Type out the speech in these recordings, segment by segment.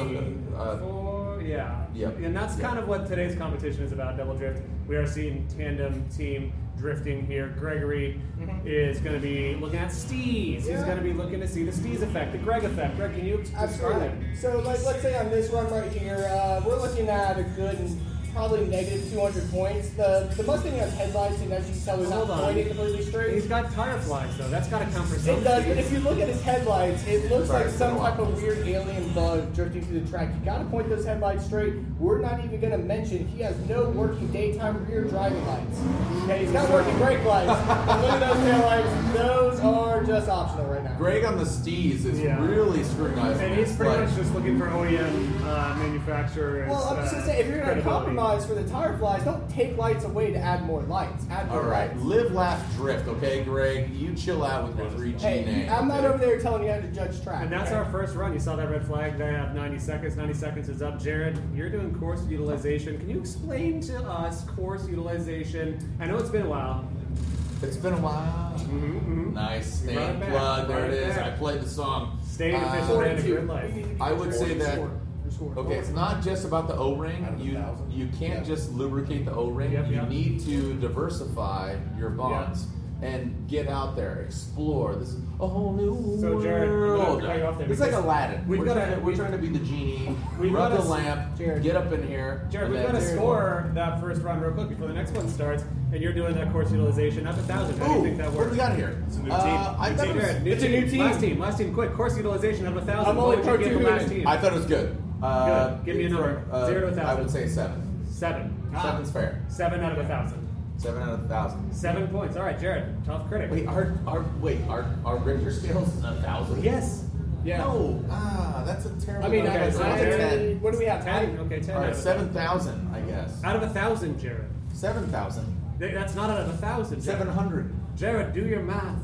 Oh, Ah, yeah. uh, Yep. And that's Yep. kind of what today's competition is about, double drift. We are seeing tandem team drifting here. Gregory Mhm. Mm-hmm. is going to be looking at stees. He's Yeah. going to be looking to see the stees effect, the Greg effect. Greg, can you ex- describe Absolutely. it? So, like, let's say on this one right here, uh, we're looking at a good and probably negative 200 points. The the Mustang has headlights, and as you can tell, is not Hold on. pointing completely straight. He's got tire flies, though. That's got to come for It something. does, but if you look at his headlights, it looks Right, like some right. type of weird alien bug drifting through the track. You gotta point those headlights straight. We're not even gonna mention he has no working daytime rear driving lights. Okay, he's not working brake lights. But look at those taillights. Those are just optional right now. Greg on the stees is Yeah. really scrutinizing. And this, he's pretty like- much just looking for OEM uh, manufacturers. Well, I'm just uh, gonna say, if you're gonna credibility. compromise for the tire flies, don't take lights away to add more lights. Add more All right, lights. live, laugh, drift. Okay, Greg, you chill out with your three G Hey, name. I'm not okay? over there telling you how to judge track. And that's okay? our first run. You saw that red flag. They have 90 seconds. 90 seconds is up. Jared, you're doing course utilization. Can you explain to us course utilization? I know it's been a while. It's been a while. Mm-hmm. Nice, You brought thank it back. plug. There Brought it it is. back. I played the song. Stay in official Uh, land of grid life. I would say Your that- score, your score. Okay, it's not just about the Out O-ring. of a You thousand? you can't Yeah. just lubricate the O-ring. Yep, you yep. need to diversify your bonds and get out there, explore. This is a whole new So, Jared, I'm gonna have to world. cut you off there it's like because Aladdin. we've we're, got a- trying to, we're we've- trying to be the genie. we've Rub got the a- lamp. Jared. get up in here. Jared, and we've then- got to score that first run real quick before the next one starts. And you're doing that course utilization up a thousand. How do Ooh, you think that what do works? we got here? It's a new Uh, team. I New thought it team. was- Jared, new It's a team. new team. Last team. Last team. Quick. Course utilization of a thousand. I'm What only would you give the pro last two. team? I thought it was good. Uh, Good. Give me a for, number. Zero to a I thousand. Ah. would say seven. Seven. Seven's fair. Seven out of a thousand. Seven out of a thousand. Seven points. All right, Jared. Tough critic. Wait, our our wait, our our Richter scale's a thousand. Yes. Yeah. No. Ah, that's a terrible. I mean, number. Okay, I, It's so like I, a Jared- ten. what do we have? Ten. Okay, ten. out All right, of a seven thousand, I guess. Out of a thousand, Jared. Seven thousand. Th- That's not out of a thousand. Jared. Seven hundred. Jared, do your math.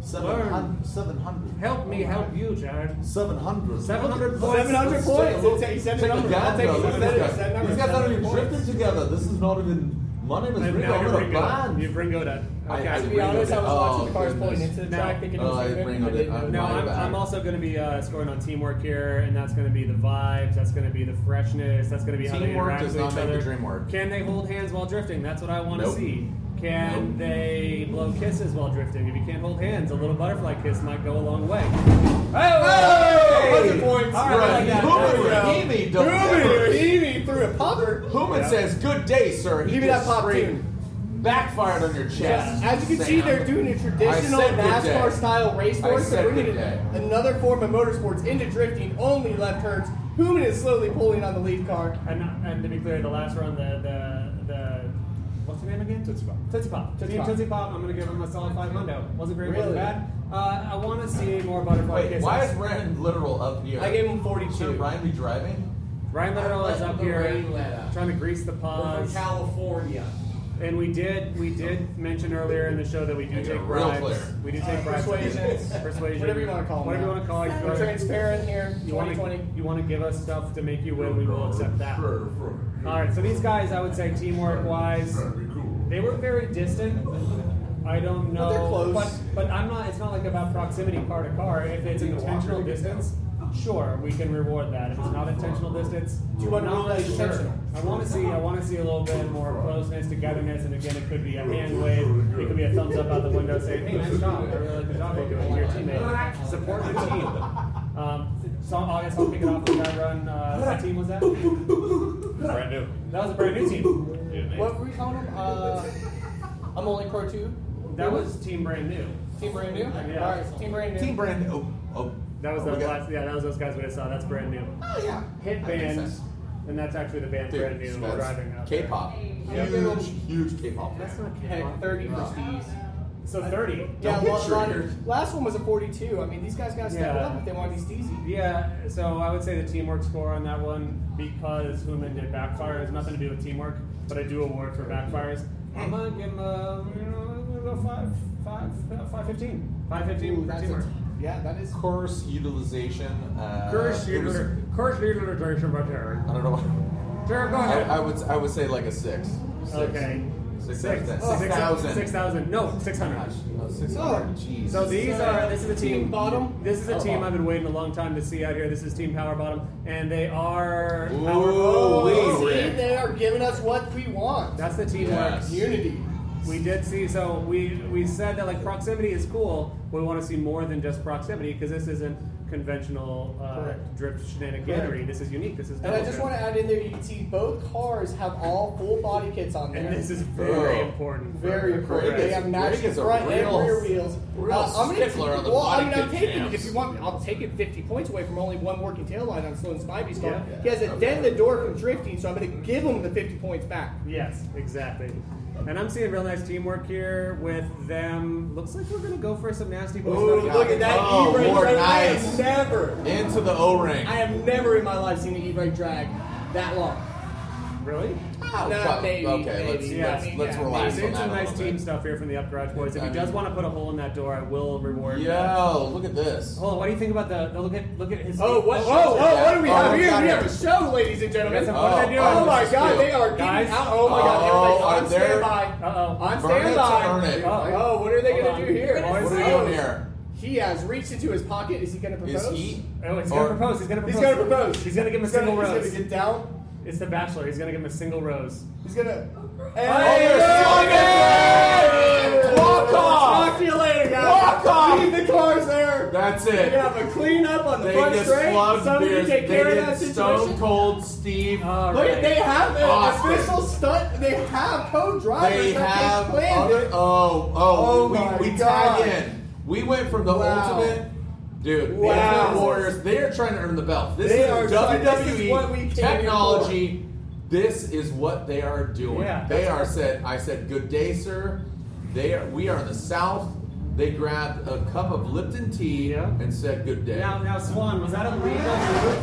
Seven Learn. hundred. Seven hundred. Help me help you, Jared. Seven hundred. 700 points. 700 points. It's a- he said the Take a number. I'll guy, take bro. it. Look at He said this it. guy. Said number. These guys aren't even 700 drifting together. This is not even. My name is And Rico. now I'm you're gonna Ringo. bond. You've Ringoed up. I- Okay. I To be honest, I was Oh, watching the cars goodness. pointing into the No. track, thinking it Oh, was I a good bring but it didn't up. know. No, My I'm, bad. I'm also going to be uh, scoring on teamwork here, and that's going to be the vibes, that's going to be the freshness, that's going to be how they Teamwork interact does with not each make the other. dream work. Can they hold hands while drifting? That's what I want to Nope. see. Can Nope. they blow kisses while drifting? If you can't hold hands, a little butterfly kiss might go a long way. Hey! 100 points. All right, I like that. Hooman, There we Rahimi, go. don't ever- Rahimi threw a popper. Hooman Yeah. says, "Good day, sir." He Give me that just pop straight tune. Backfired on your chest. Yes. As you can see, Sam. they're doing a traditional I said good NASCAR day. style race I course. said They're good bringing day. another form of motorsports into drifting, only left turns. Hooman is slowly pulling on the lead car. And, and to be clear, the last round, the, the, the what's her name again? Tootsie Pop. Tootsie Pop. Tootsie Team Pop. Tootsie Pop, I'm going to give him a solid 5 hundo. Wasn't great, wasn't Really? bad. Uh, I want to see more butterfly Wait, kisses. why is Ryan literal up here? I gave him Should 42. Ryan be driving? Ryan Literal is up here trying to grease the pods. California. And we did we did mention earlier in the show that we do Make it take real bribes. clear. We do Uh, take bribes. persuasions. persuasion, Whatever you wanna call 'em Whatever you now. want to call it. We're transparent here. You want 2020. to you want to give us stuff to make you win. We will accept that. All All right. So these guys, I would say teamwork wise, they were very distant. I don't know, But they're close. but but I'm not. It's not like about proximity car to car. If it's intentional distance, sure, we can reward that. If it's not intentional distance, Uh-huh. Do you want to not rule that sure. intentional? I want to see. I want to see a little bit more closeness, togetherness, and again, it could be a hand wave. It could be a thumbs up out the window saying, "Hey, nice job! I really like the job you're doing. You're a teammate. Support the team." Um, so August, I'll pick it off with that run. Uh, what team was that? That Brand new. was a brand new team. Yeah, man. What were you calling them? Uh, I'm only pro two. That was team brand new. Team brand new. Yeah. All right, team brand new. Team brand. Oh, oh. That was oh, the we got- last. Yeah, that was those guys when I saw. That's brand new. Oh yeah. Hit That makes band, sense. and that's actually the band Dude, brand new that's driving out. there. K-pop. Yeah. Huge, huge K-pop. That's not Heck, K-pop. 30 prestige. So thirty. Yeah, Don't la- picture la- here. last one was a 42. I mean, these guys got to step it Yeah. up if they want to be steezy. Yeah, so I would say the teamwork score on that one because Hooman did backfire. It has nothing to do with teamwork, but I do award for backfires. I'm gonna give him a you know, I'm gonna go five, five, uh, five fifteen, five fifteen Ooh, for that's a- teamwork. yeah, that is. Course utilization. Uh, Curse it was- leader, curse leader, duration by Terry. I don't know. Terry, go I, ahead. I would, I would say like a six. Six. okay, Six six, Oh, six- thousand. Six thousand. six thousand. No, six hundred. Gosh, oh, six So- hundred. Jeez. So these So, are this is a team, team bottom? This is a Oh, team bottom. I've been waiting a long time to see out here. This is Team Power Bottom, and they are Ooh. Power. Oh, us what we want. That's the teamwork. Yes. unity. We did see, so we we said that like proximity is cool. But we want to see more than just proximity because this isn't conventional uh, Correct. drift shenaniganery. Correct. This is unique. This is. And I just want to add in there, you can see both cars have all full body kits on there. And this is very Oh. important. very important. Rick They is- have Rick matching is a front and real- rear wheels. Uh, real I'm gonna stickler on the well, body I mean, I'm kit taking, jams. if you want, I'll take it 50 points away from only one working tailline on Sloan Spivey's car. Yeah. He has a Okay. dent in the door from drifting, so I'm going to give him the 50 points back. Yes, exactly. And I'm seeing real nice teamwork here with them. Looks like we're gonna go for some nasty boy Ooh, stuff. look at that Oh, E-brake more drag. nice. I have never, Into the O ring. I have never in my life seen an E-brake drag that long. Really? Nah, maybe, okay, let's maybe, let's, maybe, let's yeah. relax Seeing on that some a nice little team bit. stuff here from the Up Garage Boys. If he does want to put a hole in that door, I will reward. that. Yo, look at this. Hold on. What do you think about the? the Look at look at his. Oh, what? Oh, Whoa, whoa, yeah. what do we Oh, have we here? got We it. have a show, ladies and gentlemen. Yes, Oh, I'm- what are they doing? my this is God, good. they are Guys? getting out. Oh my Oh, God, are everybody's on there- standby. Uh oh. On Burn it to standby. earn it. Oh, what are they Hold going on. to do here? What What are we Oh, doing here? He has reached into his pocket. Is he going to propose? Is he? Oh, he's or- gonna propose. He's gonna propose. He's going to propose. He's gonna give him a He's gonna- single He's rose. going to get down. It's the Bachelor. He's gonna give him a single rose. He's going to. there's Simon! Walk off! Talk to you later, guys. Walk off! Leave the cars there. That's We it. have a cleanup on the They front just straight. slugged Somebody beers. take They care of did that situation. Stone Cold Steve. All Look, right. they have an Austin. official stunt. They have co-drivers they that have they planned other- it. oh, oh, Oh we, my we God. tag in. We went from the Wow. ultimate, dude. the Wow. Ultimate Warriors. They are trying to earn the belt. This They is are trying- WWE this is what we came here technology. This is what they are doing. Yeah. They are said. I said, "Good day, sir." They are. We are in the South. They grabbed a cup of Lipton tea Yeah. and said, "Good day." Now, now, Swan, was that a legal?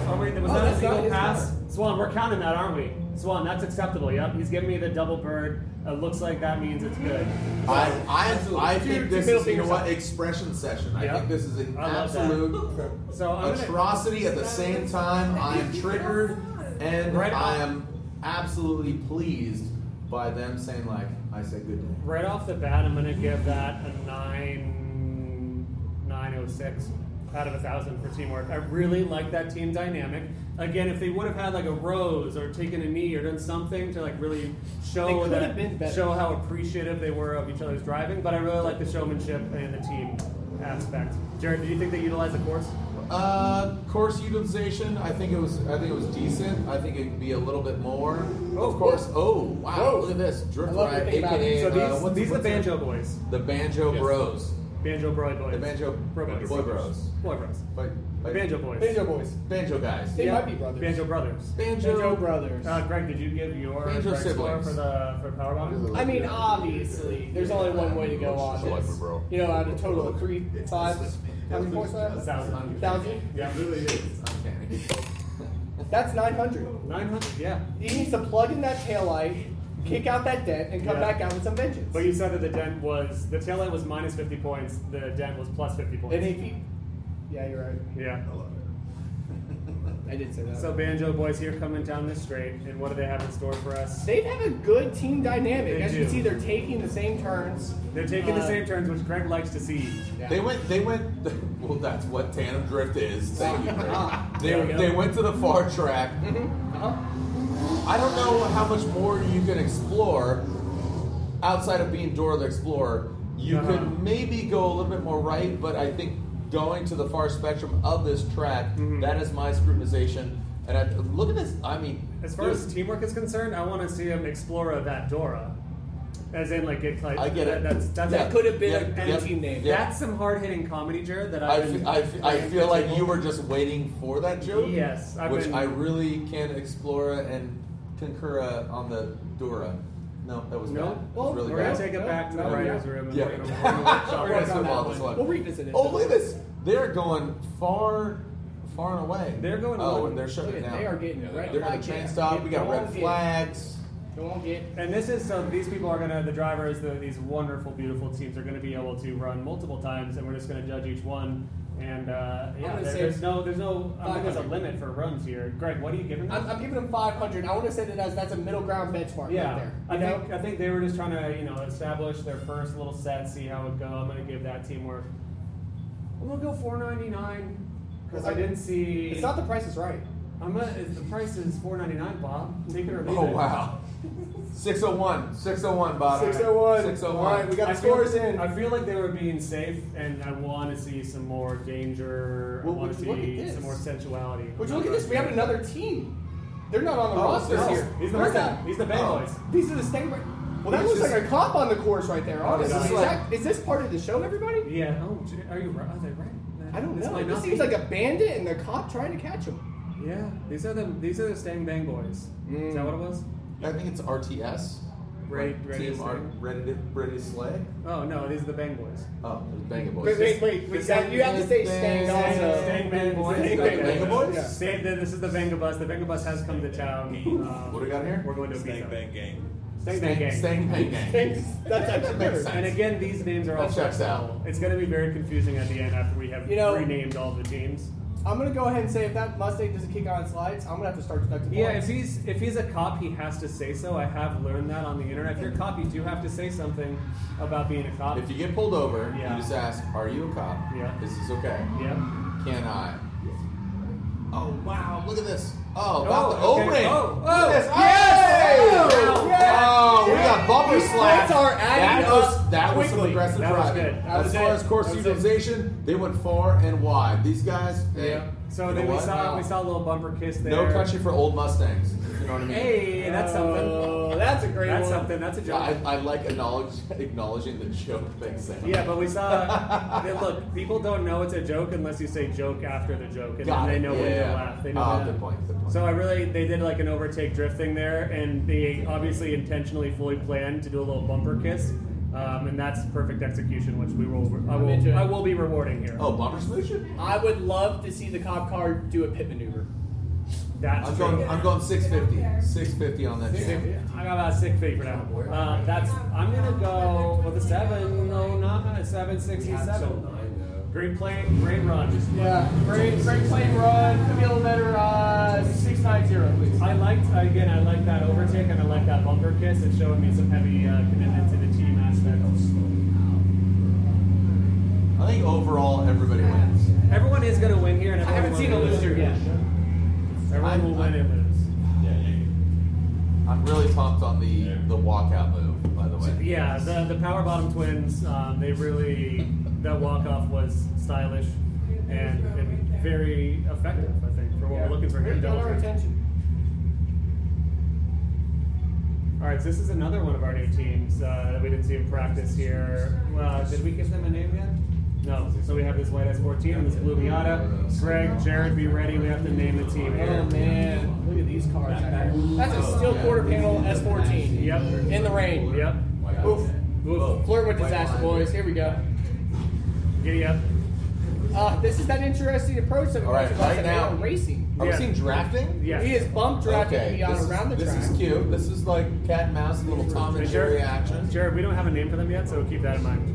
Are we, was Oh, that a that's not legal his pass? Swan, we're counting that, aren't we? Swan, that's acceptable. Yep, he's giving me the double bird. It looks like that means it's good. I, I, I Two- two think this middle is you know fingers what up. expression session. I Yeah. think this is an I love that. absolute So I'm gonna, atrocity at the same time. I am triggered and Right on. I am absolutely pleased by them saying like I said good day. right off the bat, I'm gonna give that a nine, nine oh six out of a thousand for teamwork. I really like that team dynamic. Again, if they would have had like a rose or taken a knee or done something to like really They show could that have been better. show how appreciative they were of each other's driving, but I really like the showmanship and the team aspect. Jared, do you think they utilized the course? Uh, course utilization. I think it was. I think it was decent. I think it could be a little bit more. Oh, of course. Oh wow! Whoa. Look at this I drift love the ride, thing about aka it. So these, uh, what's- these are the what's it? banjo boys, The banjo Yes. bros. banjo boy boys, The banjo bro boys, boy bros. boy bros, But, the banjo boys, Banjo boys. Banjo guys. They might be brothers. banjo brothers. Banjo, Banjo brothers. Uh, Greg, did you give your Banjo Greg score siblings. for the for Powerbomb? I mean, obviously, there's only one way to go on Swipe this. it, bro. You know, out of a total of three, five, how many points A was that? thousand. Thousand? Yeah, Uncanny. That's 900. nine hundred. Yeah, He needs to plug in that taillight, kick out that dent, and come Yeah. back out with some vengeance. but you said that the dent was the tail end was minus fifty points. The dent was plus fifty points. and if he... Yeah, you're right. yeah. I did say that. So banjo boys here coming down this straight, and what do they have in store for us? They have a good team dynamic. They As you do. can see, they're taking the same turns. They're taking the Uh, same turns, which Greg likes to see. They went. They went. Well, that's what tandem drift is. Thank you. Greg. There we go. They, Mm-hmm. they went to the far track. Uh-huh. I don't know how much more you can explore outside of being Dora the Explorer. You Uh-huh. could maybe go a little bit more right, but I think going to the far spectrum of this track, Mhm. that is my scrutinization. And I, look at this. I mean, As far dude, as teamwork is concerned, I want to see him explore that Dora, as in like get like I get that, it. That's that's Yeah. That could have been Yep, a- any yep, team name. yep. That's some hard hitting comedy, Jared. That I I've been fe- I fe- I bringing feel to like table. you were just waiting for that joke. Yes, I've which been- I really can explore and concur uh, on the Dora. No, that was No, bad. It was well, really we're gonna bad. take it back to the No, writers' yeah. room. And Yeah. we're gonna- we're gonna- We're we're gonna gonna- swim that all one. this one. We'll revisit it. Oh, look at this! They're going far, far and away. They're going Oh, away. and they're shutting Look it at- down. they are getting Yeah, red They're going flag to train jam. stop. We got Go red on, get- flags. Don't get... And this is so these people are gonna the drivers, the, these wonderful, beautiful teams are gonna be able to run multiple times, and we're just gonna judge each one. And uh, yeah, gonna there- say there's no, there's no, I don't think there's a 500. limit for runs here. Greg, what are you giving? I'm, them? I'm giving them 500. I want to say that as that's a middle ground benchmark yeah, right there. I You know? think I think they were just trying to you know establish their first little set, see how it go. I'm gonna give that teamwork. I'm gonna go 4.99 because I didn't see. it's not the price is right. I'm gonna, the price is 4.99, Bob. Take it or leave Oh it. wow! 601. 601, Bob. 601. 601. All right, we got I the feel, scores in. I feel like they were being safe, and I want to see some more danger. Well, I want to would you look at see this? some more sensuality. Would you look at this? We have another team. They're not on the Oh, roster no. here. He's the They're Mustang. not. He's the bad Oh. boys. These are the same. Well, that It's looks just- like a cop on the course right there. Oh, Honestly, This is, is that, is this part of the show, everybody? Yeah. Oh, gee, are you right? Are they right? I don't This know. might This not seems be- like a bandit and a cop trying to catch him. Yeah. These are the these are the Stang Bang Boys. Is Mm. that what it was? I think it's RTS. Ready- Like ready to team slay? Art- ready, to, ready to slay? Oh no, these are the Bang Boys. Oh, it's Bang Boys. Wait, wait, wait. This- Zach, you have to say Stang Stang- also. Stang Bang Boys. Stang Bang Bang Boys. Boys? Yeah. Save the, this is the Vanga bus. The Vanga bus has come to town. Um, What do we got here? We're going to a Snake pizza. Bang Gang. Stang Bang Gang. Stang Bang Gang. Thanks. That's actually Makes better. sense. And again, these names are all That checks out. It's going to be very confusing at the end after we have You know- renamed all the teams. I'm gonna go ahead and say if that Mustang doesn't kick on its lights, I'm gonna have to start deducting Yeah, if points. he's if he's a cop, he has to say so. I have learned that on the internet. If you're a cop, you do have to say something about being a cop. If you get pulled over, Yeah. you just ask, Are you a cop? Yeah. Is this okay? yeah. Can I? Oh, wow. Look at this. Oh, Oh, about the okay. O ring. Oh, Look at oh, this. yes! Oh, Oh, yes! Oh, we Yes! got bumper That's slaps. our added that was, up that was some quickly. aggressive That was driving. good. That as was far it. as course That was it. utilization, they went far and wide. These guys, hey, Yeah. So you then know we what? saw we saw a little bumper kiss there. No country for old Mustangs. if You know what I mean? Hey, that's something. Oh, that's a great That's one. something. That's a Yeah, joke. I, I like acknowledge, acknowledging the joke thing. Sam. Yeah, but we saw. yeah, look, people don't know it's a joke unless you say joke after the joke, and Got then they it. know yeah, when to yeah. laugh. They know Ah, when to- good point. Good point. So I really, they did like an overtake drift thing there, and they obviously intentionally fully planned to do a little bumper kiss, um, and that's perfect execution, which we will, I I'm into it. will, I will be rewarding here. oh, bumper solution. I would love to see the cop car do a pit maneuver. that's I'm true. going. I'm going 650. 650 on that. Sick- jam. I got about sick feet for now. Uh, that's I'm gonna go with a seven. No, not a seven sixty-seven. Great play, great run. Yeah, great, great plane run. Could be a little better. Uh, six nine zero, please. I liked again. I liked that overtake and I liked that bumper kiss. It showed me some heavy uh, commitment to the team aspect. I think overall everybody wins. Everyone is going to win here, and I everyone haven't will seen a lose. loser yet. Everyone will win and lose. I'm really pumped on the the walkout move. By the way, Yeah, the the power bottom twins. Um, they really that walk off was stylish and, and very effective. I think for what we're looking for here. Really got Double our team. attention. All right, so this is another one of our new teams uh, that we didn't see in practice here. Well, did we give them a name yet? No. So we have this White S14 and this Blue Miata. Greg, Jared, be ready. We have to name the team Oh here. man, look at these cars. That's a steel quarter panel S14. Yep. In the rain. Yep. Oof. Oof. Flirt with disaster, boys. Here we go. Giddy up. Uh, this is that interesting approach that we All right, talked about right now- in racing. are we Yeah. seeing drafting? Yeah. He is bump drafting Okay, beyond this is- around the this track. is cute. This is like cat and mouse, little Tom and Hey, Jerry Jared, action. Jared, we don't have a name for them yet, so keep that in mind.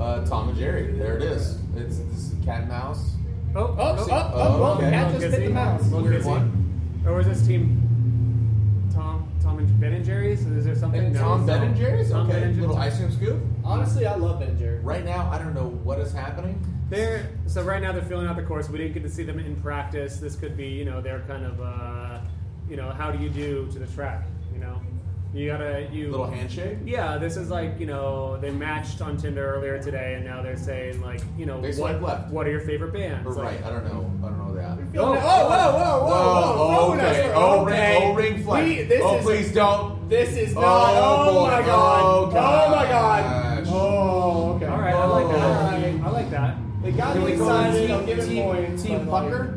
Uh, Tom and Jerry. There it is. It's this is cat and mouse. Oh, Oh, oh, oh, Oh, oh, okay. cat just Kissy. bit the mouse. Little Weird Kissy. one. Or is this team Tom, Tom and Ben and Jerry's? Is there something? And No, Tom it's Ben not. and Jerry's. Tom Ben Okay, and Jerry's. little ice cream scoop. Honestly, I love Ben Jerry. Right now, I don't know what is happening. They're so right now they're filling out the course. We didn't get to see them in practice. This could be, you know, their kind of, uh, you know, how do you do to the track? You know, you gotta you Little handshake. Yeah, this is like you know they matched on Tinder earlier today, and now they're saying like you know They what swipe left. what are your favorite bands? Or Like, right. I don't know. I don't know that. Oh, whoa, whoa, whoa, whoa, whoa. Whoa, throwing Oh, us okay. for- O ring, okay. O ring We- flag. this Oh, is- please don't. This is Oh, not. Oh, boy. my god. Oh, Oh my god. gosh. Oh, okay. All right, I like that. Oh. I like that. They got Can me we call it excited. team- I'll give it team- points. Team but, like, Pucker.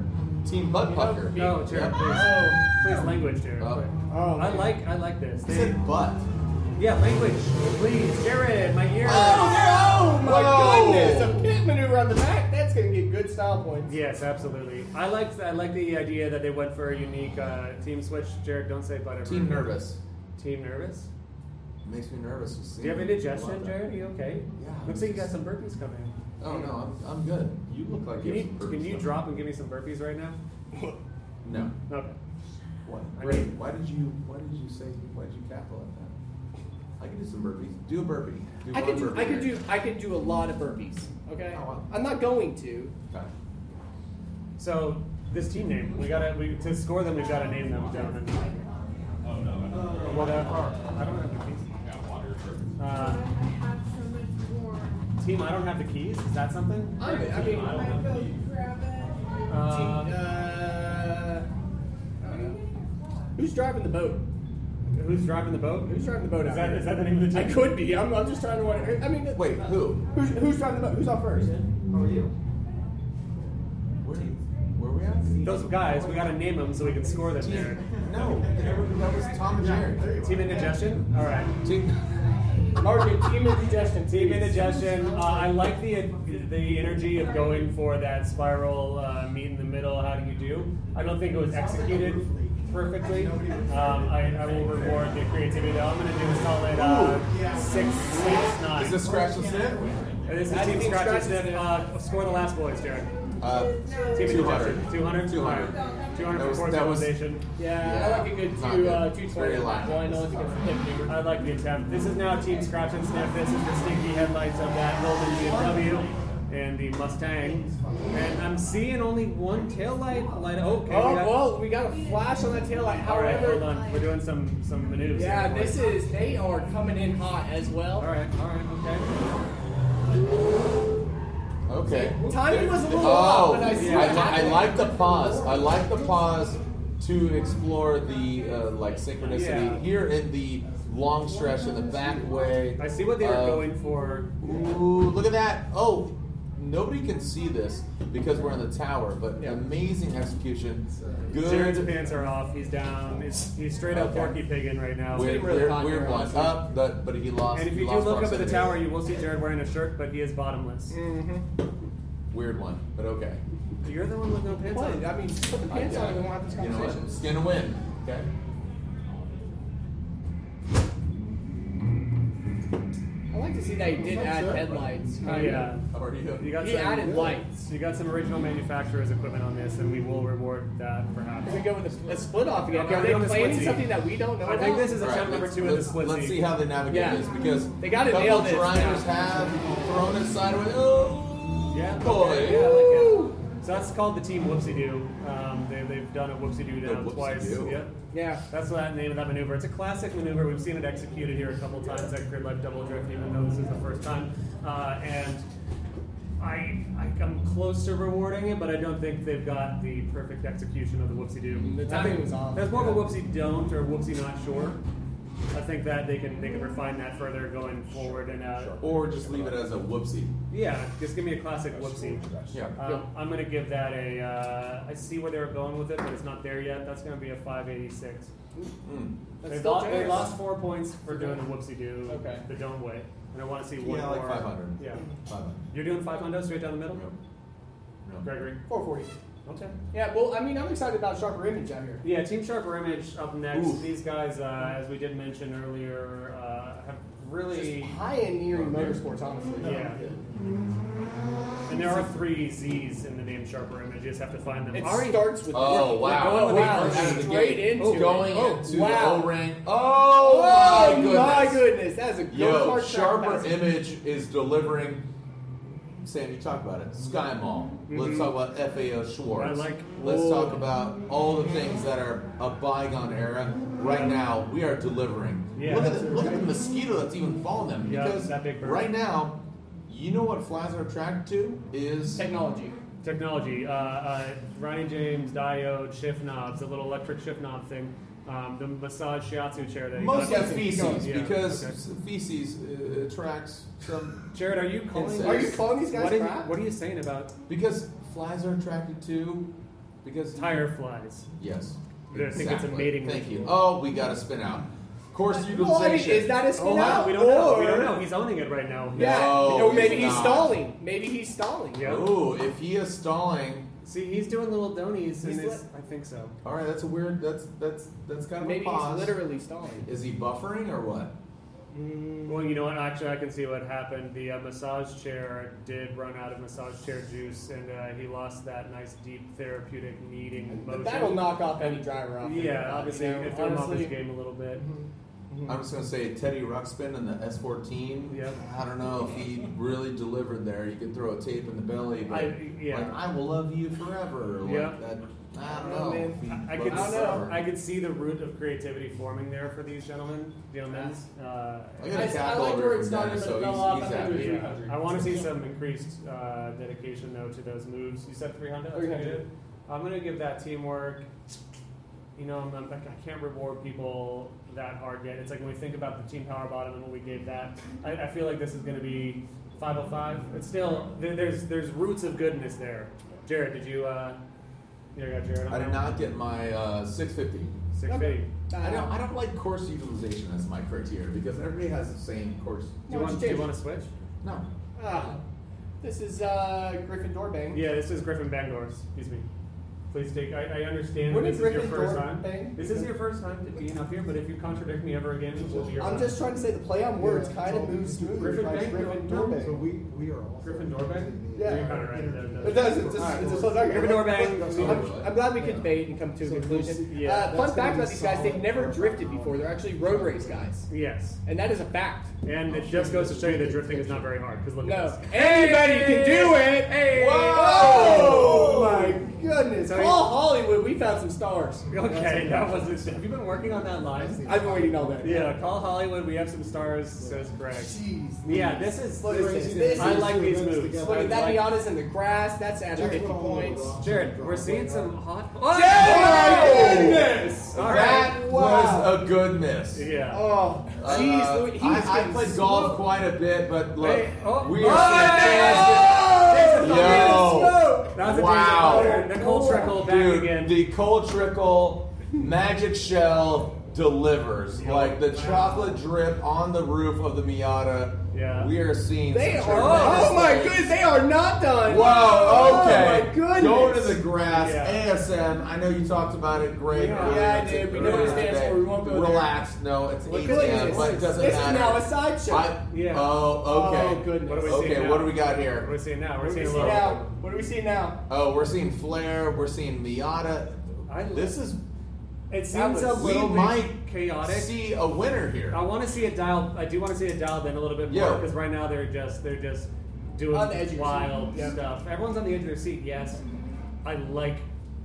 Team Mud Pucker. No, Jared, please, Oh. please language, Jared. Oh. Oh, I man. like I like this. I They- said butt. yeah, language, please, Jared. My ear. Oh, my Whoa. goodness. A pit maneuver on the back. That's going to get good style points. Yes, absolutely. I like I like the idea that they went for a unique uh, team switch. Jared, don't say butter. Team nervous. Team nervous. Makes me nervous. just Do you have seeing- indigestion, Jared? Are you okay? Yeah. Looks like you got some burpees coming. Oh no, I'm, I'm good. You look like Can have you some burps, can you though. drop and give me some burpees right now? No. Okay. What? I Great. mean- Why did you Why did you say Why did you cackle like that? I can do some burpees. Do a burpee. Do I one could do, burpee I could here. do, I could do a lot of burpees. Okay, Oh, wow. I'm not going to. Okay. So this team name, we gotta we to score them, we've gotta name them down. And, Oh no. whatever. I don't have the keys. Uh, team, I don't have the keys. Is that something? I mean, I mean, I don't have the keys. Uh, uh, I don't know. who's driving the boat? who's driving the boat? Who's driving the boat? Is out that- here? is that the name of the I team? could be. I'm, I'm just trying to wonder. I mean, Wait, who? who's, who's driving the boat? Who's on first? How are you? Where, do you, where we at? Those guys, we gotta name them so we can score them there. No, that was Tom and Jerry. Team indigestion? Alright. Team- Margaret, team indigestion. Team please. indigestion. Uh, I like the the energy of going for that spiral uh, meet in the middle. How do you do? I don't think it was executed perfectly. Um, I, I will reward the creativity. Though I'm going to do a solid uh, six, six, nine. Is this scratch and sniff? Uh, this is How do you team think scratches. scratches Then uh, score the last boys, Jared. Uh, Team 200. indigestion. 200. 200. Two hundred That for was- force that was- mobilization. Yeah, I Yeah, like a good not two, good. uh, It's two very twenty. light. Well, I know it's against the hip I like the attempt. This is now Team Scratch and Sniff. This is the stinky headlights of that golden BMW and the Mustang. And I'm seeing only one taillight light. Okay. Oh, we got- well, we got a flash on that taillight. all right, hold However, on. We're doing some some maneuvers. yeah, here. this is, they are coming in hot as well. All right. All right. Okay. Timing was a little off, Oh, but I, I see what li- I happened. like the pause. I like the pause to explore the uh, like synchronicity Yeah. here in the long stretch in the back way. Okay. I see what they were of- going for. Ooh, look at that! Oh, nobody can see this because we're in the tower, but amazing execution. Good. Jared's pants are off. He's down. He's, he's straight up Okay. porky pigging right now. Weird, really weird, hot weird here, one honestly. up, but but he lost. And if he you do lost look up at the proximity. tower, you will see Jared wearing a shirt, but he is bottomless. weird one, but okay. Mm. You're the one with no pants What? on. I mean, just put the pants I- on and we won't have this you know what? conversation. Skin to win. Okay. I like to see that he did add headlights. Oh, yeah. How are you? You got He some, added lights. You got some original manufacturer's equipment on this, and we will reward that perhaps. Can we go with a, a split off again? Okay, Are we're they doing the planning splitsy. something that we don't know I about? think this is All attempt right, number let's- two in the let's- split Let's see how they navigate Yeah. this because They gotta a couple nail this drivers now. have thrown it sideways. Oh, Yeah, boy. okay, yeah, I like it. So that's called the team Whoopsie Doo. Um, they, they've done a Whoopsie Doo The now Whoopsie twice. Doo. Yep. Yeah. That's the name of that maneuver. It's a classic maneuver. We've seen it executed here a couple times at Grid Life Double Drift, even though this is the first time. Uh, and I, I I'm close to rewarding it, but I don't think they've got the perfect execution of the whoopsie do. Mm, The timing was off. That's more of a whoopsie don't or whoopsie not sure. I think that they can they can refine that further going forward and uh, Or just leave it as a whoopsie. yeah, just give me a classic whoopsie. Yeah. Um, I'm gonna give that a. Uh, I see where they were going with it, but it's not there yet. That's gonna be a 586. Mm. That's They still lost, they generous. lost four points for doing the whoopsie do, Okay. the don't way, and I want to see one Yeah, like more. 500. Yeah, Fine. you're doing 500 straight down the middle, Yep. Yep. Gregory. 440. Okay. Yeah, well, I mean, I'm excited about Sharper Image out here. Yeah, Team Sharper Image up next. Oof. These guys, uh, as we did mention earlier, uh, have really. Just pioneering motorsports, honestly. Yeah. And there are three Z's in the name Sharper Image. You just have to find them. It Ari, starts with Oh wow! Going We're wow, going out of the straight gate. into it. going Oh, into wow. the O-ring. Oh, Oh, my goodness, that's a go-kart Yo, track sharper passing. image is delivering. Sam, you talk about it. Sky Mall. Let's talk about FAO Schwartz. Mm-hmm. I like- Let's Whoa. talk about all the things that are a bygone era. Right now, we are delivering. Yeah. Look at the, look at the mosquito that's even following them. Yeah, because that big bird. right now, you know what flies are attracted to is Technology. technology. Uh, uh, Ronnie James diode shift knobs, the little electric shift knob thing, um, the massage shiatsu chair that he most got. of feces Yeah, because okay. feces uh, attracts some Jared, are you calling? Insects. Are you calling these guys what, are you- crap? what are you saying about because flies are attracted to because tire flies? Yes. Yeah, I think it's a mating Thank you. ritual. Oh, we got a spin out. Course utilization. Well, I mean, is that a spin Oh, wow, out? we don't know. Or- We don't know. He's owning it right now. Yeah. No, or maybe he's he's, not. stalling. Maybe he's stalling. Yeah. Ooh, if he is stalling, See, he's doing little donies, and He's it's, I think so. all right, that's a weird. That's that's that's kind of Maybe a he's pause. literally stalling. is he buffering or what? Mm. Well, you know what? Actually, I can see what happened. The uh, massage chair did run out of massage chair juice, and uh, he lost that nice, deep, therapeutic, kneading motion. But that'll knock off any driver off. their Yeah, back, obviously, you know, it threw him off honestly. his game a little bit. Hmm. Mm-hmm. I'm just gonna say Teddy Ruxpin and the S14. Yep. I don't know if he really delivered there. You could throw a tape in the belly, but I- yeah. like I will love you forever. Like Yep. that I don't Oh, know. man. I, I But could, don't know. I could see the root of creativity forming there for these gentlemen, gentlemen. Uh, I I, got a I cap like over where from it started, Dennis, but so it he's, fell off. he's I think happy. it was yeah. I want to see some increased uh, dedication though to those moves. You said 300. That's Okay. good. I'm gonna give that teamwork. You know, I'm, I'm, I can't reward people that hard yet. It's like when we think about the team power bottom and what we gave that. I, I feel like this is gonna be 505. It's still there, there's there's roots of goodness there. Jared, did you? Uh, you got Jared. On I that one? did not get my uh, 650. Six fifty. I don't. I don't like course utilization as my criteria because everybody has the same course. Do you Why don't want? you Do you change want it? to switch? No. Ah, this is uh, Gryffindor Bang. Yeah, this is Griffin Bangor. Excuse me. Please take. I, I understand Wouldn't this is your Griffin first Dor- time. thing- This is your first time to being up here, but if you contradict me ever again, this will be your I'm last. just trying to say the play on words Yeah, kind so of moves it's smoothly Griffin by Bang? Gryffindor Bang. So we, we are also. Griffin Dorbang? Yeah. You're kind of right. That- It does. It's just, it's just so dark. Gryffindor Bang. I'm, I'm glad we could debate and come to a So conclusion. this- yeah, uh, that's fun fact gonna about be these guys: they've solid never for a drifted while. before. They're actually road race guys, Yes. and that is a fact. And it just goes to show you that drifting is not very hard. Because look No, at this. anybody can do it. Hey! Oh Whoa! my goodness! So Call he- Hollywood. We found some stars. Okay, that wasn't. Have you been working on that line? I've been waiting all day. Yeah, call Hollywood. We have some stars. Says Greg. Jeez. Yeah, this is. Look at This this. is I This like is- these this is moves. together. Look I at that like- Giannis in the grass. That's adding Jared, 50 we're all over points. the rock. Jared, we're seeing some hot. Oh, Jared! goodness! All right. That Wow. was a good miss. Yeah. Oh, Uh, jeez, Louis- he's I, I getting played golf smoked. quite a bit, but look, Hey, oh. we Oh, are hey, seeing oh. Yo. Smoked. That's a Wow. decent player. Nicole Trickle back Dude, again. the cold trickle magic shell delivers. Yeah. Like the Wow. chocolate drip on the roof of the Miata. Yeah. We are seeing. They some are. tremendous Oh my plays. goodness, they are not done. Whoa, Oh my okay. goodness. Go to the grass. Yeah. ASM. I know you talked about it. Great. Yeah. earlier Yeah, I did. to- We know what it stands today. for. We won't go there. Relax. No, it's Look 8 at a.m., this. but it doesn't This is matter. now a sideshow. I- Yeah. Oh, okay. Oh, goodness. What do we see okay, now? what do we got What are we here? seeing now? What We're do we seeing a see little. now? What do we see now? Oh, we're seeing Flair. We're seeing Miata. I love- This is. It That seems a was- We little might bit chaotic. see a winner here. I want to see it dialed. I do want to see it dialed in a little bit more Yeah. because right now they're just they're just doing On the edge of your wild seat. Yeah. stuff. Everyone's on the edge of their seat. Yes, I like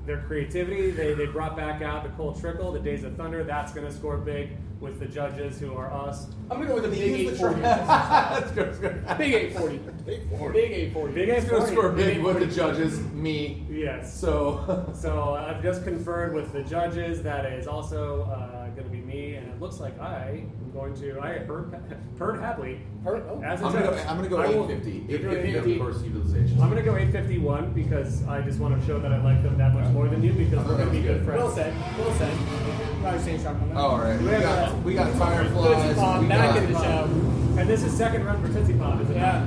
their creativity. They they brought back out the Cold Trickle, the Days of Thunder. That's going to score big with the judges who are us. I'm gonna go with the Use big the eight forty. tra- Let's go, let's go. Big eight forty. Big four. Big eight forty. Big He's gonna A40. score big with the judges. Me. Yes. So. So I've just conferred with the judges. That is also uh, going to be me, and it looks like I am going to. I heard heard Hadley Per- oh. as a I'm judge. gonna, I'm gonna go I will- 850. You're doing 850 850. of course utilization. I'm gonna go 851 because I just want to show that I like them that much more than you because we're gonna be good Well friends. said. Well said. Probably staying Oh. sharp on that. All right, we have got a- we got fireflies. Tootsie Pop we back got- in the show. um, And this is second round for Tootsie Pop, isn't Yeah.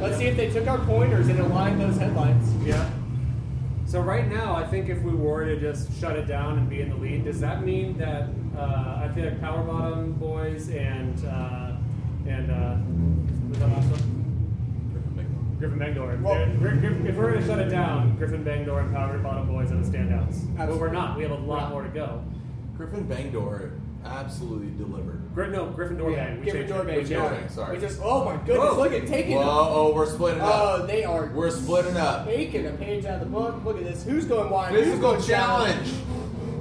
Let's see if they took our pointers and aligned those headlines. it? Yeah. So right now, I think if we were to just shut it down and be in the lead, does that mean that uh, I feel like Power Bottom Boys and uh, and uh, was that last one? Griffin Bangor. Well- They're- Gri- Gri- if we're gonna shut it down, Griffin Bangor and Power Bottom Boys are the standouts. But we're Absolutely. not. We have a lot more to go. Griffin Bangdor absolutely delivered. Gri- no, Gryffindor Bang. We Give it changed door it. We changed it. Bang, sorry. We just. Oh my goodness! Whoa. Look at taking. Whoa, them. oh, we're splitting Oh, up. they are. We're splitting up. taking a page out of the book. Look at this. Who's going wide? Who's Physical going challenge.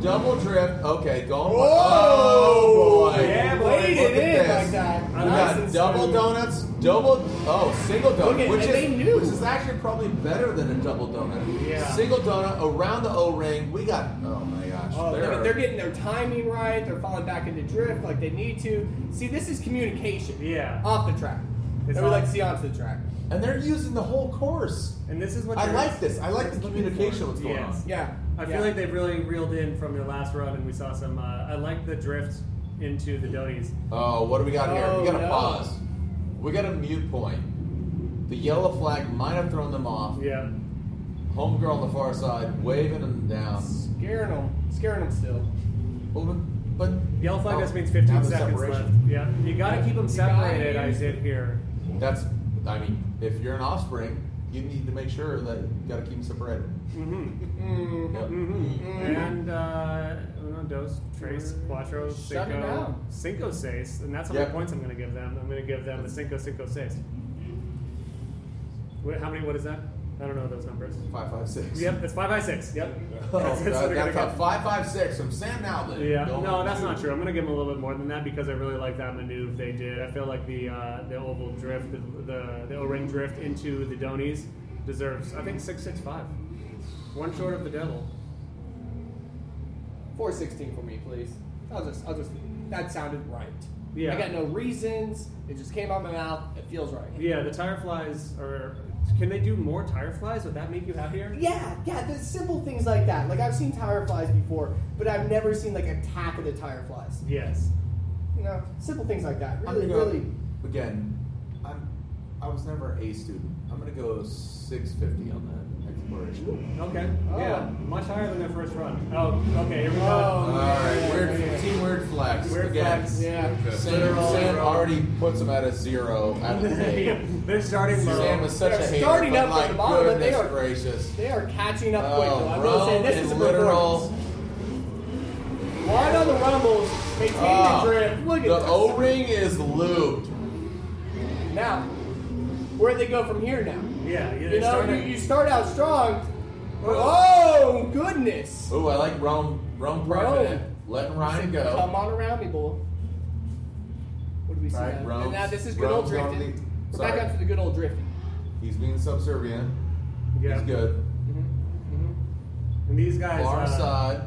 Double drift. Okay, going. Whoa! Oh boy. Yeah, boy, Laid Look at it in this. like that. We Nice got and double smooth. donuts, double oh single Look donut, at- which is and they knew. which is actually probably better than a double donut. Yeah. Single donut around the O ring. We got oh my gosh. Oh, there they're, are- they're getting their timing right. They're falling back into drift like they need to. See, this is communication. Yeah. Uh, Off the track. It's that we off- like to see onto the track. and they're using the whole course. And this is what I you're- like this. I like the looking communication. for. What's going Yes. on? Yeah. I yeah. feel like they've really reeled in from their last run, and we saw some. Uh, I like the drift into the Donies. Oh, what do we got here? Oh, We got a no. pause. We got a mute point. The yellow flag might have thrown them off. Yeah, Homegirl on the far side waving them down. scaring them. Scaring them still. Well, But yellow flag oh, just means now 15 the seconds separation. left. Yeah, you got to keep them You gotta separated. I use- did here. That's, I mean, if you're an offspring, you need to make sure that you got to keep them separated. Mm-hmm. Mm. Yep. Mm-hmm. Mhm. And uh, uno, dos, tres, Mm-hmm. cuatro, Shut it cinco, down. cinco, seis, and that's how Yeah. many points I'm going to give them. I'm going to give them the cinco, cinco, seis. Wait, how many? What is that? I don't know those numbers. Five five six. Yep, it's five by six. Yep. Oh, That's what that, they're gonna that's a get. five five six from Sam Nowlin. Yeah, Going no, that's to- not true. I'm gonna give them a little bit more than that because I really like that maneuver they did. I feel like the uh, the oval drift, the the, the O-ring drift into the Donies deserves. I think six six five, one short of the devil. 416 for me, please. I'll just, I'll just. That sounded right. Yeah. I got no reasons. It just came out my mouth. It feels right. Yeah, the tire flies are. Can they do more tire flies? Would that make you happier? Yeah, yeah, the simple things like that. Like I've seen tire flies before, but I've never seen like attack of the tire flies. Yes. You know, simple things like that. I'm Really, gonna go- really. Again, I'm. I was never a student. I'm gonna go six fifty on that exploration. Okay. Oh. Yeah. Much higher than their first run. Oh. Okay. Here we go. Oh. All right, yeah, weird yeah. team weird flex. Weird again, flex, Yeah. Sam, Sam already puts him at a zero out of the Yeah, gate. They're starting low. Sam is such They're a hater, starting but up from my the bottom, but they goodness are- gracious. They are catching up quick. though. Oh, I'm Rome not saying this is a and literal. literal. One on the rumbles, maintaining Ah, the drift. Look at the this. O-ring is lubed. Now, where do they go from here now? Yeah. Yeah. They're You know, you, starting. you start out strong. Oh goodness! Ooh, I like Rome. Rome president. Letting Ryan go. Come on around me, boy. What do we see? Right, now? Rome- And now this is good old Rome's on drifting. the- We're back sorry. up to the good old drifting. He's being subservient. yeah. He's good. And these guys. Far uh, side.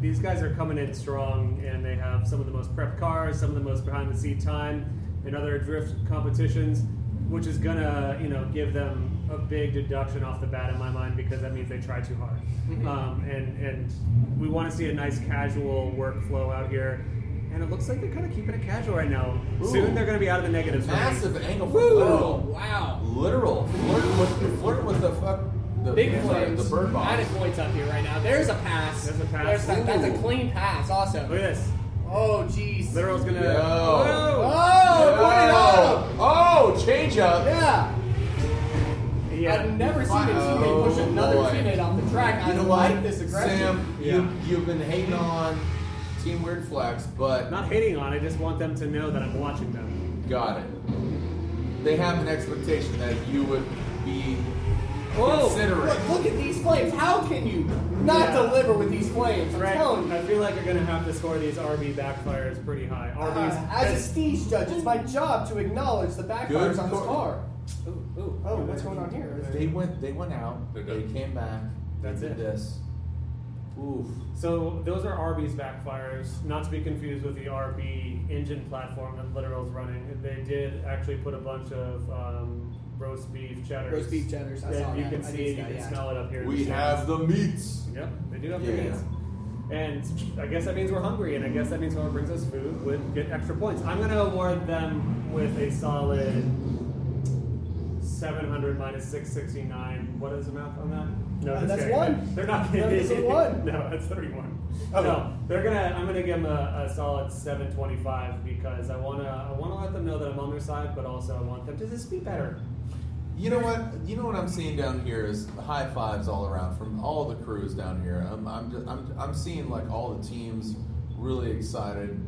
These guys are coming in strong, and they have some of the most prep cars, some of the most behind the seat time, in other drift competitions, which is gonna you know give them a big deduction off the bat in my mind because that means they try too hard. Mm-hmm. Um, and and we want to see a nice casual workflow out here, and it looks like they're kind of keeping it casual right now. Soon Ooh. they're gonna be out of the negatives. for me. Massive angle for Oh literal. wow! Literal. Flirting with, flirting with the fuck. The, Big sorry, flames. the bird box. Added points up here right now. There's a pass. There's a pass. There's that- that's a Ooh. clean pass. Also. Look at this. Oh jeez. Literal's gonna. Yo. Ah. Whoa. Oh, point it up. Oh, oh, change up. Yeah. Yeah. I've never seen a Oh, teammate push another boy. teammate off the track. I You know like what, this aggression. Sam, Yeah. you, you've been hating on Team Weird Flex, but Not hating on. I just want them to know that I'm watching them. got it. They have an expectation that you would be Whoa! considering. Look, look at these flames. How can you not Yeah. deliver with these flames? I'm Right. telling you. I feel like you're gonna have to score these RB backfires pretty high. RBs. Uh, as a stage judge, it's my job to acknowledge the backfires Good on this call. car. Ooh, ooh. Oh, what's going on here? They went. They went out. They're They done. came back. they That's did it. This. Oof. So those are RB's backfires, not to be confused with the RB engine platform that Literal's running. They did actually put a bunch of um, roast beef cheddars. Roast beef cheddars, I that saw you that. can I see, it, did see you that, can yeah. smell it up here. in We the have stands. the meats. Yep, they do have the Yeah. meats. And I guess that means we're hungry, and I guess that means whoever brings us food would get extra points. I'm going to award them with a solid 700 minus 669. What is the math on that? No, Uh, just that's kidding. one. They're not That is a one. No, that's 31. Oh. No, they're gonna. I'm gonna give them a, a solid 725 because I wanna. I wanna let them know that I'm on their side, but also I want them to just be better. You know what? You know what I'm seeing down here is high fives all around from all the crews down here. I'm I'm just, I'm I'm seeing like all the teams really excited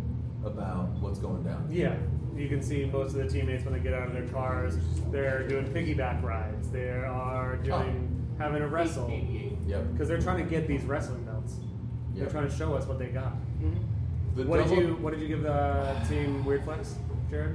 about what's going down. Yeah, you can see most of the teammates when they get out of their cars, they're doing piggyback rides. They are doing Oh. having a wrestle Yep. because they're trying to get these wrestling belts. They're Yep. trying to show us what they got. The what double, did you What did you give the team Weird Flex, Jared?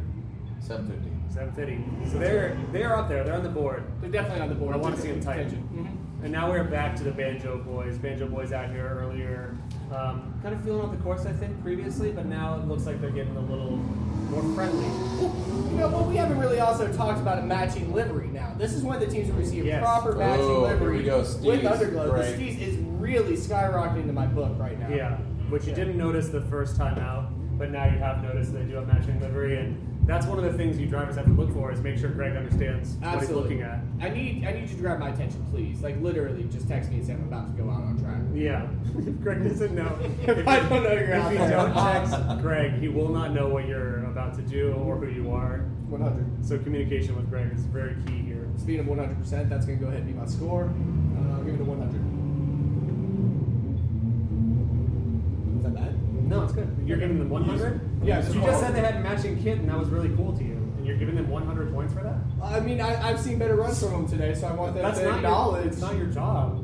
750. Seven fifty. So they're they're up there. They're on the board. They're definitely on the board. Mm-hmm. I wanna see 'em tight. Attention. Mm-hmm. And now we're back to the Banjo Boys. Banjo Boys out here earlier, um, kind of feeling out the course I think previously, but now it looks like they're getting a little more friendly. Well, You know, but we haven't really also talked about a matching livery now. This is one of the teams where we see a Yes. proper matching Oh, here we livery go. with Steve's underglow. great. The Steez is really skyrocketing to my book right now. Yeah, which you didn't notice the first time out, but now you have noticed they do a matching livery, and that's one of the things you drivers have to look for is make sure Greg understands what Absolutely. he's looking at. I need I need you to grab my attention, please. Like literally, just text me and say I'm about to go out on track. Yeah, if Greg doesn't know. If I don't know you're if out you there. don't text Greg, he will not know what you're about to do or who you are. 100. So communication with Greg is very key here. Speed of 100. percent That's gonna go ahead and be my score. Uh, I'll give it a 100. Is that bad? No, it's good. You're giving them 100. Yeah, you so- just said they had a matching kit, and that was really cool to you. And and you're giving them 100 points for that? I mean, I, I've seen better runs from them today, so I want them That's to not your, acknowledge. it's not your job.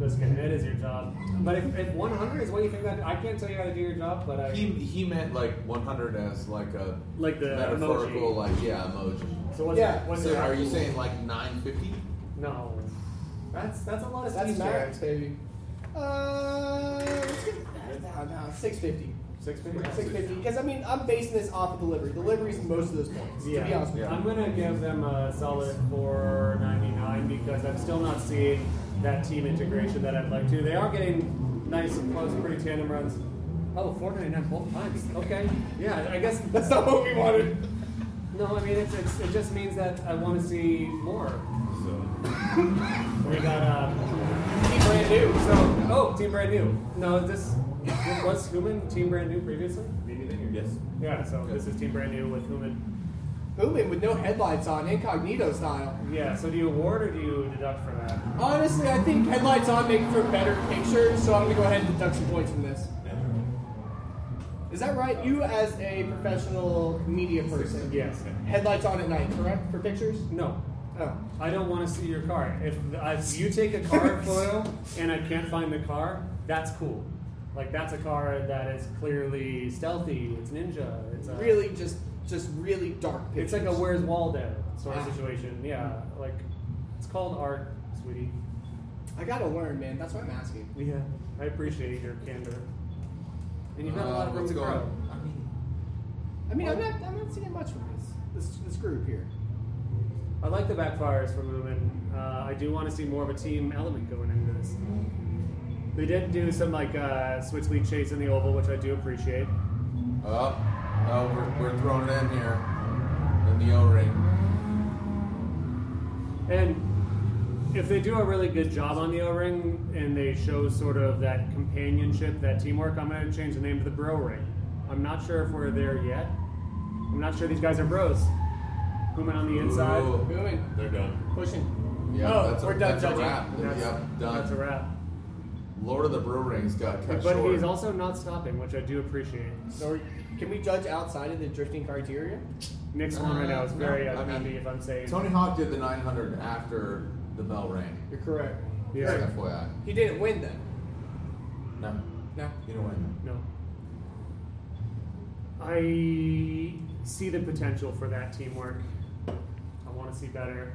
This kid, it is your job. But if, if 100 is what you think that I can't tell you how to do your job, but I. He, he meant like 100 as like a Like the metaphorical emoji. like yeah emoji. so what's Yeah, it, what's So it are you actually- saying like 950? No. That's that's a lot of That's Steve max, Jobs. baby. Uh, let's get, no, no, six fifty. Six Six figures. fifty. Because I mean, I'm basing this off of delivery. Delivery is most of those points. To be Yeah, honest with you. I'm gonna give them a solid 4.99 because I'm still not seeing that team integration that I'd like to. They are getting nice and close, pretty tandem runs. Oh, 4.99 both times. Okay, yeah, I guess That's not what we wanted. No, I mean it's, it's it just means that I want to see more. So We got uh, Be brand new. so oh team brand new. No, this was Human team brand new previously. maybe they hear yes. Yeah, so this is team brand new with Human. Moving with no headlights on, incognito style. Yeah, so do you award or do you deduct for that? Honestly, I think headlights on make for better pictures, so I'm gonna go ahead and deduct some points from this. Is that right? You, as a professional media person, Yes. headlights on at night, correct? For pictures? No. Oh. I don't want to see your car. If, if you take a car foil and I can't find the car, that's cool. Like that's a car that is clearly stealthy. It's ninja. It's a, Really, just just really dark It's pictures. like a Where's Waldo sort of Ah. situation. Yeah, like it's called art, sweetie. I gotta learn, man. That's what I'm asking. Yeah, I appreciate your candor. And you've got a Uh, lot of room what's to going grow. on? I mean, I mean, I'm not I'm not seeing much from this this this group here. I like the backfires from Lumen. Uh, I do want to see more of a team element going into this. They did do some like uh, switch lead chase in the oval, which I do appreciate. Oh, oh we're, we're throwing it in here in the O ring. And if they do a really good job on the O-ring and they show sort of that companionship, that teamwork, I'm going to change the name to the Bro Ring. I'm not sure if we're there yet. I'm not sure these guys are bros. Human on the inside. Ooh. Moving, They're done. pushing. Yeah, oh, that's a- we're done that's a judging. wrap. That's, Yep, done. that's a wrap. Lord of the Brew Rings got cut But short. he's also not stopping, which I do appreciate. So are- can we judge outside of the drifting criteria? Nick's one right now is Uh, No, very I mean, unhappy if I'm saying. Tony Hawk did the 900 after the bell rang. You're correct. Yeah. Just FYI. He didn't win then. No, No. you don't win. No. I see the potential for that teamwork. I want to see better.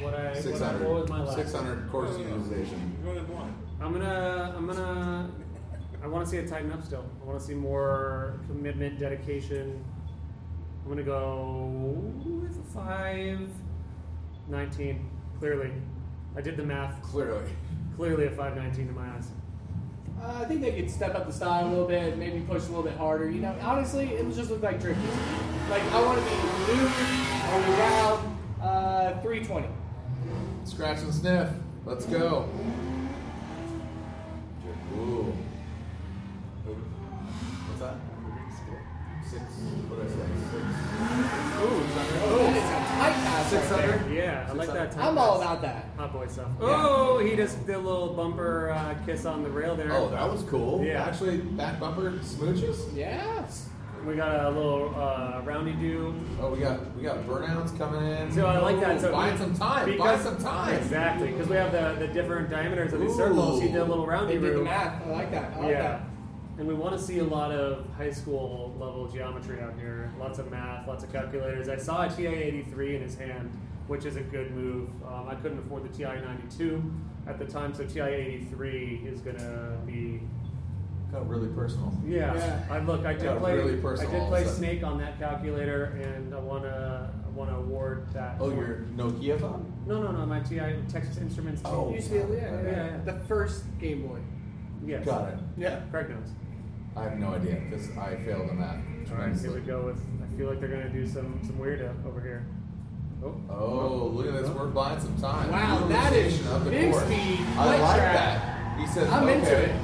What I what, I, what was my 600, last? 600 course utilization. You're going to one. I'm gonna I'm gonna I want to see it tighten up still. I want to see more commitment, dedication. I'm gonna go with a five nineteen. Clearly, I did the math. Clearly. Clearly, a five nineteen in my eyes. Uh, I think they could step up the style a little bit, maybe push a little bit harder. You know, honestly, it just looked like drifting. Like I want to be loose around uh, 320. Scratch and sniff. Let's go. Ooh. What's that? Six. What did I say? Oh, that is a tight pass Six. Six right there. hundred. Yeah, I like that. tight I'm all pass. about that. Hot boy stuff. Oh, he just did a little bumper uh, kiss on the rail there. Oh, that was cool. Yeah. Actually, back bumper smooches. Yeah. We got a little uh, roundy do. Oh, we got we got burnouts coming in. So I like that. Ooh, So buy he- some time. buy because- some time. Exactly, because we have the, the different diameters of these Ooh. circles. He did a little roundy They did the room. math. I like that. I like yeah, and we want to see a lot of high school level geometry out here. Lots of math, lots of calculators. I saw a TI 83 in his hand, which is a good move. Um, I couldn't afford the TI 92 at the time, so TI 83 is gonna be Got really personal. Yeah. Yeah. I look. I did Yeah, play. really I personal did all play of a sudden. Snake on that calculator, and I wanna I wanna award that. Oh, for- your Nokia phone. No, no, no. My TI Texas Instruments. team. Oh. that. Used to be, yeah, yeah, Yeah, yeah. The first Game Boy. Yes. Got it. Yeah. Craig knows. I have no idea because I failed on that. All right. Here we tremendously. go with. I feel like they're gonna do some some weirdo over here. Oh. Oh, look at this. We're buying some time. Wow, that is Utilization of the big court. speed, I leg like trap. that. He says, I'm okay. into it.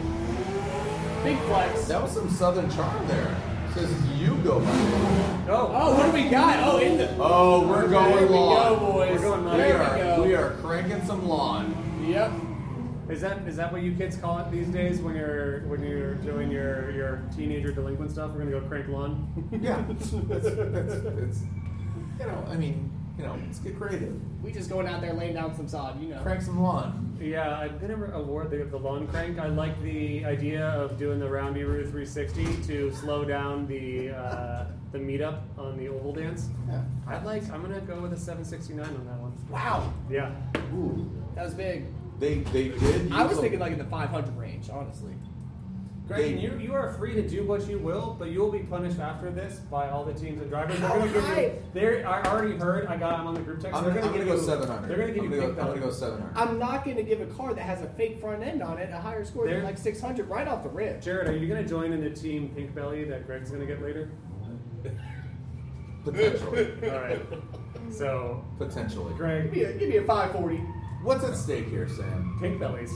Big flex. That was some southern charm there. He says, you go by Oh. Oh, what do we got? Oh, in the. Oh, we're Okay, going here we lawn. go, boys. We're going lawn. we, There are, we go. we are cranking some lawn. Yep. Is that is that what you kids call it these days when you're when you're doing your your teenager delinquent stuff? We're gonna go crank lawn. Yeah. it's, it's, it's you know, I mean, you know, let's get creative. We just going out there laying down some sod, you know. Crank some lawn. Yeah, I didn't award the, the lawn crank. I like the idea of doing the roundy Roo 360 to slow down the uh, the meetup on the oval dance. Yeah. I'd like. I'm gonna go with a 769 on that one. Wow, Yeah. Ooh. that was big. They they did. I use was a- thinking like in the 500 range, honestly. Grayson, you, you are free to do what you will, but you will be punished after this by all the teams and drivers. They're All gonna give you. right. They I already heard. I got. I'm on the group text. I'm they're gonna, I'm give gonna go you- 700. They're gonna give I'm you. gonna big go, I'm gonna thumbs. go 700. I'm not going to give a car that has a fake front end on it a higher score There- than like 600 right off the rip. Jared, are you gonna join in the team Pink Belly that Greg's gonna get later? potentially. All right. So, potentially. Give Greg, me a, give me a 540. What's at stake here, Sam? Pink Bellies.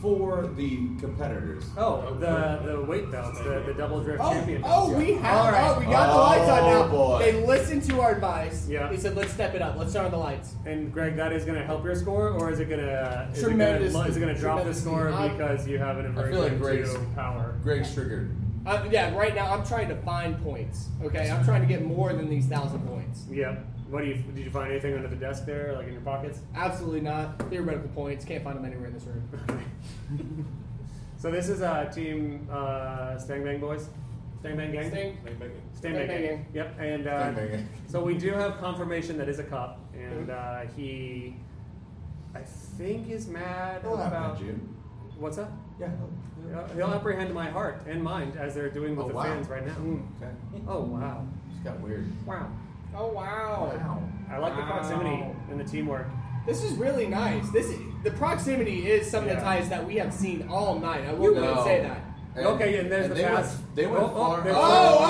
For the competitors. Oh, the the weight belts, the, the double drift Oh, champion. oh, we have. All right. Oh, we got the Oh, lights on now. boy. They listened to our advice. Yeah. They said, let's step it up. Let's turn on the lights. And Greg, that is going to help your score, or is it going to is It Tremendous- gonna, is it going to drop the tremendous- score I- because you have an I aversion feel like Greg's- to power? Greg's triggered. Uh, yeah, right now I'm trying to find points. Okay, I'm trying to get more than these thousand points. Yeah. What do you did you find anything under the desk there, like in your pockets? Absolutely not. Theoretical points. Can't find them anywhere in this room. So this is uh, team uh, Stang Bang Boys, Stang Bang Gang, Stang- Stang Bang Stang Bang Gang. Gang. Yep. And Stang Bang uh, Gang. so we do have confirmation that is a cop, and uh, Mm-hmm. he, I think, is mad He'll about apprehend you. what's up. Yeah. He'll- He'll apprehend my heart and mind as they're doing with Oh, the wow. Hmm, fans right now. Okay. Oh wow! It's got weird. Wow! Oh wow. Wow. I like the Wow. proximity and the teamwork. This is really nice. This is, the proximity is some of Yeah. the ties that we have seen all night. I will No. not say that. And- Okay, and there's the they pass. Went, they went Oh, oh, far. there's- Oh,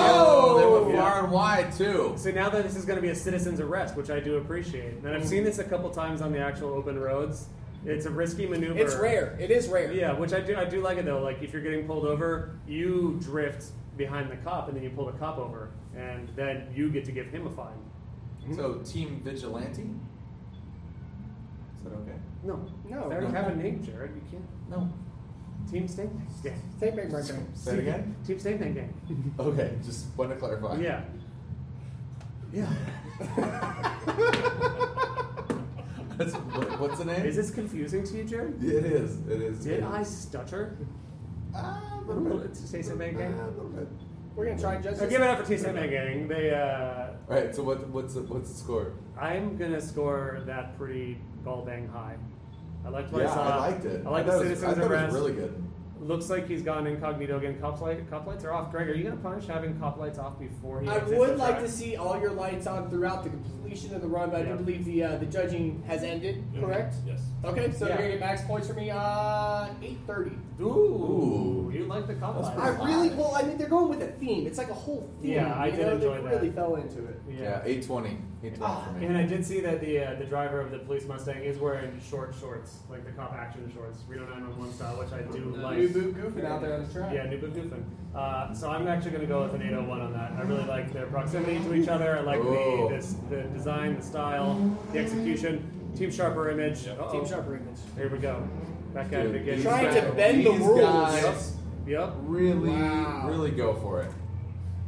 they oh! went far and wide too. So now that this is going to be a citizen's arrest, which I do appreciate, and I've seen this a couple times on the actual open roads. It's a risky maneuver. It's rare. It is rare. Yeah, which I do. I do like it though. Like if you're getting pulled over, you drift behind the cop, and then you pull the cop over, and then you get to give him a fine. So team vigilante. Is that okay? No, No. They already No. have a name, Jared. You can't. No. Team Stink. Yeah. Same thing, right there. Say it again. Team Stink Gang Gang. Okay, just want to clarify. Yeah. Yeah. That's, what- what's the name? Is this confusing to you, Jared? It is. It is. Did it I is. stutter? Ah, a Well, little bit. it's- say something again. Ah, a little bit. We're gonna try and judge So this. give it up for TSM Gang. They, uh, All right. So what, what's the, what's the score? I'm gonna score that pretty ball dang high. I liked what yeah, I saw. I liked it. Uh, I like thought the it was- citizens I thought it arrest. was really good. Looks like he's gone incognito again. Cop, light, cop lights are off. Greg, are you gonna punish having cop lights off before he? I exits the would like track? to see all your lights on throughout the completion of the run, but I Yeah. do believe the uh, the judging has ended. Correct. Yes. Okay, so Yeah. you're gonna get max points for me. Uh, eight thirty. Ooh, Ooh. you like the cop That's lights? I pretty- really well. I mean, they're going with a theme. It's like a whole theme. Yeah, I you did know? enjoy they that. Really fell into it. Yeah. Yeah, 820. 820 Ah, for me. And I did see that the uh, the driver of the police Mustang is wearing short shorts, like the cop action shorts, Reno 911 style, which I do like. New boot goofing out there on the track. Yeah, New Book Goofin. Uh, so I'm actually going to go with an 801 on that. I really like their proximity to each other. I like the, Ooh. this, the design, the style, the execution. Team Sharper image. Uh-oh. Team Sharper image. Here we go. Back at it Dude, again. these Trying to guys- bend the these rules. guys Yep. really, Wow. really go for it.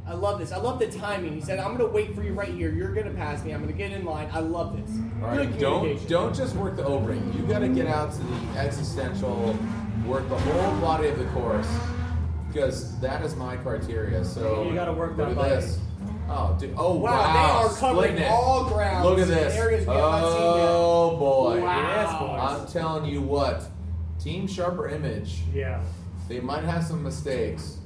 I love this. I love the timing. He said, "I'm gonna wait for you right here. You're gonna pass me. I'm gonna get in line." I love this. All Good right, don't communication. don't just work the O ring. You got to get out to the existential, work the whole body of the course, because that is my criteria. So You gotta work that look at body. This. Oh, dude. Oh Wow, wow! they are covering Splitting it. all grounds Look at in this. areas we have not seen yet. oh boy! Wow. I'm telling you what, Team Sharper Image. Yeah. They might have some mistakes.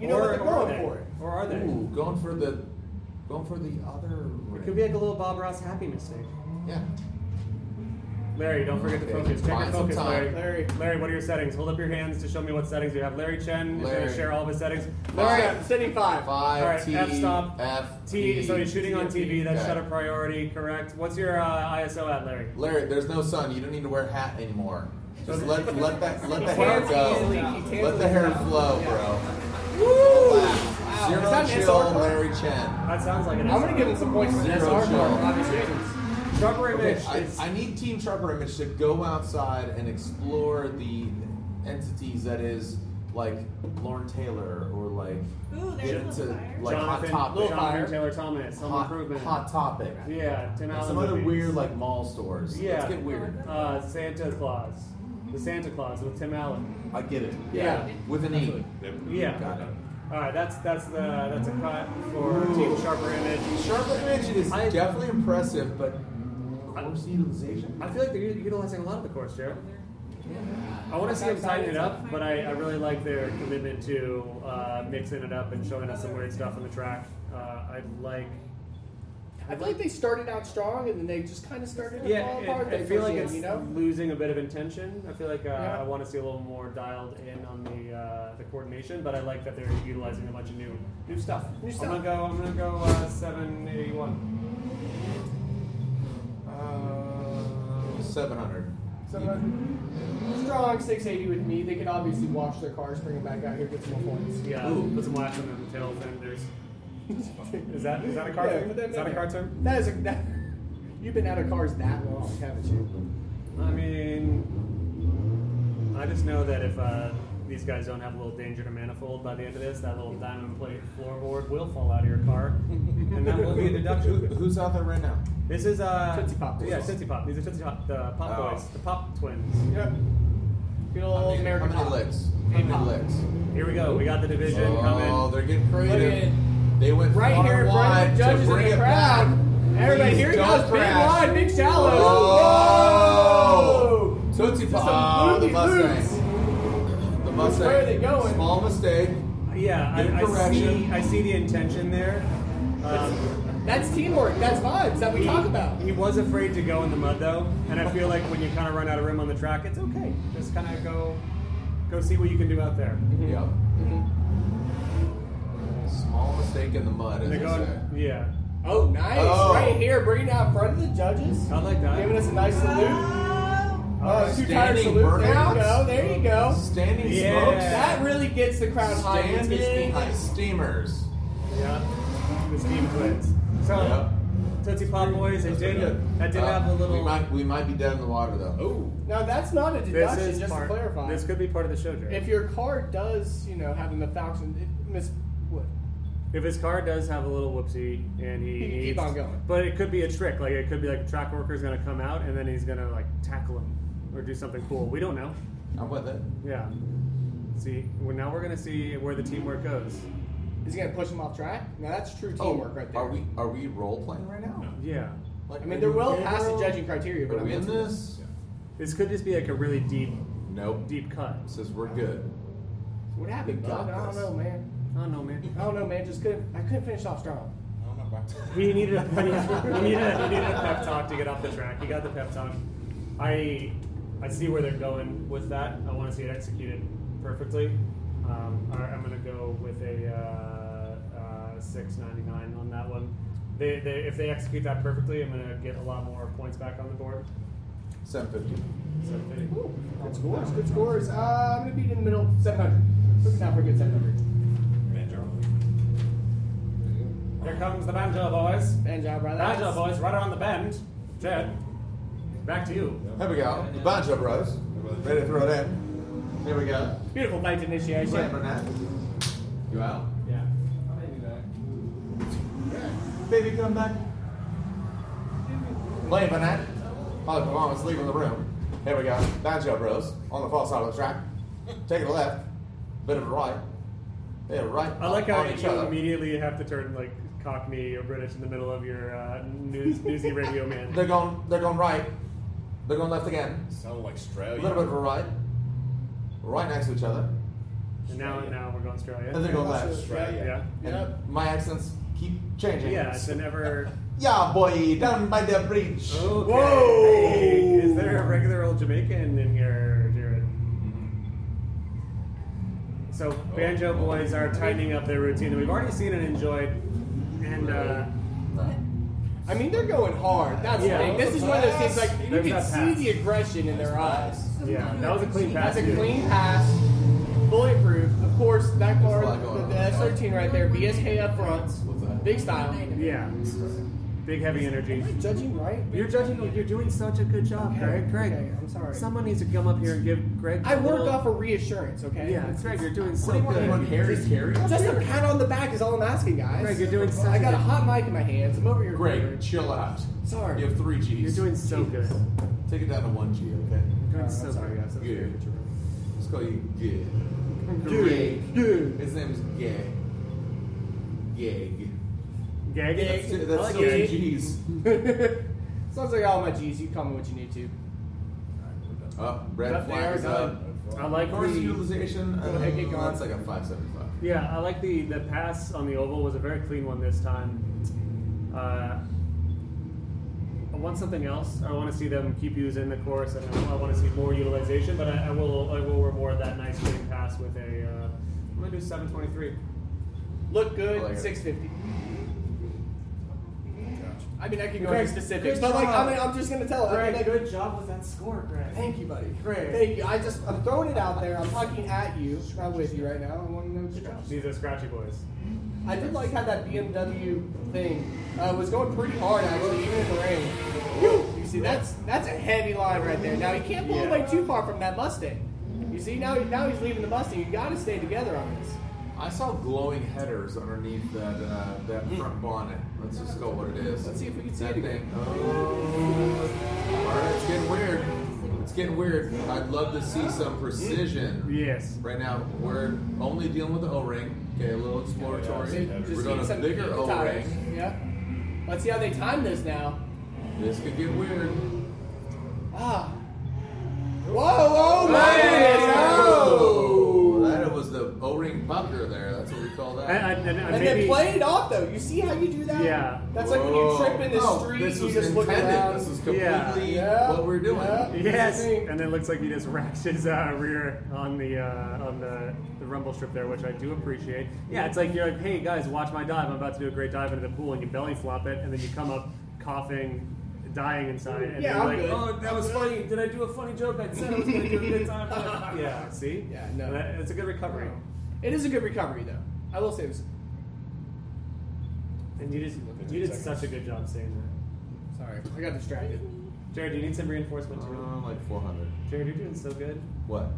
You know or, what they're or are going they? for. it. Or are they? Ooh, going for the, going for the other. It ring. could be like a little Bob Ross happy mistake. yeah. Larry, don't forget to Okay, focus. Check your find some focus, time. Larry. Larry. Larry, what are your settings? Hold up your hands to show me what settings you have. Larry Chen is going Larry. to share all of his settings. All Five. right, sitting five. Five. All right, T, F stop. F, T, P. so he's shooting on TV. That's Okay. shutter priority, correct? What's your uh, ISO at, Larry? Larry, there's no sun. You don't need to wear a hat anymore. Just let let that let the He hair tans go. easily. He tans Let the hair easily. flow, Yeah. bro. Woo! Wow. Wow. Is that Zero an chill, SR card? Larry Chen. That sounds like an I'm gonna give him some points for Zero SR card chill. for obvious reasons. Sharper Okay, image I, is. I need Team Sharper Image to go outside and explore the entities that is like Lauren Taylor or like Ooh, there's get Little to Fire. like Jonathan, Hot Topic, Jonathan Fire. Taylor Thomas, Home Hot, Improvement. Hot Topic, Yeah, ten and dollars. some other weird like mall stores. Yeah. Let's get weird. uh, Santa Claus, the Santa Claus with Tim Allen. I get it. Yeah. with an E. Yeah. Got it. All right, that's that's the that's a cut for Team Sharper Image. Charlotte Mansion is I- definitely impressive, but course utilization. I feel like they're u- utilizing a lot of the course, Jared. I want to see them tighten it up, but I, I really like their commitment to uh, mixing it up and showing us some weird stuff on the track. Uh, I'd like. I feel like they started out strong and then they just kind of started to Yeah, fall it- apart. I they feel first like year, it's you know. losing a bit of intention. I feel like uh, Yeah. I want to see a little more dialed in on the uh, the coordination, but I like that they're utilizing a bunch of new new stuff. New I'm stuff. gonna go. I'm gonna go uh, seven eighty one. Uh, Seven hundred. Someone- uh, Strong 680 with me. They could obviously wash their cars, bring them back out here, get some more points. Yeah, Ooh. put some wax on the tail fenders. Is that is that a car Yeah, term? put them Is that in a car there. term? That is a. That, you've been out of cars that long, haven't you? I mean, I just know that if uh, these guys don't have a little danger to manifold by the end of this, that little diamond plate floorboard will fall out of your car, and that will be a deduction. Who's out there right now? This is uh, Tootsie Pop. Yeah, Tootsie Pop. These are Tootsie Pop, the Pop Oh. Boys, the Pop Twins. Yep. Good old How many- American How many pop. licks? How Pop. many licks? Here we go. We got the division Oh, coming. they're getting Look at creative. it. They went Right far here in front wide of to the judges bring and the it back. crowd. Everybody, Please here he don't goes. Big crash. wide, big shallow. Oh! Whoa! Tootsie Pop. Some Ah, the booty boots. Mustang. The Mustang. Where are they going? Mm-hmm. Small mistake. Yeah, I, I see. Incorrection. I see the intention there. Um, That's teamwork. That's vibes that we talk about. He was afraid to go in the mud though, and I feel like when you kind of run out of room on the track, it's okay. Just kind of go, go see what you can do out there. Yep. Small mistake in the mud, as They're they going, say. yeah. Oh, nice. Oh. Right here, bringing it out in front of the judges. I like that. Giving us a nice salute. Oh, Oh, two tire Standing salute. There you burnouts. go. There you go. Standing Yeah. smokes. That really gets the crowd high. and gets me Standing hyped. steamers. Yeah, the Steam Twins. So Yep. Tootsie Pop Boys, it That's did. pretty good. That did Uh, have a We little. might, we might be dead in the water though. oh, Now that's not a this deduction. is Just part. to clarify, This could be part of the show, Jared. if your car does, you know, have a malfunction, it miss what? If his car does have a little whoopsie and he He can needs, keep on going. but it could be a trick. Like it could be like a track worker's gonna come out and then he's gonna like tackle him or do something cool. We don't know. I'm with it. Yeah. See, well, now we're gonna see where the teamwork goes. Is he gonna push him off track? Now that's true teamwork Oh, right there. Are we are we role playing right now? Yeah. Like, I mean, are they're we well in past the role? judging criteria, but Are I'm we in into this? This could just be like a really deep, Nope. deep cut. Says we're good. What happened? We bud? got I don't this. know, man. I don't know, man. I don't know, man. Just couldn't. I couldn't finish off strong. He needed a, he needed a, he needed a pep talk to get off the track. He got the pep talk. I I see where they're going with that. I want to see it executed perfectly. Um, all right, I'm going to go with a uh, uh, 699 on that one. They, they, if they execute that perfectly, I'm going to get a lot more points back on the board. Seven fifty. So they- Good scores. Good scores. Uh, I'm gonna be in the middle. 700. Looking now for a good 700. here comes the banjo boys. Bad job, brother. Banjo boys, right around the bend. Jed, back to you. Here we go. The Banjo Brothers. Ready to throw it in. Here we go. Beautiful night initiation. Brett Burnett. You out? Yeah. Baby, come back. Lane Burnett. Holly Performance leaving the room. Here we go. Banjo Bros. On the far side of the track. Take a left. Bit of a right. They're right. I like how Uh, on each you other. immediately have to turn like Cockney or British in the middle of your uh, news, newsy radio man. They're going. They're going right. They're going left again. Sound like A Australia. little bit of a right. Right next to each other. And now, now we're going Australia. And they're going left. yeah. Australia. And Yep. my accents keep changing. Yeah, it's an ever. Yeah, boy, down by the bridge. Okay. Whoa! Is there a regular old Jamaican in here, Jared? So Banjo Boys are tightening up their routine that we've already seen and enjoyed, and uh, I mean, they're going hard. That's Yeah. the thing. This is one of those things like you There's can that see pass. the aggression in their eyes. yeah, that was a clean pass. That's a dude. clean pass, bulletproof. Of course, that car, a lot going the, on. the S13 right there, BSK up front, What's that? big style. Yeah, big heavy energy. Judging right? You're judging. You're doing such a good job, Okay, Greg. Greg, okay, I'm sorry. Someone needs to come up here and give Greg. I work well, off of reassurance, okay? Yeah, Greg, you're doing so do you want to run good. Harry Carey? Just a pat on the back is all I'm asking, guys. Greg, you're doing such I a got a good- hot mic in my hands. I'm over here. Greg, chill out. Sorry. You have three Gs. You're doing so good. Take it down to one G, okay? You're Oh, doing I'm so sorry, good. guys. I'm Good. sorry. Let's call you Gig. Dude, dude. His name's Gig. Gig. Gag. That's, That's- that's I like three gag. G's. Sounds like all my G's. You call me what you need to. Up, red Up flag there, is done. up. I like Course the. utilization, Go ahead, get uh, going. that's like a 575. Yeah, I like the the pass on the oval was a very clean one this time. Uh, I want something else. I want to see them keep using the course, and I, want to see more utilization. But I, I will I will reward that nice clean pass with a. Uh, I'm gonna do 723. Look good, I like it. 650. I mean, I can go Greg, into specifics, good but like, job. I mean, I'm just gonna tell it. I mean, like, good job with that score, Greg. Thank you, buddy. Greg. Thank you. I just, I'm throwing it out there. I'm talking at you. I'm not with you right now. I want to know what your job. These are scratchy boys. I did like how that BMW thing uh, was going pretty hard actually, even in the rain. Whew! You see, that's that's a heavy line right there. Now he can't pull away too far from that Mustang. You see, now he, now he's leaving the Mustang. You got to stay together on this. I saw glowing headers underneath that uh, that front bonnet. Let's just go what it is. Mm. Let's see if we can see That it again. thing. Oh, all right, it's getting weird. It's getting weird. I'd love to see some precision. Yes. Right now, we're only dealing with the O-ring. Okay, a little exploratory. Just We're need going to some bigger tires. O-ring. Yeah. Let's see how they time this now. This could get weird. Ah. Whoa! Oh my goodness! Oh, Oh. That was the O-ring bucker there. That's what we call that. And, and, and, maybe, And then play it off though. You see how you do that? Yeah. That's like when you Whoa. trip in the No, street, This you was just look intended. around. This is Yeah. completely Yeah. what we're doing. Yeah. Yes, Interesting. and then looks like he just racks his uh, rear on the uh, on the, the rumble strip there, which I do appreciate. Yeah, it's like you're like, hey guys, watch my dive. I'm about to do a great dive into the pool, and you belly flop it, and then you come up coughing, dying inside, and Yeah, you're I'm like, good. oh, that was funny. Did I do a funny joke? I said I was going to do a good time. yeah, see, Yeah, no. That- it's a good recovery. It is a good recovery, though. I will say this. And you just you did such a good job saying that. Sorry, I got distracted. Jared, do you need some reinforcement Um, too? Uh, like 400. Jared, you're doing so good. What?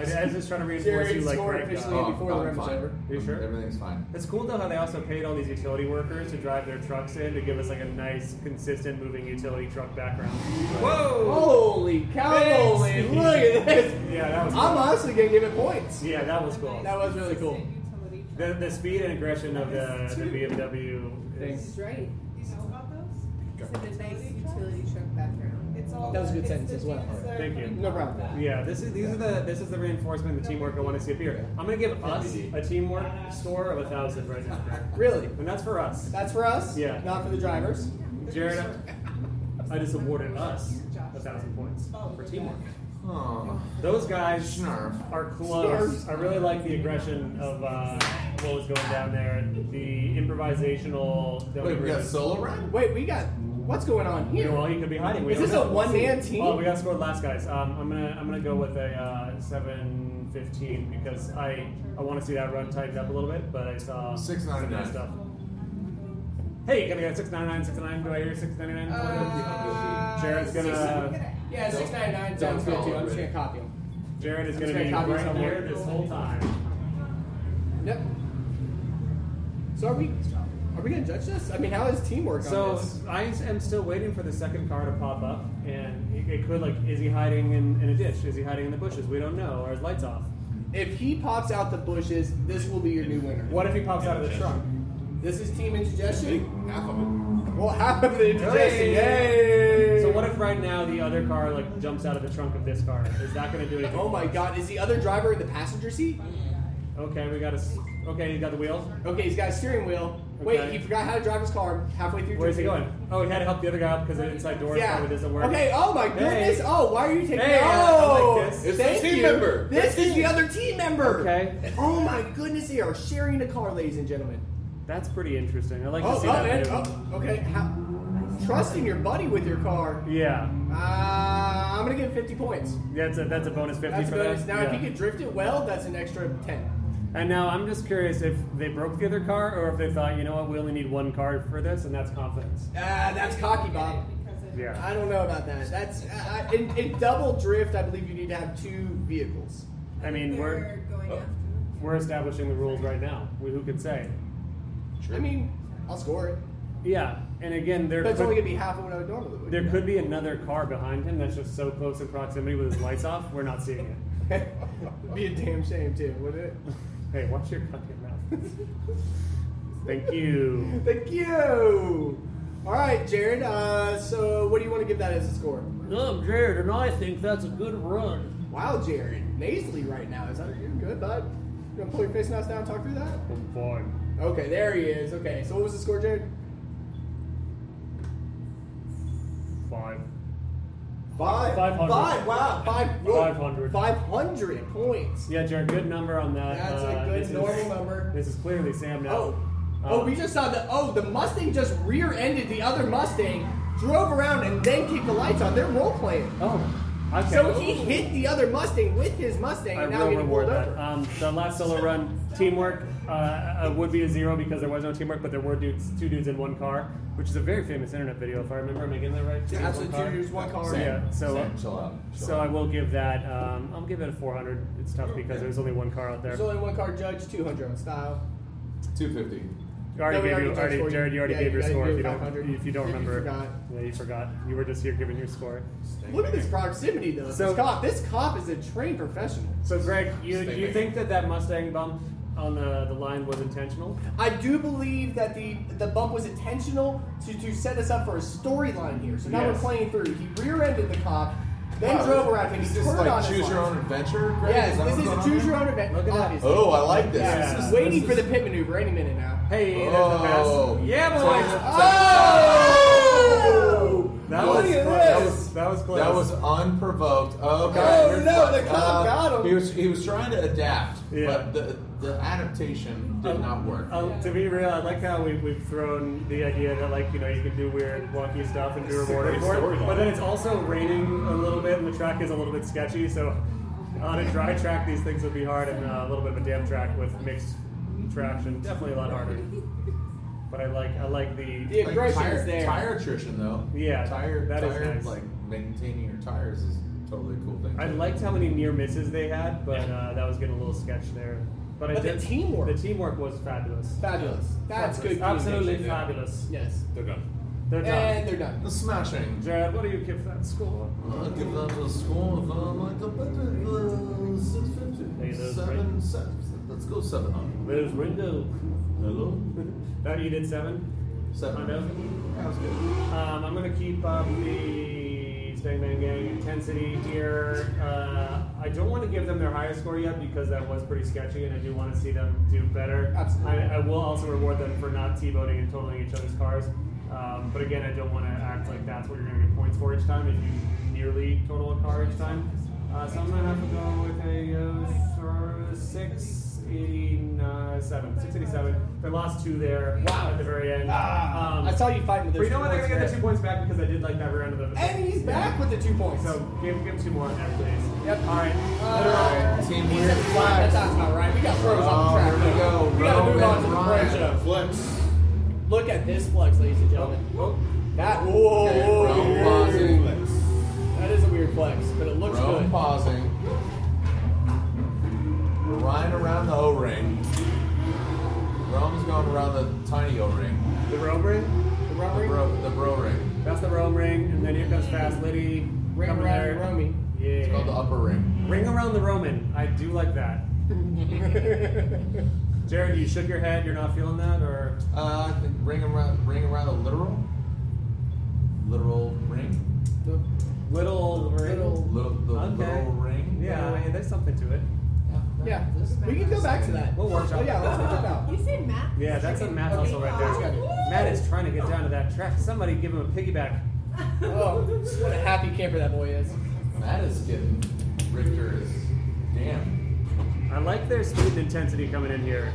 I I was just trying to reinforce Jared you, like scored right now. officially before the I'm rim was fine. over. Are you sure? Everything's fine. It's cool though how they also paid all these utility workers to drive their trucks in to give us like a nice, consistent moving utility truck background. Holy cow! Holy, look at this. Yeah, that was. Cool. I'm honestly gonna give it points. Yeah, that was cool. That was really cool. The, the speed and aggression of the, the BMW. Thanks. Is, She's right. You know about those? It's a nice utility truck background. It's all. That was a good sentence as well. Thank you. No problem. yeah, this is these are the this is the reinforcement, the teamwork I want to see appear. I'm gonna give us a teamwork score of a thousand right now, Really? and that's for us. That's for us. Yeah. Not for the drivers. Jared, I just awarded us a thousand points for teamwork. Oh, Those guys Snarf. are close. I really like the aggression of uh, what was going down there. The improvisational. that Wait, were we got just- solo round? Wait, we got. What's going on You know, well, here? he could be hiding. We Is don't this know. a one-man team? Oh, we got scored last, guys. Um, I'm gonna I'm gonna go with a uh, seven fifteen because I I want to see that run tightened up a little bit, but I saw some nice 699. stuff. Hey, can I get six ninety nine, six ninety nine? Do I hear six ninety nine? Uh, Jared's gonna Yeah, six ninety nine sounds good too. I'm just gonna copy him. Jared is I'm gonna just be gonna copy right somewhere. here this whole time. Yep. So are we? Are we gonna judge this? I mean, how is teamwork on So this? I am still waiting for the second car to pop up, and it- it could like, is he hiding in, in a ditch? Is he hiding in the bushes? We don't know. Are his lights off? If he pops out the bushes, this will be your new winner. What if he pops out of the truck? This is team indigestion. Half of it. Well, half of the indigestion. Hey! Yay! So what if right now the other car like jumps out of the trunk of this car? Is that going to do anything? Oh my God! Is the other driver in the passenger seat? Okay, we got a. s- Okay, he's got the wheels. Okay, he's got a steering wheel. Wait, Okay. he forgot how to drive his car halfway through. Where's he going? drinking. Oh, he had to help the other guy up because the inside door Yeah. probably doesn't work. Okay. Oh my goodness. Hey. Oh, why are you taking? Hey, I- I oh, like this. It's the thank team you. member. This is the other team member. Okay. Oh my goodness, they are sharing a car, ladies and gentlemen. That's pretty interesting. I like to Oh, see oh, that. and, move. oh, okay. How, trusting your buddy with your car. Yeah, Uh, I'm gonna give him 50 points. that's a that's a bonus fifty That's for bonus. that. Now, if Yeah. he could drift it well, that's an extra 10. And now I'm just curious if they broke the other car or if they thought, you know what, we only need one car for this, and that's confidence. Ah, that's Uh, cocky, Bob. Yeah. I don't know about that. That's I, I- in, in double drift. I believe you need to have two vehicles. I mean, They're we're uh, Going Oh. after. we're establishing the rules right now. We, who could say? I mean, I'll score it, Yeah, and again, there but it's only could, gonna be half of what I would normally. Would. there could be another car behind him that's just so close in proximity with his lights off. We're not seeing it. It'd be a damn shame too, wouldn't it? Hey, watch your fucking mouth. Thank you. Thank you. All right, Jared. Uh, so what do you want to give that as a score? Look, Jared, and I think that's a good run. Wow, Jared, nasally right now. Is that you good, bud? You gonna pull your face mask down, and talk through that? I'm fine. Okay, there he is. Okay, so what was the score, Jared? Five. Five. 500. Five. Wow. Five. whoa, 500. 500 points. Yeah, Jared, good number on that. That's Uh, a this good is- normal number. This is clearly Sam now. Oh. Oh, Um, we just saw the. Oh, the Mustang just rear-ended the other Mustang, drove around, and then kicked the lights on. They're role playing. Oh, okay. So he hit the other Mustang with his Mustang, I and now will he's reward pulled that. over. Uh, Um, the last solo run teamwork uh, uh, would be a zero because there was no teamwork, but there were dudes, two dudes in one car, which is a very famous internet video, if I remember. Am I getting that right? Two dudes, Absolutely, one car? two dudes, one car. Same. Yeah, so, Sam, uh, chill out. chill So I out. will give that. Um, I'll give it a 400. It's tough because there's only one car out there. There's only one car judge, 200 on style. two fifty. You already No, we gave already you, judged already, for you. Jared. You already Yeah, gave you your gotta score. do If you don't, if 500. you don't You- you remember, forgot. yeah, you forgot. You were just here giving your score. Look at this proximity, though. So- this cop, this cop is a trained professional. So Greg, you Stay do you back. think that that Mustang bump on the the line was intentional? I do believe that the the bump was intentional to, to set us up for a storyline here. So now Yes. we're playing through. He rear-ended the cop, then Wow, drove around him. Is He this turned on like his choose your lights. own adventure? Greg? Yes, that this what's is a going on choose here? your own event. Look at that. obviously. Oh, I like this. Yeah. This is waiting this for the is- pit maneuver any minute now. Hey, there's a pass. Oh, Yeah, boys. Oh! That Look was, at that this. was That was close. That was unprovoked. Okay. No, you're no, fine. the cop got him. He was he was trying to adapt, Yeah. but the the adaptation did not work. Um, to be real, I like how we've, we've thrown the idea that like you know you can do weird wonky stuff and be This is a rewarded great for it, storyline. but then it's also raining a little bit and the track is a little bit sketchy. So on a dry track, these things would be hard, and uh, a little bit of a damp track with mixed traction, definitely a lot harder. But I like I like the Yeah. Like, aggression tire, is there. tire attrition though. Yeah, tire that is tire nice. like maintaining your tires is totally a cool thing. I liked how many near misses they had, but uh, that was getting a little sketch there. But, I But the did, teamwork. the teamwork was fabulous. Fabulous. That's good. Absolutely communication. fabulous. Yes. They're done. They're done. And they're done. the smashing. Jared, what do you give that score? I give that a score of uh, like a better uh, six Hey, fifty. those Seven, right- seven. Let's go seven hundred. Where's Ringo? Hello. That you did seven. Seven. Hundo? That was good. Um, I'm gonna keep up the Stang Bang Gang intensity here. Uh, I don't want to give them their highest score yet because that was pretty sketchy, and I do want to see them do better. Absolutely. I, I will also reward them for not T-boating and totaling each other's cars. Um, but again, I don't want to act like that's what you're gonna get points for each time if you nearly total a car each time. Uh, so I'm gonna have to go with a uh, six eighty-seven, six eighty-seven. They lost two there Wow. at the very end. Ah, Um, I saw you fighting with but those you know what? two I boys gotta get the there. two points back because I did like that round of the. And he's back with the two points. So give give two more on there, please. Yep. All right. Uh, Team he weird. said five. That sounds about right. We got pros on Oh, the track. here we though. go. We got to move on to the Roman pro Reigns. show. Flex. Look at this flex, ladies and gentlemen. Oh, That whoa, Okay, whoa, Roman whoa. Reigns. that is a weird flex, but it looks Rome good. pausing. We're Ryan around the O-ring. Rome's going around the tiny O-ring. the Rome ring. The The rubber ring, bro, the bro ring. That's the Rome ring, and then here comes Fast Liddy. ring coming around there. the Romy. Yeah. It's called the upper ring. Ring around the Roman. I do like that. Jared, you shook your head. You're not feeling that, or Uh, I think ring around, ring around the literal. Literal ring. The- little ring. Little- Little, the Okay. little ring. Yeah, I mean, there's something to it. Yeah, this- we can go back to that. We'll workshop Oh, yeah, that. let's work it out. You said math. Yeah, that's a math Okay. Ah. hustle right there. Matt is trying to get down to that track. Somebody give him a piggyback. Oh, what a happy camper that boy is. That is getting, Richter is, damn. I like their speed and intensity coming in here.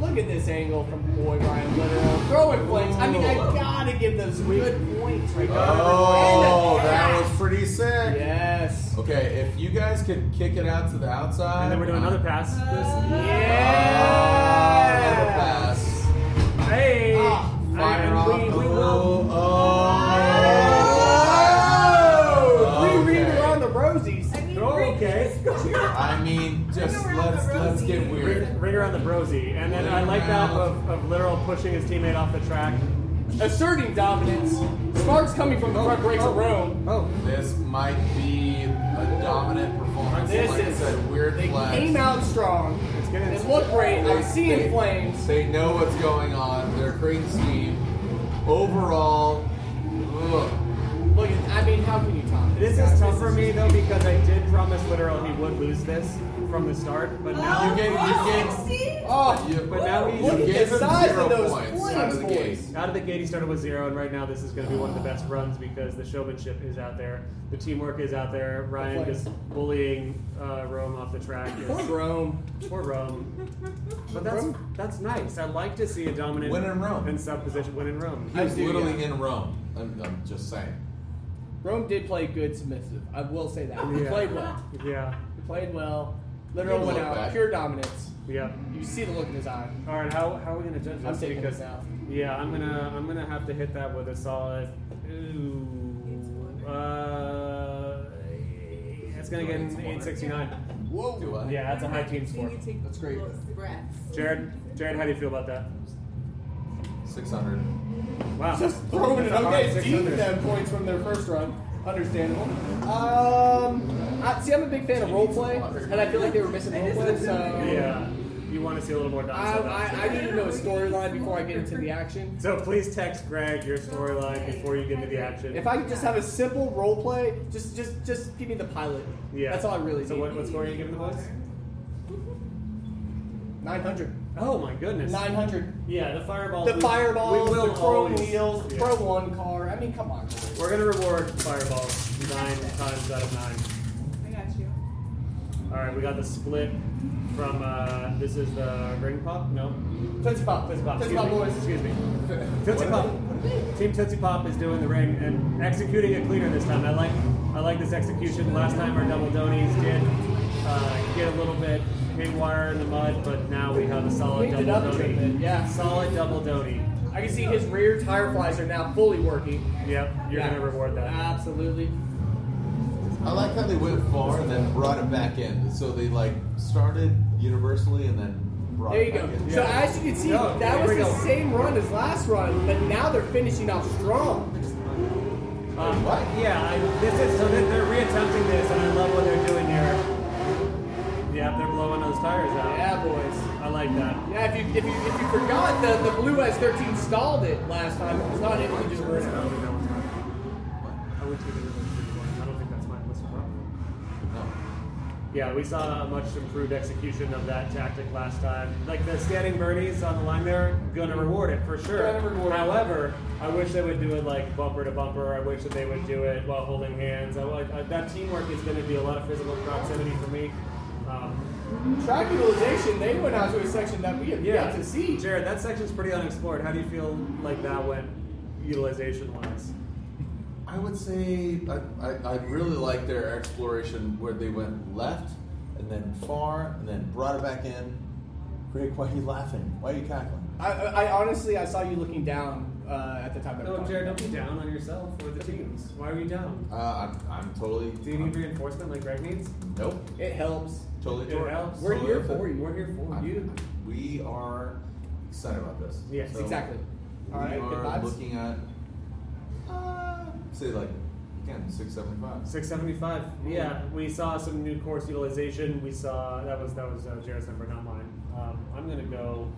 Look at this angle from boy Ryan Literal. Throwing flex. I mean, I Ooh. gotta give those good points right there. Oh, And a that pass. was pretty sick. Yes. Okay, if you guys could kick it out to the outside. And then we're doing another pass. This. Another Yeah. pass. Hey! Ah, I- Fire off we, the we low. will. Oh. on the brosy, and then I like that of, of literal pushing his teammate off the track, asserting dominance. Sparks coming from the front breaks a room. Oh, This might be a dominant performance. This like is- I said, weird They flags. came out strong. getting- It looked great. I'm they- seeing flames. They know what's going on. They're creating steam. Overall, ugh. Look, I mean, how can you top it? This is tough for me though because I did promise literal he would lose this from the start, but now You gave- you gave- Oh, you, But now he's- you Look at gave the him size zero of those points flames, out of the gate. boys. Out of the gate, he started with zero, and right now this is going to be one of the best runs because the showmanship is out there, the teamwork is out there. Ryan flames. just bullying uh, Rome off the track. is- poor Rome. Poor Rome. But that's that's nice. I like to see a dominant Win in Rome. and subposition win in Rome. He was I do, literally yeah. in Rome. I'm, I'm just saying. Rome did play good submissive. I will say that. He Yeah. played well. Yeah, He played well. Literal went look out. back. Pure dominance. yeah. You see the look in his eye. All right, how, how are we gonna judge this? I'm taking because, this out. Yeah, I'm gonna I'm gonna have to hit that with a solid. Ooh, uh, it's gonna get an 869. Whoa. Do I? Yeah, that's a high team score. That's great. Jared, Jared, how do you feel about that? 600. Wow. Just throwing it. That's a hard Okay, deep 600. them points from their first run. Understandable. Um, I, see, I'm a big fan of role play, and I feel like they were missing role play, so Yeah, you want uh, to see a little more I, dominance. Um, I, I need to know a storyline before I get into the action. So please text Greg your storyline before you get into the action. If I could just have a simple role play, just just just give me the pilot. yeah, that's all I really So need. what, what score are you giving the boys? 900. Oh my goodness. 900. Yeah, the fireball. The we- fireballs, we will the chrome always- wheels, the yeah. pro one car. I mean, come on. guys. We're gonna reward fireballs nine times out of nine. I got you. All right, we got the split from uh, this is the ring pop. No, Tootsie Pop. Tootsie Pop. Tootsie excuse Pop me. boys. Excuse me. Tootsie Pop. Team Tootsie Pop is doing the ring and executing it cleaner this time. I like I like this execution. Last time our double donies did uh, get a little bit haywire in the mud, but now we have a solid Cleaned it double up a bit, donny. yeah. solid double donny. I can see his rear tire flies are now fully working. Yep, you're Yeah. Uh, gonna reward that. Absolutely. I like how they went far and then brought it back in. So they like started universally and then brought There you it go. back in. So as you can see, No, that here was we the go. same run as last run, but now they're finishing off strong. Uh, What? Yeah, I, this is so they're, they're reattempting this, and I love what they're doing here. Yeah, they're blowing those tires out. Yeah, boys. I like that. Yeah, if you if you if you forgot the the blue S13 stalled it last time, it was not able to do I don't it. think that was mine. I went to the other one. I don't think that's mine. What's the problem? Yeah, we saw a much improved execution of that tactic last time. Like the standing Bernies on the line there, gonna reward it for sure. Gonna reward it. However, I wish they would do it like bumper to bumper. I wish that they would do it while holding hands. I, like- I, that teamwork is gonna be a lot of physical proximity for me. Um, Track utilization, they went out to a section that we have Yeah, yet to see. Jared, that section's pretty unexplored. How do you feel like that went utilization wise? I would say I, I, I really like their exploration where they went left and then far and then brought it back in. Greg, why are you laughing? Why are you cackling? I, I, I honestly I saw you looking down uh, at the time. I was No, talking. Jared, don't be down on yourself or the teams. Why are you down? Uh, I'm, I'm totally. Do you need reinforcement like Greg needs? Nope. It helps. Totally. It helps. We're totally here with it. for you. We're here for I'm- you. We are excited about this. Yes, Exactly. All right. we Good are vibes. looking at uh, say like again six seventy five. 675. Yeah, we saw some new course utilization. We saw that was that was uh, Jared's number, not mine. Um, I'm gonna go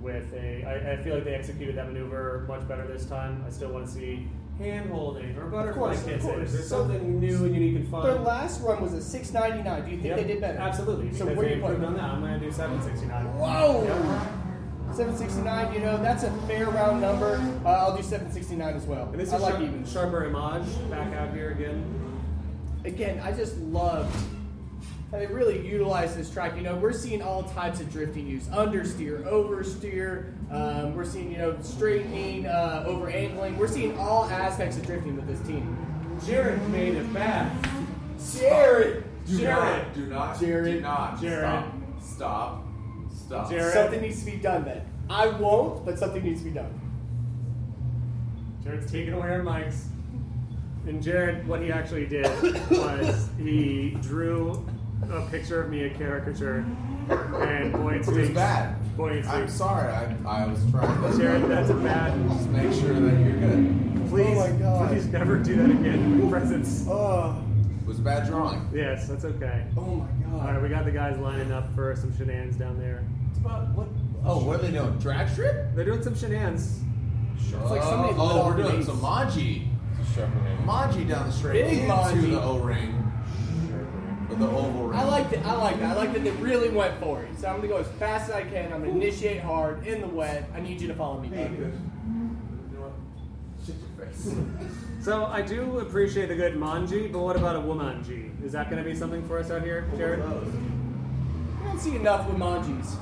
with a. I, I feel like they executed that maneuver much better this time. I still want to see hand holding or butterfly course, of kisses course. or something new and unique and fun. Their last run was a 699. Do you think Yep, they did better? Absolutely. So because where they you improved on putting? that. I'm going to do 769. Whoa! Yep. 769. You know that's a fair round number. Uh, I'll do 769 as well. And this I is like Sharp- even. Sharper Image back out here again. Again, I just love how they really utilize this track. You know, we're seeing all types of drifting use: understeer, oversteer. Um, we're seeing you know straightening, uh, over angling. We're seeing all aspects of drifting with this team. Jared made it back. Jared, Do Jared. not, do not, Jared. do not Jared. stop, stop, stop. Jared. something needs to be done. Then I won't, but something needs to be done. Jared's taking away our mics. And Jared, what he actually did was he drew a picture of me, a caricature, and boy, it's It was bad. Buoyancy. I'm sorry, I, I was trying to Jared, that's a bad. just make sure that you're good. Please, Oh my God. please never do that again in my presence. Oh, It was a bad drawing. Yes, that's okay. oh my All god. right, we got the guys lining up for some shenanigans down there. It's about what? Oh, what are they doing? Drag strip? They're doing some shenanigans. Sure. like somebody lit oh, off we're an doing ace. some Maji. Maji down the straight Big into Maji. the O-ring. Or the oval ring. I like that. I like that. I like that they really went for it. So I'm gonna go as fast as I can. I'm gonna initiate hard in the wet. I need you to follow me. bud. Shit your face. So I do appreciate a good manji, but what about a womanji? Is that going to be something for us out here, Oh, Jared? I don't see enough Jumanjis.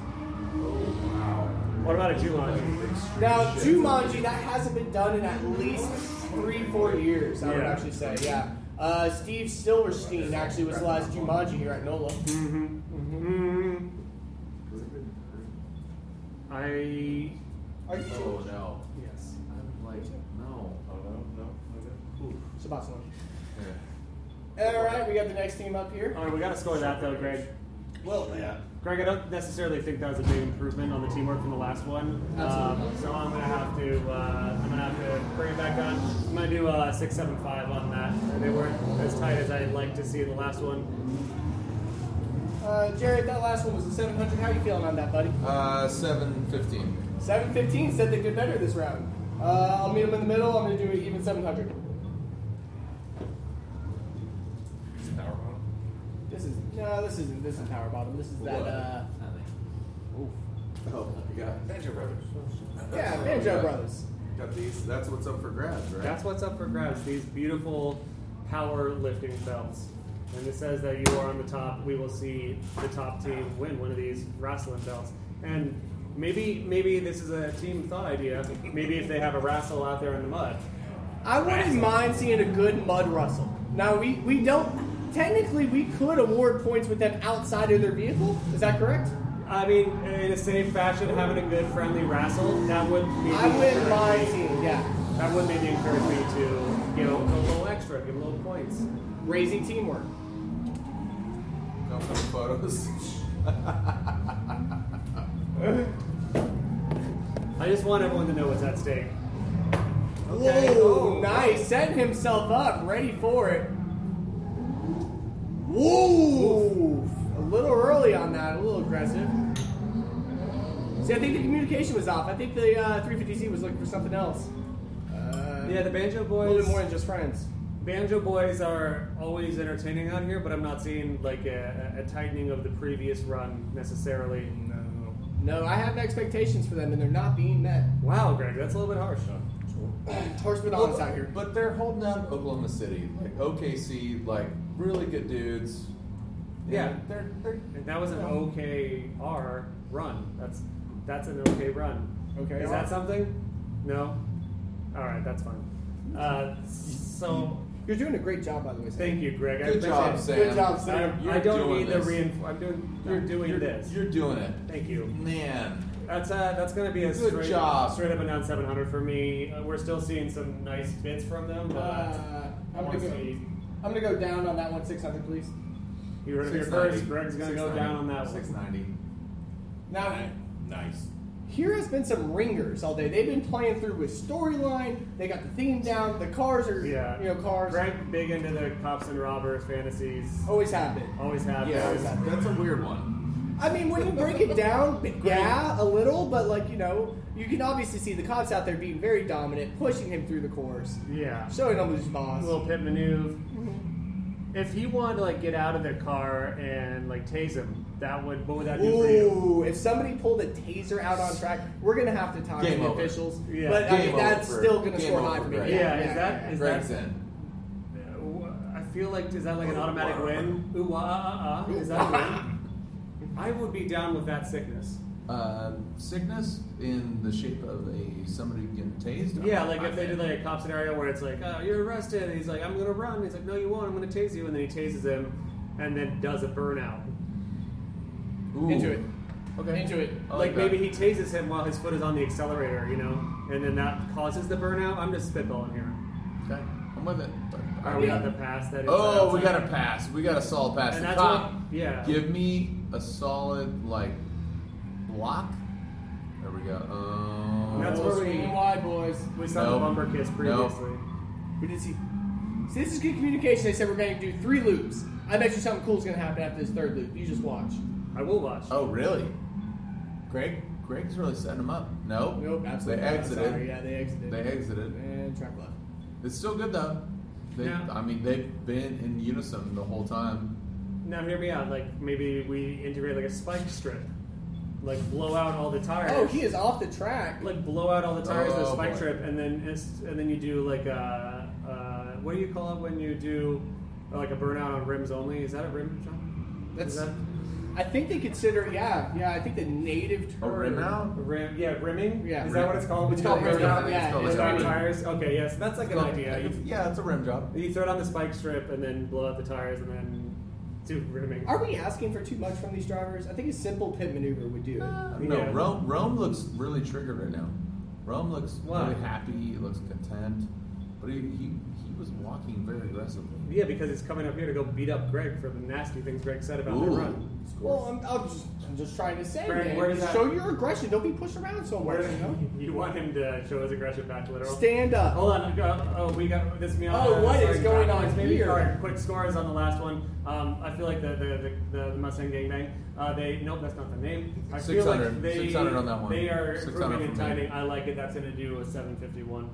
What about a jumanji? Now, Jumanji, that hasn't been done in at least three, four years, I would Yeah. actually say, yeah. Uh, Steve Silverstein actually was the last Jumanji here at NOLA. Mm-hmm. mm I Are you Oh sure? no. yes. I'm like, no. Shabbat shalom. Yeah. All right, we got the next team up here. Oh, All right, we got to score that though, Greg. Well, Greg, I don't necessarily think that was a big improvement on the teamwork from the last one. Um, Absolutely. so I'm gonna have to uh, I'm gonna have to bring it back on. I'm gonna do uh, six seven five on that. They weren't as tight as I'd like to see in the last one. uh, Jared, that last one was the 700. How you feeling on that, buddy? Uh, seven fifteen. 715 said they did better this round. Uh, I'll meet them in the middle. I'm going to do an even 700. This is no, this isn't. This is power bottom. This is that. What? Uh, oof. Oh, you got Banjo Brothers. yeah, Banjo Brothers. Got these. That's what's up for grabs, right? That's what's up for grabs. These beautiful power lifting belts. And it says that you are on the top. We will see the top team win one of these wrestling belts. And maybe maybe this is a team thought idea. Maybe if they have a wrestle out there in the mud. I wouldn't mind seeing a good mud rustle. Now we we don't technically we could award points with them outside of their vehicle. Is that correct? I mean, in a safe fashion, having a good friendly wrestle that would maybe I wouldn't encourage mind me- seeing yeah, That would maybe encourage me to give a little extra, give a little points. raising teamwork. Don't come photos. I just want everyone to know what's at stake. Oh. Whoa, Oh, nice. Setting himself up, ready for it. Whoa! A little early on that, a little aggressive. See, I think the communication was off. I think the uh, 350Z was looking for something else. Uh, Yeah, the banjo a little boys. bit more than just friends. Banjo Boys are always entertaining out here, but I'm not seeing like a, a tightening of the previous run necessarily. No. No, I have expectations for them, and they're not being met. Wow, Greg, that's a little bit harsh. Horseman honest out here. But they're holding down Oklahoma City, like OKC, like really good dudes. Yeah. And they're they're And that was an OKR run. That's that's an okay run. Okay. Is that something? No. All right, that's fine. Uh, so You're doing a great job, by the way. Sam. thank you, Greg. good I job, appreciate Sam. Sam. Good job, it. Sam. Sam. I, You're I don't doing need this. the reinf- I'm doing. You're I'm doing you're- this. You're doing it, Thank you. man. That's uh, that's gonna be a Good straight, job. straight up and down 700 for me. Uh, we're still seeing some nice bits from them, but Uh, I I'm want gonna to go. see. I'm gonna go down on that one, 600, please. You heard it here 690. first. Greg's gonna go down on that Six one. ninety. Now, Nice. Here has been some ringers all day. They've been playing through with storyline. They got the theme down. The cars are, Yeah. you know, cars Oh. Greg big into the cops and robbers fantasies. always happen. Always have. Yeah, those. that's- that's a weird one. I mean, when you break it down, b- yeah, a little, but like you know, you can obviously see the cops out there being very dominant, pushing him through the course, Yeah. showing him who's boss. little pit maneuver. Mm-hmm. If he wanted to like get out of their car and like tase him, that would what would that do for you? Ooh, if somebody pulled a taser out on track, we're gonna have to talk Game to the over. officials. Yeah. But I Game mean, over that's for- still gonna game score high over, for me. Greg. Yeah, is that is Greg's that? in. uh, wh- I feel like is that like an automatic win? Ooh, ah, ah, ah. Is that a win? I would be down with that sickness. Uh, sickness in the shape of a somebody getting tased. Yeah, like if they do did like a cop scenario where it's like, oh, you're arrested, and he's like, I'm gonna run. He's like, no, you won't. I'm gonna tase you, and then he tases him, and then does a burnout. Into it. Oh, Okay. Into it. I like that. maybe he tases him while his foot is on the accelerator, you know, and then that causes the burnout. I'm just spitballing here. Okay. I'm with it. Are we got the pass that is? Oh, we outside? got a pass. We got a solid pass. And the that's cop. what- yeah. Give me a solid like block There we go. Um, That's where we- wide, boys. We saw the Nope. bumper kiss previously. We did see. See, this is good communication. They said we're going to do three loops. I bet you something cool's going to happen after this third loop. You just watch. I will watch. Oh, really? Greg? Greg's really setting them up. No? Oh, Nope, absolutely. They not. exited. Sorry, yeah, they exited. They exited. and track left. It's still good, though. They, Yeah. I mean, they've been in unison the whole time. Now hear me out. Like maybe we integrate like a spike strip, like blow out all the tires. Oh, he is off the track. Like blow out all the tires with a Oh, spike boy. strip, and then it's- and then you do like a uh, what do you call it when you do uh, like a burnout on rims only? Is that a rim job? That's. Is that I think they consider. Yeah, yeah. I think the native A term. rim a out? rim? Yeah, rimming. Yeah. Is that what it's called? It's When you called do a rim job, burnout? yeah, Burnout it's called rim. tires. Okay, yes, that's like an idea. You, Yeah, it's a rim job. you throw it on the spike strip and then blow out the tires and then do rimming. Are we asking for too much from these drivers? I think a simple pit maneuver would do it. No, Yeah. Rome. Rome looks really triggered right now. Rome looks Why? really happy. He looks content, but he, he he was walking very aggressively. Yeah, because he's coming up here to go beat up Greg for the nasty things Greg said about the Ooh. run. Well, I'm, I'm, just, I'm just trying to say, Brandon, man, where does that- show your aggression. Don't be pushed around so much. Where You know? you want him to show his aggression back literal? Stand up. Hold on, go, oh, we got this. Me Oh, what is going on maybe, here? All right, quick scores on the last one. Um, I feel like the the the, the, the Mustang Gangbang. Uh, they nope, that's not the name. I feel like 600, they 600 on that one. They are 600 improving and for me. tightening. I like it. That's gonna do a 751.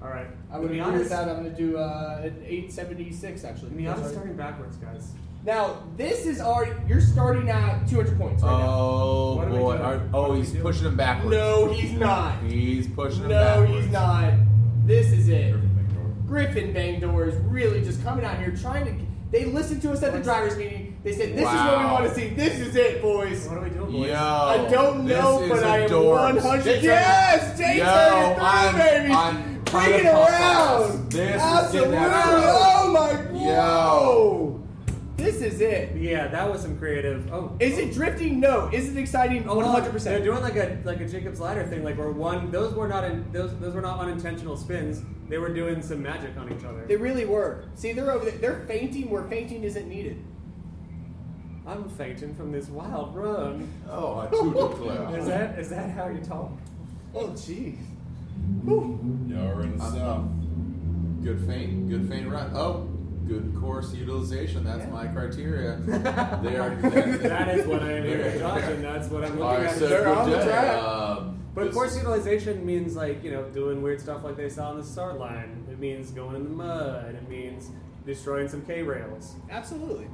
All right, I would to be be agree honest. with that. I'm going to do uh, an 876 actually. to be honest, That's right. starting backwards, guys. Now this is already you're starting at 200 points right Oh What are we boy! doing? Are- What oh, are we he's doing? pushing him now. backwards. No, he's not. he's pushing him No, backwards. he's not. This is it. Griffin Bangdoor is really just coming out here trying to. They listened to us at the drivers' meeting. They said, "This is what we Wow. want to see. This is it, boys." What are we doing, boys? Yo, I don't know, Oh, this but is I am adorbs. 100. Jay Turner. Yes, Jay Yo, Turner, three, I'm- baby. I'm Bring it gonna pump us. around. This is Absolutely. getting after us. Oh my. Yo. Whoa. This is it. Yeah, that was some creative. Oh, Is it drifting? No. Is it exciting? Oh, no, 100. They're percent doing like a like a Jacob's ladder thing, like where one those were not in, those those were not unintentional spins. They were doing some magic on each other. They really were. See, they're over there. They're fainting where fainting isn't needed. I'm fainting from this wild run. Oh, I do Is declare. that is that how you talk? Oh, jeez. Whew. Y'all are in the south. Good feint. Good feint run. Oh, good course utilization. That's Yeah. my criteria. they are. they- That is what I need to They're- touch, and that's what I'm looking All right, at. so They're good on the day. track. Uh, but this- course utilization means like you know doing weird stuff like they saw on the start line. It means going in the mud. It means destroying some K rails. Absolutely.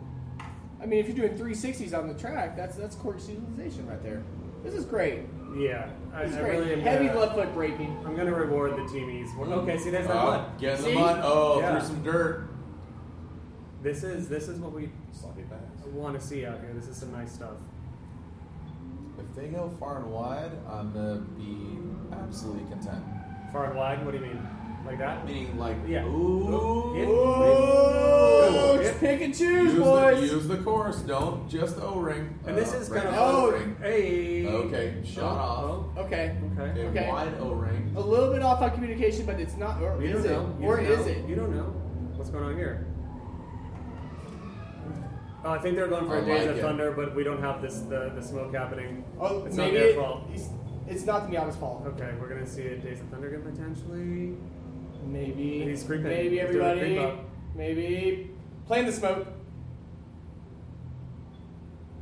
I mean, if you're doing 360s on the track, that's that's course utilization right there. This is great. Yeah, I, This is I great. really uh, am Heavy gonna- left foot braking. I'm gonna reward the teamies. Okay, see there's that Oh, mud. get in the See? mud. Oh, Yeah. through some dirt. This is this is what we Sloppy bags. want to see out here. This is some nice stuff. If they go far and wide, I'm gonna be absolutely content. Far and wide. What do you mean? Like that? Meaning, like, Yeah. ooh, Yeah. Oh, Ooh. it's pick and use, choose, the, boys. use the course. Don't just O-ring. Uh, And this is kind of Oh. O-ring. Hey. Okay, shut off. Okay. Oh, okay. Okay, Okay. Oh. wide O-ring. A little bit off on communication, but it's not. Or You is don't it? know. You or don't is know. it? You don't know what's going on here. Oh, I think they're going for I a Days like of it. Thunder, but we don't have this the, the smoke happening. Oh, it's not maybe their it- fault. It's, it's not the Miata's fault. Okay, we're gonna see a Days of Thunder again potentially. Maybe. He's creeping. Maybe He's doing a creep everybody. up. Maybe. Playing the smoke.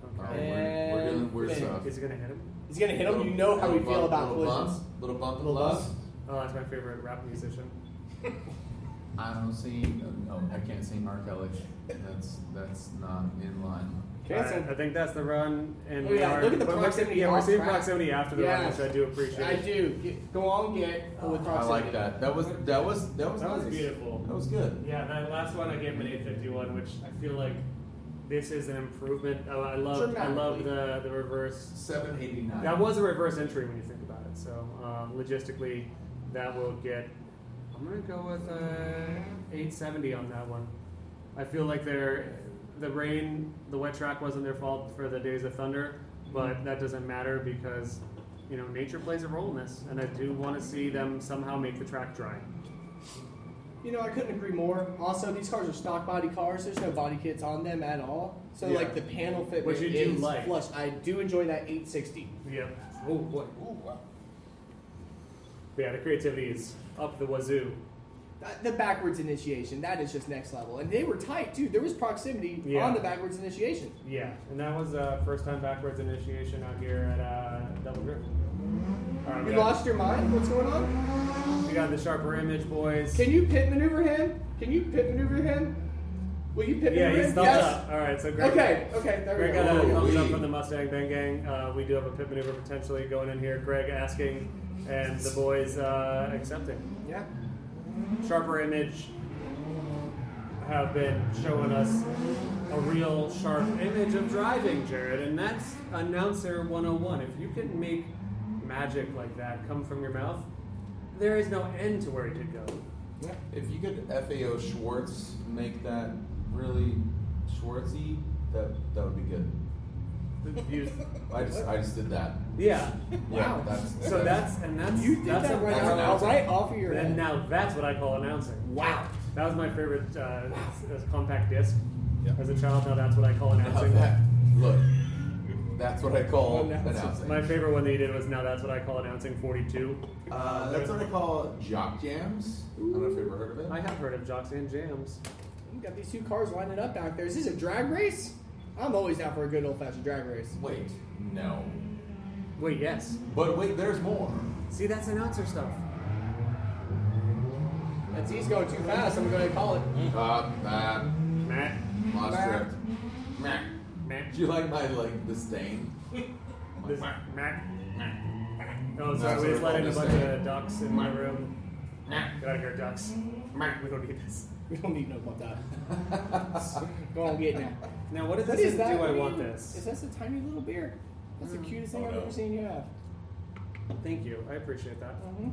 Oh, All Okay. right, we're, we're doing weird And- stuff. Is he gonna hit him? He's gonna hit him. Little- You know how we little feel bump, about little collisions. bump, little bump and Little love. bump. Oh, that's my favorite rap musician. I don't see. No, I can't see Mark Ellis. That's that's not in line. Cancel. Alright, I think that's the run. And Oh, we yeah, are, look at the but we're- proximity Yeah, we're off seeing track. proximity after the Yes. run, which I do appreciate. I do. Get, go on, get with I proximity. like that. That was that was that was That was nice. beautiful. That was good. Yeah, that last one I gave him an 851, which I feel like this is an improvement. Oh, I love I love the, the reverse. Seven eighty nine. That was a reverse entry when you think about it. So um, logistically, that will get. I'm gonna go with uh 870 on that one. I feel like they're the rain, the wet track wasn't their fault for the days of thunder, but that doesn't matter because you know nature plays a role in this, and I do want to see them somehow make the track dry. You know, I couldn't agree more. Also, these cars are stock body cars. There's no body kits on them at all. So, Yeah. like, the panel fitment Which you do is like. flush. I do enjoy that 860. Yep. Oh boy. Ooh, wow. But yeah, the creativity is up the wazoo. That- The backwards initiation, that is just next level. And they were tight too. There was proximity Yeah. on the backwards initiation. Yeah, and that was uh, first time backwards initiation out here at uh, Double Griffin. All right, we You got- lost your mind? What's going on? We got the sharper image boys. Can you pit maneuver him? Can you pit maneuver him? Will you pit yeah, maneuver he's him? thumbs yes. up. All right, so Greg. Okay, okay, there Greg we go. got a Whoa, thumbs up wee. from the Mustang Bang Gang. Uh, we do have a pit maneuver potentially going in here. Greg asking, and the boys uh, accepting. Yeah. Sharper Image have been showing us a real sharp image of driving, Jared, and that's announcer 101. If you can make magic like that come from your mouth, there is no end to where it could go. Yeah. If you could FAO Schwartz make that really Schwartzy, that that would be good. The views- I just I just did that. yeah. Wow. Yeah, that's So that's and that's You did that's that a- right, that's that's an off, outing. right off of your And head. now that's what I call announcing. Wow. That was my favorite uh, s- s- compact disc Yeah. as a child. Now that's what I call Now announcing. that- look. That's what I call Announcing. announcing. My favorite one that you did was now that's what I call announcing 42. Uh, that's what I call jock jams. I don't know if you've ever heard of it. I have heard of Jocks and Jams. You got these two cars lining up back there. Is this a drag race? I'm always down for a good old fashioned drag race. Wait, no. Wait, yes. But wait, there's more. See, that's announcer stuff. That's he's going too fast. I'm going to call it. Uh, uh, Matt. lost Meh. script. Meh. Matt. Do you like my like disdain? This, Meh. Matt. Oh, That's so we what just let in a I call bunch this of ducks in the Meh. room. Meh. Get out of here, ducks. Meh. We don't need this. We don't need to know about that. Go on, get now. Now, what does What this is that? do I What want you- this? Hmm. Is this a tiny little beer? That's the cutest thing Oh, I've no. ever seen you have. Thank you. I appreciate that. Hmm.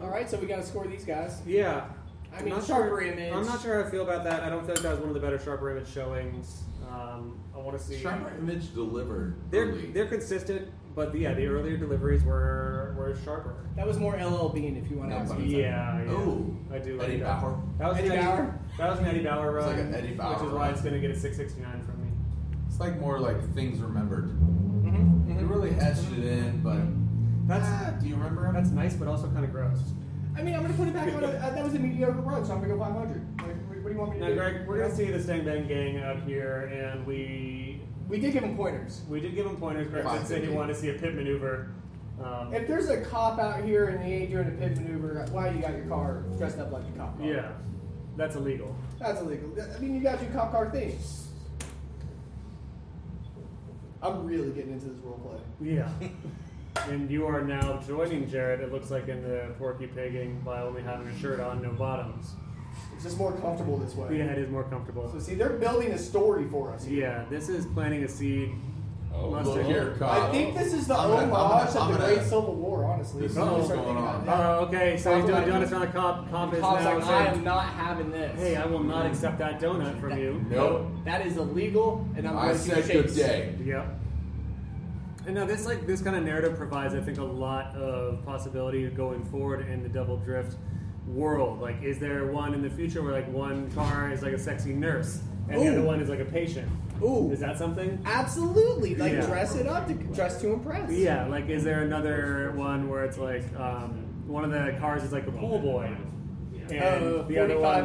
All right, so we got to score these guys. Yeah. I I'm mean, not sharper sure, image. I'm not sure how I feel about that. I don't feel like that was one of the better sharper image showings. Um, I want to see. Sharper image delivered. They're early. they're consistent, but yeah, the earlier deliveries were were sharper. That was more LL Bean, if you want to No ask pun me. Yeah, yeah. Ooh. I do like Oh. Eddie that. Bauer. That was Eddie an Eddie Bauer? That was an Eddie Bauer It's run, like an Eddie Bauer which is why run. it's going to get a 669 from me. It's like more like things remembered. Mhm, It mhm. really etched it in, but That's- Ah, do you remember him? That's nice, but also kind of gross. I mean, I'm going to put it back on. A, uh, that was a mediocre run, so I'm going to go 500. Like, what do you want me to Now, do? Greg, we're going Yeah. to see the Stang Bang Gang out here, and we We did give him pointers. we did give him pointers. Greg did say he 550. wanted to see a pit maneuver. Um, If there's a cop out here and he ain't doing a pit maneuver, why you got your car dressed up like a cop car? yeah, that's illegal. That's illegal. I mean, you got your cop car thing. I'm really getting into this role play. Yeah. and you are now joining Jared. It looks like in the porky pigging by only having a shirt on, no bottoms. It's just more comfortable this way. Yeah, it is more comfortable. So see, they're building a story for us. here. Yeah, this is planting a seed. Oh, Mustang. look Here, I Kyle. think this is the Oh. I'm gonna- I'm homage gonna- I'm of the gonna- Great Civil War, honestly. This So is we what's start going thinking on. about that. Oh, okay. So he's doing donuts on a cop. Cop is now Pop's like, I am Mm-hmm. saying, not having this. "Hey, I will not accept that donut from you." Nope. that is illegal, and I'm I going to said shakes. good day. Yep. And now this like this kind of narrative provides, I think, a lot of possibility going forward in the double drift world. Like, is there one in the future where like one car is like a sexy nurse and the Ooh. other one is like a patient? Ooh. Is that something? Absolutely, like Yeah. dress it up, to, dress to impress. Yeah, like is there another one where it's like um, one of the cars is like a pool boy, and Oh, the other one,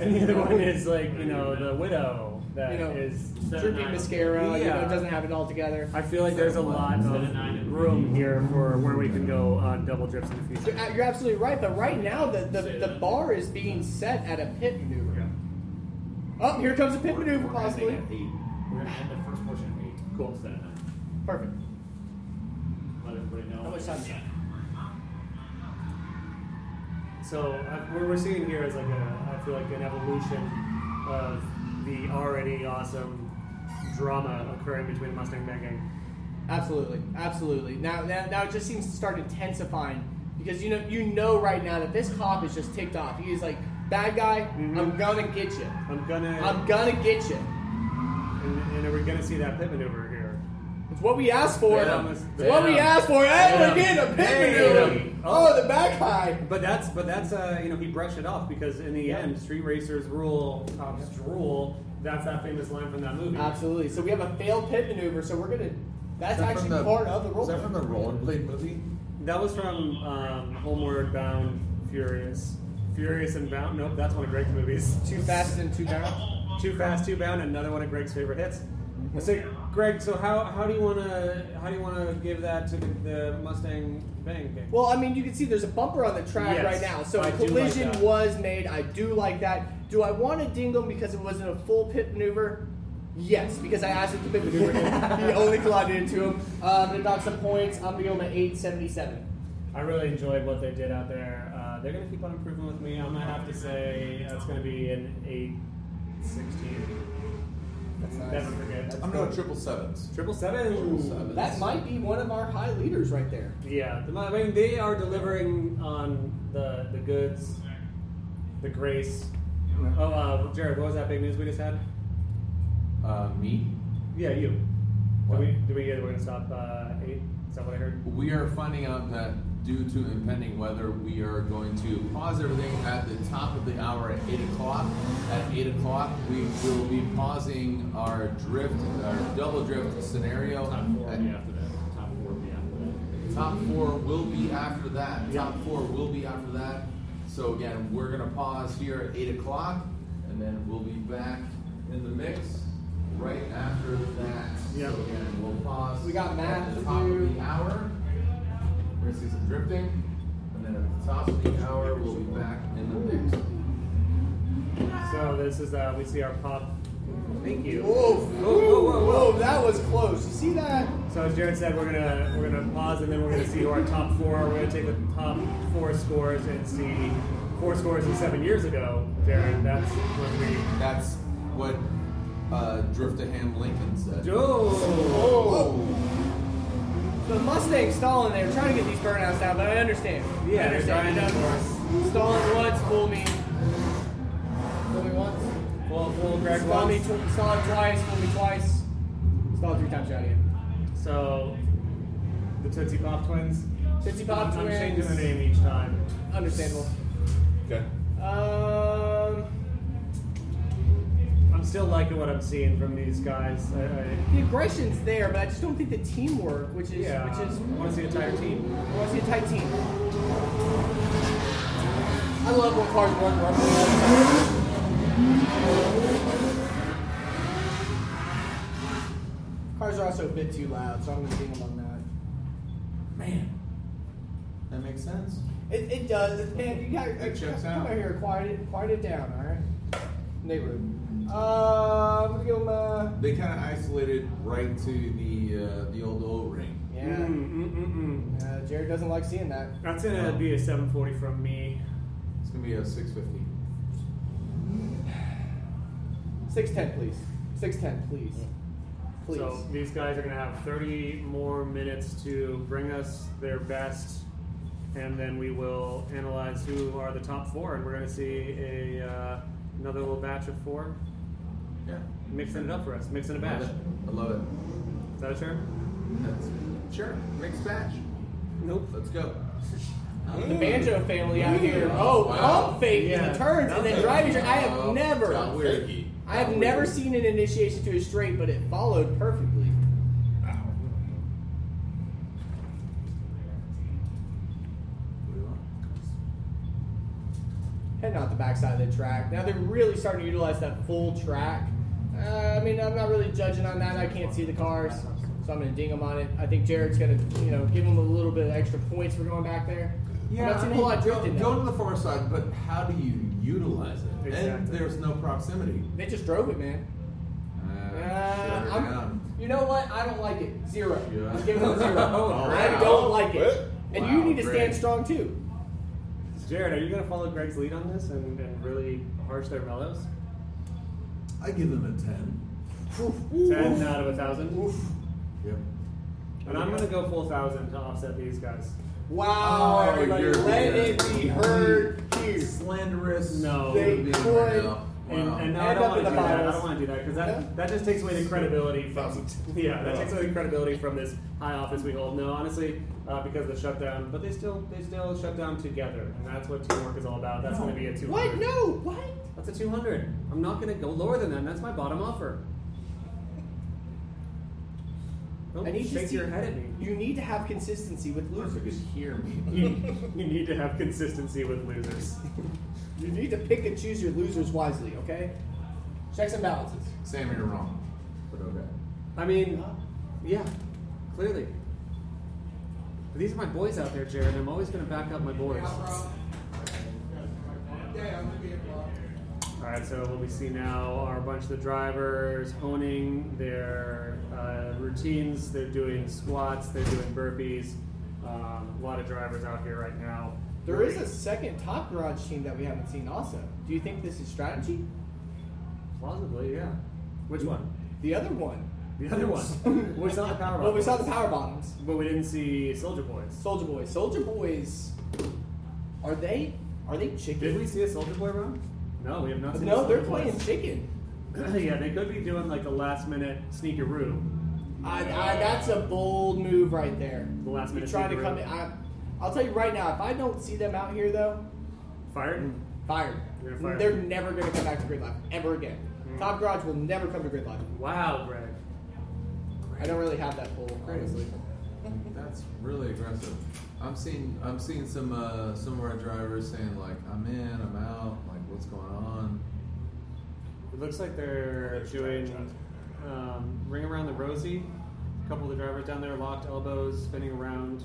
and the other one is like you know the widow that You is. know, dripping mascara. You Yeah. know, doesn't have it all together. I feel like there's a lot of room here for where we can go on double drips in the You're, uh, future. you're absolutely right, but right now the, the, the bar is being set at a pit maneuver. Oh, here comes a pit We're- maneuver, we're ending possibly. at eight. We're gonna end the first portion at eight. Cool. Instead of nine. Perfect. Let everybody know. How much time is that? So uh, what we're seeing here is like a, I feel like an evolution of the already awesome drama occurring between Mustang Bang Gang. Absolutely, absolutely. Now, now, now it just seems to start intensifying because you know, you know, right now that this cop is just ticked off. He is like, "Bad guy, Mm-hmm. Mhm. I'm gonna get you. I'm gonna, I'm gonna get you." and, and we're gonna see that pit maneuver here. It's what we asked for. Damn. It's what we Damn. asked for. Hey, Damn. we're getting a pit Hey. maneuver. Oh. Oh, the back high. But that's but that's uh, you know he brushed it off because in the Yeah. end street racers rule cops rule. That's that famous line from that movie. Absolutely. So we have a failed pit maneuver. So we're gonna. That's Is that from actually the- part of the role. Is that play. from the Rollerblade movie? that was from um, Homeward Bound Furious. Furious and Bound? Nope, that's one of Greg's movies. Too fast and too down. Too Fast, Too Bound, another one of Greg's favorite hits. Mm-hmm. So, Greg, so how, how do you wanna how do you wanna give that to the, the Mustang Bang thing? Well, I mean, you can see there's a bumper on the track Yes, right now, so I a do like collision that. was made. I do like that. Do I want to ding him because it wasn't a full pit maneuver? Yes, because I asked him to pit maneuver. him. he only collided into him. Um, and about some points, I'm gonna go my 877. I really enjoyed what they did out there. Uh, they're gonna keep on improving with me. I'm gonna have to say that's gonna be an eight sixteen. That's nice. Never forget. That's I'm cool. doing triple sevens. Triple seven. Triple sevens. That might be one of our high leaders right there. Yeah, the- I mean they are delivering on the the goods, the grace. Oh, uh, Jared, what was that big news we just had? Uh, me. Yeah, you. What? Did we did we hear that we're gonna stop uh, eight? Is that what I heard? We are finding out that due to impending weather, we are going to pause everything at the top of the hour at 8 o'clock. At 8 o'clock, we will be pausing our drift, our double drift scenario. Top four will At- be after that. Top four will be after Top four will be after that. Yeah. Top four will be after that. So again, we're gonna pause here at eight o'clock, and then we'll be back in the mix right after that. Yeah. So again, we'll pause. We got math At to the top do. of the hour, we're gonna see some drifting, and then at the top of the hour, we'll be back in the mix. So this is uh, we see our pop. Thank you. Whoa, Whoa, whoa, whoa, whoa. that was close. You see that? So as Jared said, we're gonna we're gonna pause and then we're gonna see who our top four are. We're gonna take the top four scores and see four scores from seven years ago. Jared, that's when we. That's what uh, Drift-A-Ham Lincoln said. Oh, Oh. The Mustang stalling there, trying to get these burnouts down, but I understand. I yeah, they're trying understand. to Stalling once, fool me. Fool me once. Well, well, Greg Stall me, wants. tw- stall him twice, fool me twice. Stall three times, out of here. So the Tootsie Pop twins. Tootsie Pop I'm I'm changing the Twins. name each time. Understandable. Okay. Um, I'm still liking what I'm seeing from these guys. I, I, the aggression's there, but I just don't think the teamwork, which is, yeah, which is I want to see the entire team. I want to see a tight team. I love when cars work roughly. Cars are also a bit too loud, so I'm gonna ding them on Man. That makes sense. that. It, it does. It's, man, you gotta uh, It checks come out. over here, quiet it, quiet it down, all right? Neighborhood. Uh, I'm gonna give them a. They kind of isolated right to the uh, the old O ring. Yeah. Hmm. Mm, mm, mm, mm. Uh, Jared doesn't like seeing that. That's gonna be a 740 from me. It's gonna be a six fifty. Six ten, please. Six ten, please. Please. So these guys are going to have 30 more minutes to bring us their best, and then we will analyze who are the top four, and we're going to see a uh, another little batch of four Yeah. mixing it up for us, mixing a batch. Love it. I love it. Is that a term? That's, sure. Mixed batch. Nope. Let's go. The banjo family out here. Oh, Oh, wow. pump fake in Yeah. the turns and then Okay. drive your. I Oh, have Got never. weird. I have Got never weird. seen an initiation to a straight, but it followed perfectly. What do you want? Heading out the backside of the track. Now they're really starting to utilize that full track. Uh, I mean, I'm not really judging on that. I can't see the cars, so I'm gonna ding them on it. I think Jared's gonna, you know, give them a little bit of extra points for going back there. I'm not seeing a whole lot go, drifting. go though. to the far side, but how do you utilize it? And Exactly. there's no proximity. They just drove it, man. Uh, Uh, shut it I'm, down. you know what? I don't like it. Zero. Yeah. I'm giving it a zero. Oh, I wow. don't like What? it. And Wow, you need to great. stand strong too. Jared, are you going to follow Greg's lead on this and, and really harsh their mellows? I give them a ten. 10 uh, out of a 1,000. Yep. And I'm going to go full 1,000 to offset these guys. Wow, Oh, everybody, you're let being it be heard here. Slanderous. No. They human being could- right now. And, Wow. and no, I don't End up want in to the do that. I finals. don't want to do that because that, Yeah. that just takes away the credibility from Thousand. yeah that Yeah. takes away the credibility from this high office we hold. No, honestly, uh, because of the shutdown, but they still they still shut down together, and that's what teamwork is all about. That's going to be a two What? hundred. No, what? That's a two hundred. I'm not going to go lower than that. and That's my bottom offer. I need to shake see. your head at me. You need to have consistency with losers. hear me. You, you need to have consistency with losers. You need to pick and choose your losers wisely. Okay. Checks and balances. Sam, you're wrong. But okay. I mean, yeah, clearly. But these are my boys out there, Jared. I'm always going to back up my boys. All right, so what we see now are a bunch of the drivers honing their uh, routines. They're doing squats. They're doing burpees. Um, a lot of drivers out here right now. There is a second top garage team that we haven't seen. Also, do you think this is strategy? plausibly, yeah. Which one? The other one. The other one. we saw the power. Well, we saw the Boys. power bottoms. But we didn't see Soldier Boys. Soldier Boys. Soldier Boys. Are they? Are they chicken? Did we see a Soldier Boy round? No, we have not. Seen No, a they're Soulja Boy. playing chicken. yeah, they could be doing like a last minute sneakeroo. I, I, that's a bold move right there. The last You're minute trying to sneaker come route. in. I, I'll tell you right now, if I don't see them out here though, Fired. fired. They're fired. They're never going to come back to grid life ever again. Hmm. Top Garage will never come to grid life. Wow, Greg. I don't really have that pull, Great. honestly. That's really aggressive. I'm seeing I'm seeing some uh, some of our drivers saying like I'm in, I'm out, like what's going on? It looks like they're doing um, ring around the rosy. A couple of the drivers down there locked elbows, spinning around.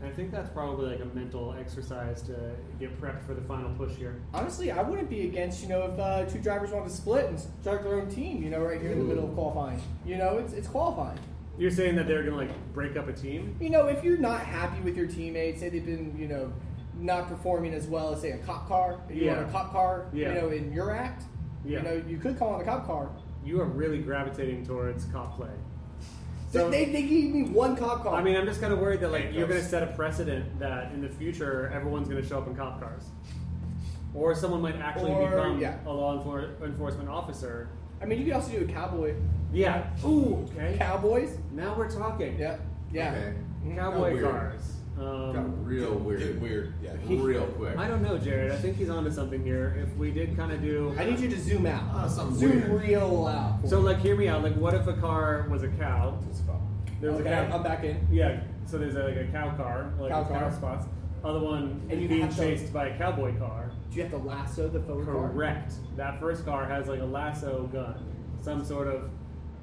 And I think that's probably like a mental exercise to get prepped for the final push here. Honestly, I wouldn't be against you know if uh, two drivers want to split and start their own team. You know, right here in the middle of qualifying. You know, it's it's qualifying. You're saying that they're gonna like break up a team? You know, if you're not happy with your teammates, say they've been, you know, not performing as well as say a cop car, if you Yeah. want a cop car, Yeah. you know, in your act, Yeah. you know, you could call on a cop car. You are really gravitating towards cop play. So- they, they, they gave me one cop car. I mean, I'm just kind of worried that like you're going to Handcuffs. set a precedent that in the future everyone's going to show up in cop cars, or someone might actually Or- become yeah. a law enfor- enforcement officer. I mean, you could also do a cowboy. Yeah. Ooh. Okay. Cowboys? now we're talking. Yeah. Yeah. Okay. Got Cowboy weird. cars. Got Um, real weird. Get weird. Yeah. Real quick. I don't know, Jared. I think he's onto something here. If we did kind of do, I need you to zoom out. Ah, something zoom weird. real out. so like, hear me out. Like, what if a car was a cow? It's about- There was okay, a cow. I'm back in. Yeah, so there's a, like a cow car, like Cow cow, car. spots. Other one And you being have to- chased by a cowboy car. Do you have to lasso the forward car? Correct. That first car has like a lasso gun, some sort of,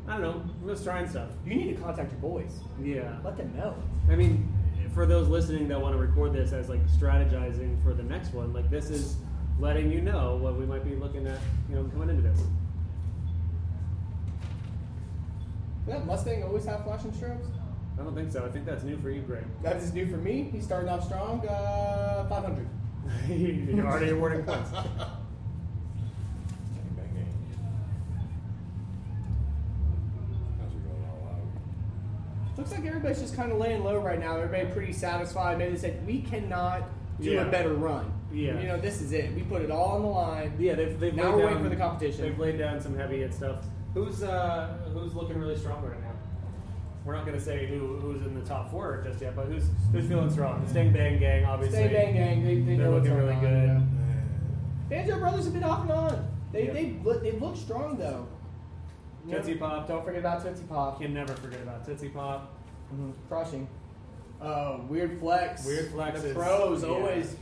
I don't know, we're just trying stuff. You need to contact your boys. Yeah. Let them know. I mean, for those listening that want to record this as like strategizing for the next one, like this is letting you know what we might be looking at, you know, coming into this. Doesn't that Mustang always have flashing strobes? I don't think so. I think that's new for you, Greg. That is new for me. He's starting off strong. Uh, 500. You're already awarding points. Bang, bang, bang. How's it going all out? Looks like everybody's just kind of laying low right now. Everybody pretty satisfied. Maybe they said we cannot do Yeah. a better run. Yeah. You know, this is it. We put it all on the line. Yeah, they've, they've Now laid we're down, waiting for the competition. They've laid down some heavy hit stuff. Who's uh, who's looking really strong right now? We're not gonna say who who's in the top four just yet, but who's who's feeling strong? Stang Bang Gang, obviously. Stay bang gang. They, they They're know what's looking really going good. on, you know. Banjo Brothers have been off and on. They Yeah. they look, they look strong though. You know, Tootsie Pop. Don't forget about Tootsie Pop. Can never forget about Tootsie Pop. Mhm. Crushing. Oh, weird flex. Weird flex The is- pros yeah. always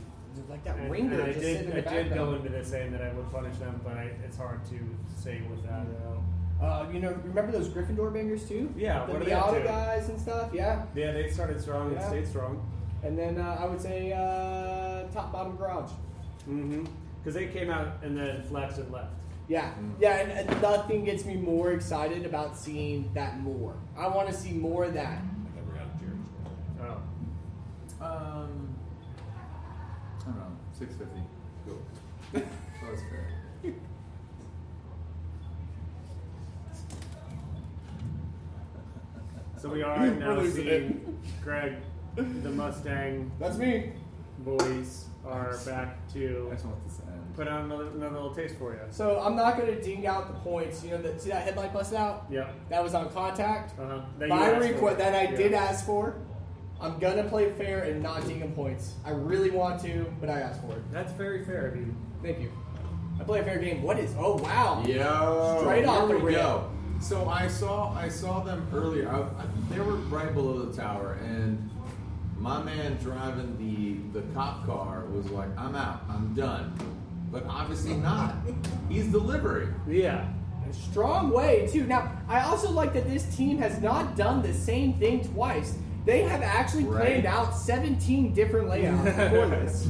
like that And, ringer and I just sitting did in the I did background. go into this saying that I would punish them, but I, it's hard to say with that. though. Uh, you know, remember those Gryffindor bangers too? Yeah, the what are they Miata doing? guys and stuff. Yeah, Yeah, they started strong and Yeah. stayed strong. and then uh, I would say uh, top bottom garage. Mm-hmm. Because they came out and then flexed and left. Yeah, Mm. yeah, and, and nothing gets me more excited about seeing that more. I want to see more of that. I never got a Jerry's. Oh. Um I don't know. Six fifty. Cool. That's fair. So we are now losing seeing Greg, the Mustang That's me. boys are back I to just want this to end. put out another, another little taste for you. So I'm not gonna ding out the points. You know, that see that headline busted out? Yep. That was on contact. Uh-huh. That you My asked for. request that I Yeah. did ask for. I'm gonna play fair and not ding 'em points. I really want to, but I asked for it. That's very fair of you. Thank you. I play a fair game. What is? Oh wow. Yo Straight here off the we rip. go. So I saw I saw them earlier. I, I, they were right below the tower, and my man driving the the cop car was like, "I'm out. I'm done." But obviously not. He's delivery. Yeah. A strong way too. Now, I also like that this team has not done the same thing twice. They have actually Right. planned out 17 different layouts before this.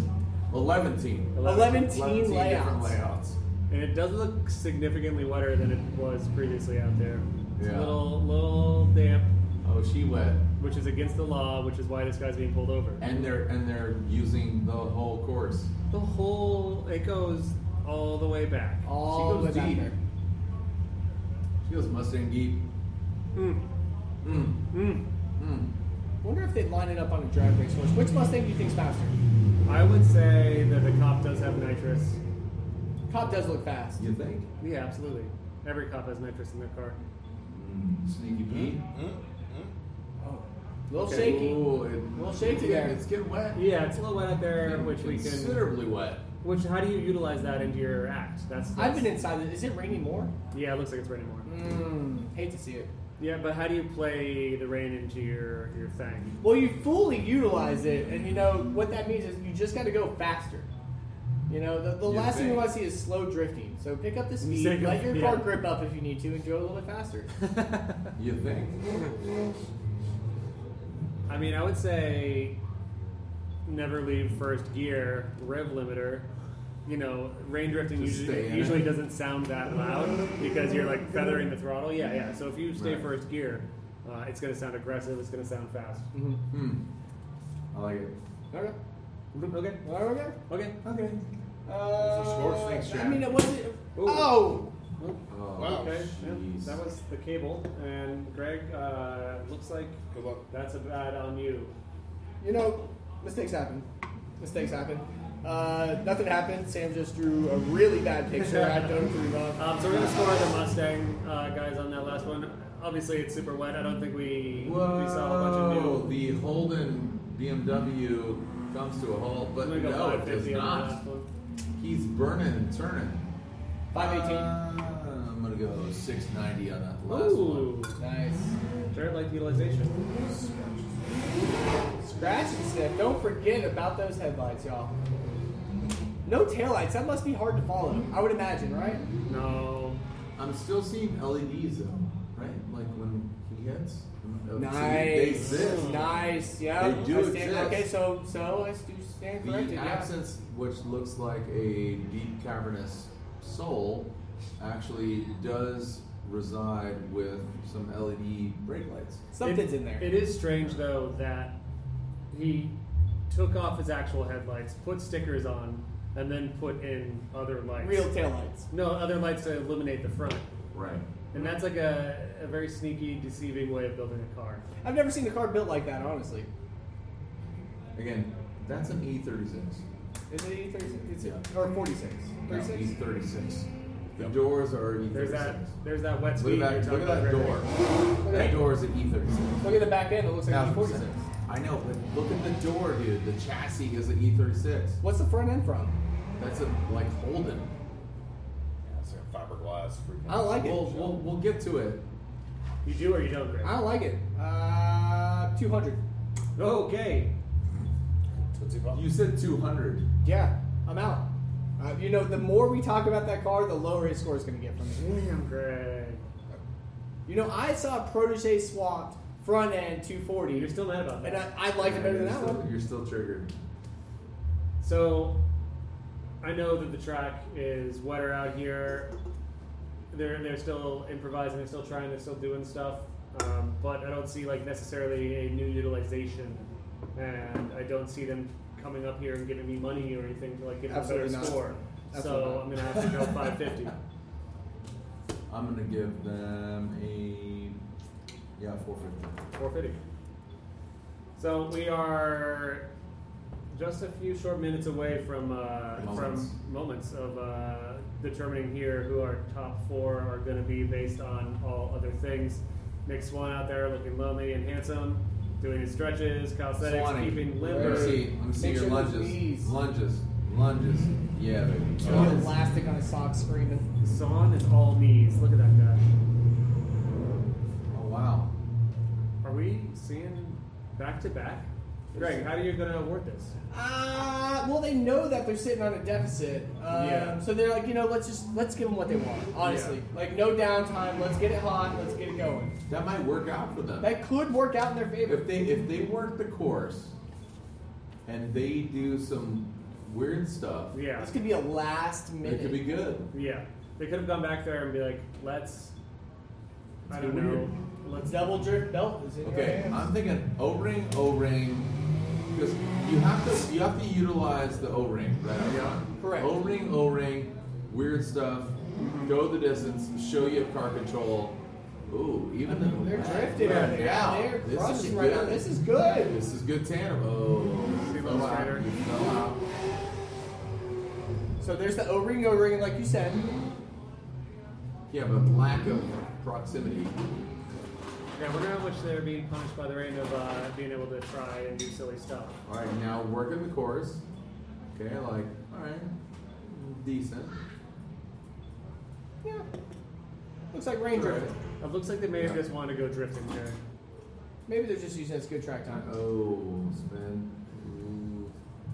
Eleven team. 11 11 team different layouts. layouts. And it does look significantly wetter than it was previously out there. It's Yeah. a little, little damp, Oh, she wet. which is against the law, which is why this guy's being pulled over. And they're and they're using the whole course. The whole, it goes all the way back. All goes the way back deep. there. She goes Mustang deep. Mm, Mm, mm. mm. Wonder if they'd line it up on a drag race horse. Which Mustang do you think's faster? I would say that the cop does have nitrous. Cop does look fast. You think? Yeah, absolutely. Every cop has nitrous in their car. Mm, sneaky Pete. Oh, A little Okay. shaky. Ooh, it, little shaky yeah, there. It's getting wet. Yeah, it's a little wet out there, Getting which we can. considerably wet. Which how do you utilize that into your act? That's. I've that's been inside. it. Is it raining more? yeah, it looks like it's raining more. Mm, hate to see it. Yeah, but how do you play the rain into your your thing? Well, you fully utilize it, and you know what that means is you just got to go faster. You know, the, the You last thing you think. want to see is slow drifting. So pick up the speed, Take a- let your car yeah. grip up if you need to, and go a little bit faster. You think? I mean, I would say never leave first gear, rev limiter. You know, rain drifting Just stay usually, in usually it. doesn't sound that loud because you're like feathering the throttle. Yeah, yeah. So if you stay Right. first gear, uh, it's going to sound aggressive. It's going to sound fast. Hmm. I like it. Okay. Okay. All right, okay. Okay. Okay. Uh, Schwartz, thanks, I Jack. mean, it wasn't. Ooh. Oh, Oh, Wow. Okay, yeah, jeez. that was the cable, and Greg, uh, looks like Good luck. that's a bad on you. you know, mistakes happen. Mistakes happen. Uh, nothing happened. Sam just drew a really bad picture. I don't approve of. Um, so we're gonna score the Mustang uh, guys on that last one. Obviously, it's super wet. I don't think we Whoa! we saw a bunch of new. The Holden BMW comes to a halt, but I'm gonna go no, it does 550 on the not. last one. He's burning and turning. 518. Uh, I'm gonna go 690 on that last Ooh, nice. dirt like utilization. Scratch and sniff. Don't forget about those headlights, y'all. No taillights. That must be hard to follow. I would imagine, right? No, one. I'm still seeing LEDs though, right? Like when he hits. Oh, see, They Nice. exist. Nice. Yeah. They do I stand- exist. Okay, so so I do stand The corrected. yeah. absence, which looks like a deep cavernous soul, actually does reside with some LED brake lights. Something's It- in there. It is strange though that he took off his actual headlights, put stickers on, and then put in other lights. Real taillights. No, other lights to illuminate the front. Right. And that's like a, a very sneaky, deceiving way of building a car. I've never seen a car built like that, honestly. Again, that's an E E36. Is it E thirty six? It's Yeah. or forty six. No, Thirty six. E36. E The Yep. doors are E36. There's that there's that wet Look speed. at you're that, talking look at that about, door. Greg. That door is an E36. Look at the back end. It looks like E Thousand forty six. percent. I know, but look at the door, dude. The chassis is an E36. What's the front end from? That's a, like Holden. It's like a fiberglass freaking. I don't like it. We'll, we'll, we'll get to it. You do or you don't, Greg. I don't like it. Uh, two hundred. Okay. Tootsie Pop. You said 200. Yeah, I'm out. Uh, you know, the more we talk about that car, the lower his score is going to get from me. Mm-hmm. Damn, Greg. You know, I saw Protege swapped front end You're 240, still mad about that. and I, I liked it better than You're that still- one. You're still triggered. So, I know that the track is wetter out here. They're they're still improvising. They're still trying. They're still doing stuff. Um, but I don't see like necessarily a new utilization, and I don't see them coming up here and giving me money or anything to like give them a better Absolutely not. score. Absolutely so not. I'm gonna have to go 550. I'm gonna give them a yeah 450. 450. So we are just a few short minutes away from uh, Moments. from moments of uh, determining here who our top four are going to be based on all other things. Nick Swan out there looking lonely and handsome, doing his stretches, calisthenics, Swanee. keeping Let me limber. see. Let me see Make your sure those lunges. knees- Lunges. Lunges. Yeah, baby. Oh, Elastic on his sock screaming. Swan is all knees. Look at that guy. Wow. Are we seeing back to back? Greg, how are you going to award this? Uh, well, they know that they're sitting on a deficit, um, Yeah. so they're like, you know, let's just let's give them what they want. Honestly, Yeah. like no downtime. Let's get it hot. Let's get it going. That might work out for them. That could work out in their favor. If they if they work the course and they do some weird stuff, Yeah. This could be a last it minute. could be good. Yeah. They could have gone back there and be like, let's. I It's don't weird. know. Let's. Double drift belt is in your Okay, hands. I'm thinking O-ring, O-ring, because you have to you have to utilize the O-ring, right? up front. Correct. O-ring, O-ring, weird stuff. Go the distance. Show you have car control. Ooh, even though They're that- drifting right there. Yeah, They're this is crushing right now. good. This is good. This is good tandem. Oh, See you those fell out. straighter? You fell out. So there's the O-ring, O-ring, like you said. Yeah, but lack of proximity. Yeah, we're going to wish they're being punished by the rain of uh, being able to try and do silly stuff. All right, now working the chorus. Okay, like all right, decent. Yeah. Looks like rain drifting. It looks like they may have just wanted to go drifting there. Maybe they're just using it as good track time. Oh, spin. Ooh.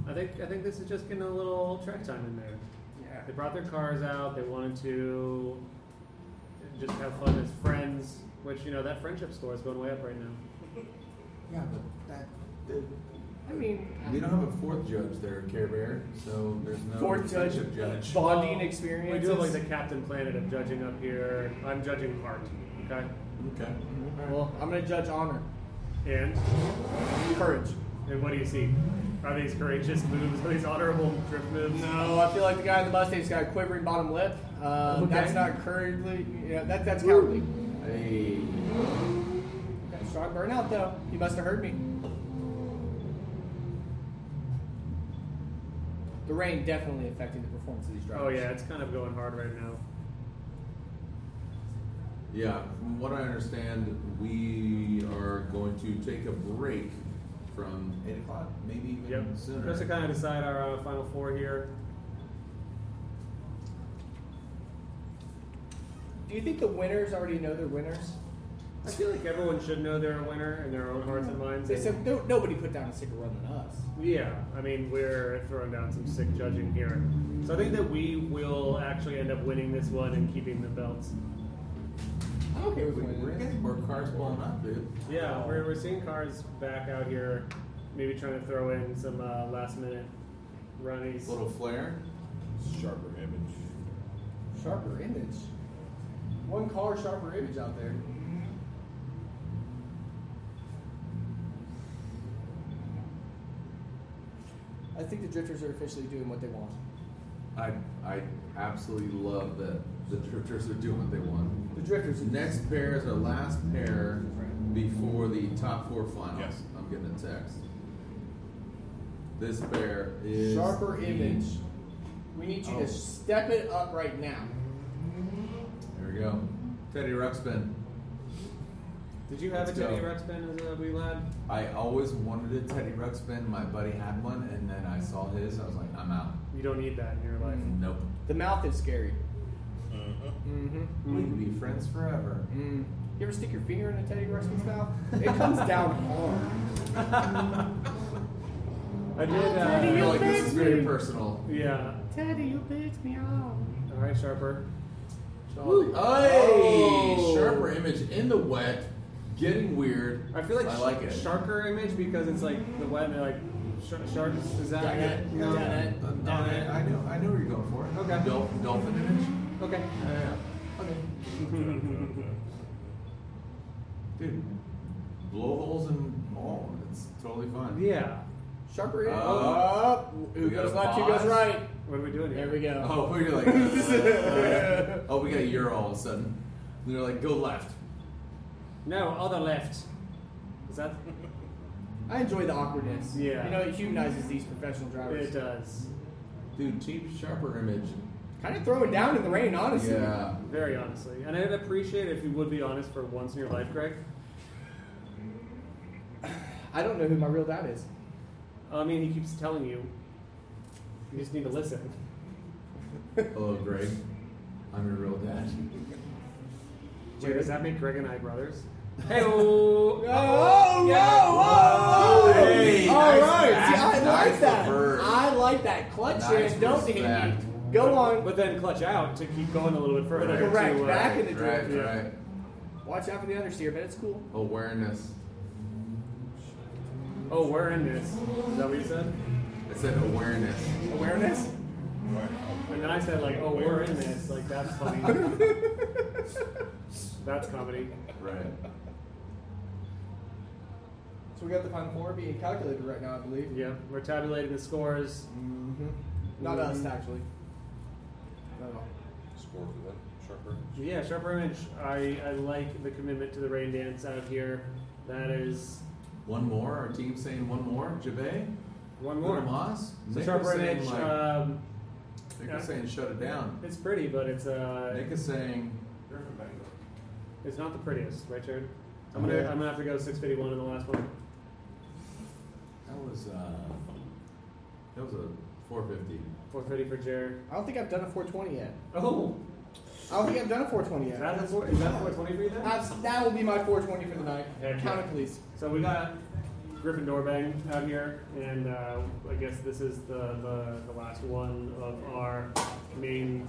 I think I think this is just getting a little track time in there. Yeah. They brought their cars out. They wanted to just have fun as friends, which you know that friendship score is going way up right now. Yeah, but that. I mean, We don't have a fourth judge there, Care Bear, so there's no Fourth judge, friendship judge. bonding Well, experiences. We do have like the Captain Planet of judging up here. I'm judging heart. Okay, Okay. Well, I'm gonna judge honor, and courage. and what do you see? Are these courageous moves? Are these honorable drift moves? No, I feel like the guy in the Mustang's got a quivering bottom lip. Um, Okay. That's not courage. Yeah, that, that's cowardly. Hey. Strong burnout though. He must have heard me. The rain definitely affecting the performance of these drivers. Oh yeah, it's kind of going hard right now. Yeah, from what I understand, we are going to take a break from 8 o'clock, maybe even Mm-hmm. Yep. uh, sooner. Just to kind of decide our uh, final four here. Do you think the winners already know they're winners? I feel like everyone should know they're a winner in their own hearts and minds. Mm-hmm. They said no, nobody put down a sicker run than us. Yeah, I mean, we're throwing down some sick judging here. So I think that we will actually end up winning this one and keeping the belts. I'm okay with We- We're winning. getting more cars blowing up, dude. Yeah, we're, we're seeing cars back out here, maybe trying to throw in some uh, last minute runnies. Little flare. Sharper image. Sharper image. One car sharper image out there. I think the drifters are officially doing what they want. I I absolutely love that the drifters are doing what they want. The drifters are Next pair is our last pair before the top four finals. Yes. I'm getting a text. This pair is Sharper the- image. We need you Oh. to step it up right now. There we go. Teddy Ruxpin. Did you have Let's a Teddy go. Ruxpin as a wee lad? I always wanted a Teddy Ruxpin. My buddy had one, and then I saw his. I was like, I'm out. You don't need that in your life. Nope. The mouth is scary. Mm-hmm. We can be friends forever. Mm. Mm-hmm. You ever stick your finger in a Teddy Ruxpin's mouth? It comes down hard. I did. I Uh, feel like this is very personal. yeah. Teddy, you pissed me off. All right, Sharper. Hey, Oh. sharper image in the wet, getting weird. I feel like, I like it. Sharker image because it's like the wet and they're like, sh- sharks, is that Dang it? it. No. Dang it. Uh, no, I, I know, I know where you're going for. Okay. Dolphin, dolphin image. Okay. Yeah. Okay. Dude, blow holes and all. It's totally fine. Yeah. Sharper image. Uh, Up. Who we goes gotta left, who goes pause. right. What are we doing here? There we go. Oh, we're like. uh, oh, we got a euro all of a sudden. And they're like, go left. No, other left. Is that? I enjoy the awkwardness. Yeah. You know, it humanizes these professional drivers. It does. Dude, cheap sharper image. Kind of throw it down in the rain, honestly. Yeah. Very honestly, and I'd appreciate if you would be honest for once in your life, Greg. I don't know who my real dad is. I mean, he keeps telling you. You just need to listen. Hello, Greg. I'm your real dad. Wait, does that make Greg and I brothers? Hey, oh, Oh, whoa, whoa, whoa. Hey, All nice right. back, See, I nice like that. reverse. I like that. Clutch Nice in. Don't hit me. respect. Go on. But then clutch out to keep going a little bit further. Right. Correct. To, uh, Back in the Right, drift. right. Watch out for the understeer, but it's cool. Awareness. Oh, we're in this. Is that what you said? I said awareness. Awareness? And then I said like, oh, we're in this. Like that's funny. that's comedy. Right. So we got the final four being calculated right now, I believe. Yeah, we're tabulating the scores. Mm-hmm. Not us, actually. Not at all. Score for them. Sharper. Yeah, sharp image. I, I like the commitment to the rain dance out here. That is One more. Our team saying one more. Jabay. one more. Moss. So Nick sharp was saying, image. like- Um, Nick was saying shut it down. it's pretty, but it's uh, Nick is saying it's not the prettiest, right, Jared? I'm gonna I'm gonna have to go 651 in the last one. that was uh, that was a 450. 430 for Jared. I don't think I've done a 420 yet. Oh, I don't think I've done a 420 is yet. that a four, is that 420 for you then? That's- that will be my 420 for the night. Heck Count yeah. it, please. So we got Gryffindor bang out here, and uh, I guess this is the, the, the last one of our main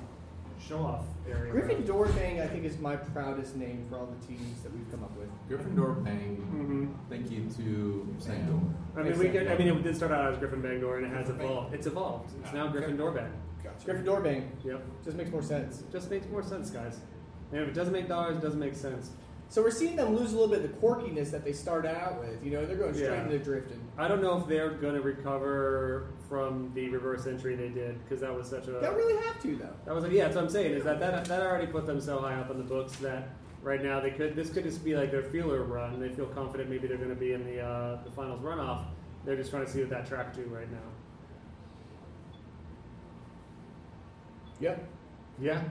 show off area. Gryffindor Bang, I think, is my proudest name for all the teams that we've come up with. Gryffindor paying. hmm Thank you to Sam. I mean, we could, I mean, it did start out as Griffin Bangor, and it has evolved. It's evolved. It's now Gryffindor Bang. Gotcha. Gryffindor Bang Yep. just makes more sense. Just makes more sense, guys. And if it doesn't make dollars, it doesn't make sense. So we're seeing them lose a little bit of the quirkiness that they started out with. You know, they're going straight Yeah. into drifting. I don't know if they're gonna recover from the reverse entry they did because that was such a They don't really have to, though. That was yeah. That's what I'm saying is that, that that already put them so high up on the books that right now they could this could just be like their feeler run. They feel confident maybe they're going to be in the uh, the finals runoff. They're just trying to see what that track do right now. Yep. Yeah,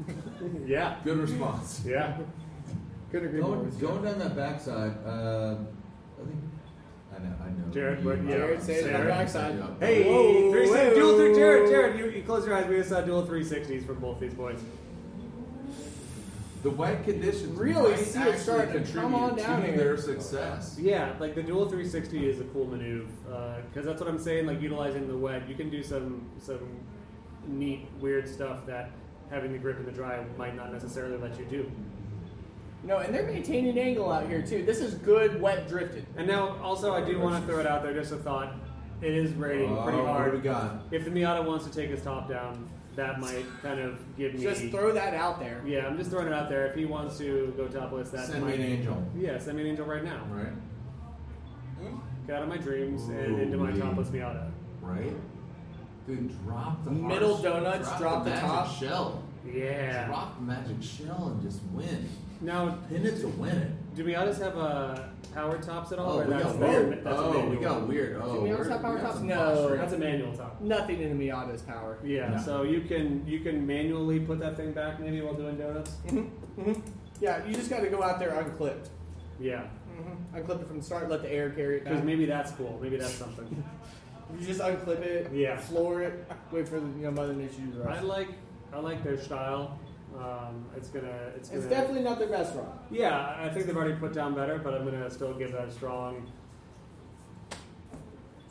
yeah, Good response. yeah. Couldn't agree more. Going, with you. going down that backside, uh, I think I know. I know. Jared, You- but yeah. Jared said it on the Jared. backside. Yeah. Hey, Whoa, three six- whoa. dual three, Jared, Jared, you, you close your eyes. We just saw dual 360s from both these boys. The wet conditions Really might see it actually start to contribute come on down to here. their success. Yeah, like the dual 360 is a cool maneuver because that's what I'm saying. Like utilizing the wet, you can do some some neat, weird stuff that having the grip and the dry might not necessarily let you do. No, and they're maintaining angle out here, too. This is good, wet drifted. And now, also, I do want to throw it out there, just a thought. It is raining Oh, pretty What do we hard. got? If the Miata wants to take his top down, that might kind of give me. Just throw that out there. yeah, I'm just throwing it out there. If he wants to go topless, that Send me might. an angel. Yeah, send me an angel right now. Right? Get out of my dreams and into my Ooh. topless Miata. Right? Dude, drop the Middle hearts. donuts, drop the magic top. shell. Yeah. Drop the magic shell and just win. Now, Pin it to win it. Do we always have uh, power tops at all? oh, or we that's got their- weird. that's a oh, we manual? Oh, got weird. Oh, Do we always we're- have power we got tops? some No. posturing. That's a manual top. Nothing in a Miata's power. Yeah, No. so you can you can manually put that thing back maybe while doing donuts. hmm Yeah, you just got to go out there unclipped. Yeah, Mm-hmm. Unclip it from the start, let the air carry it because back. maybe that's cool. Maybe that's something. you just unclip it, Yeah. floor it, wait for the, you know Mother Nature to do the I rest. like I like their style. Um, it's gonna it's gonna It's definitely not their best run. yeah. I think they've already put down better, but I'm gonna still give that a strong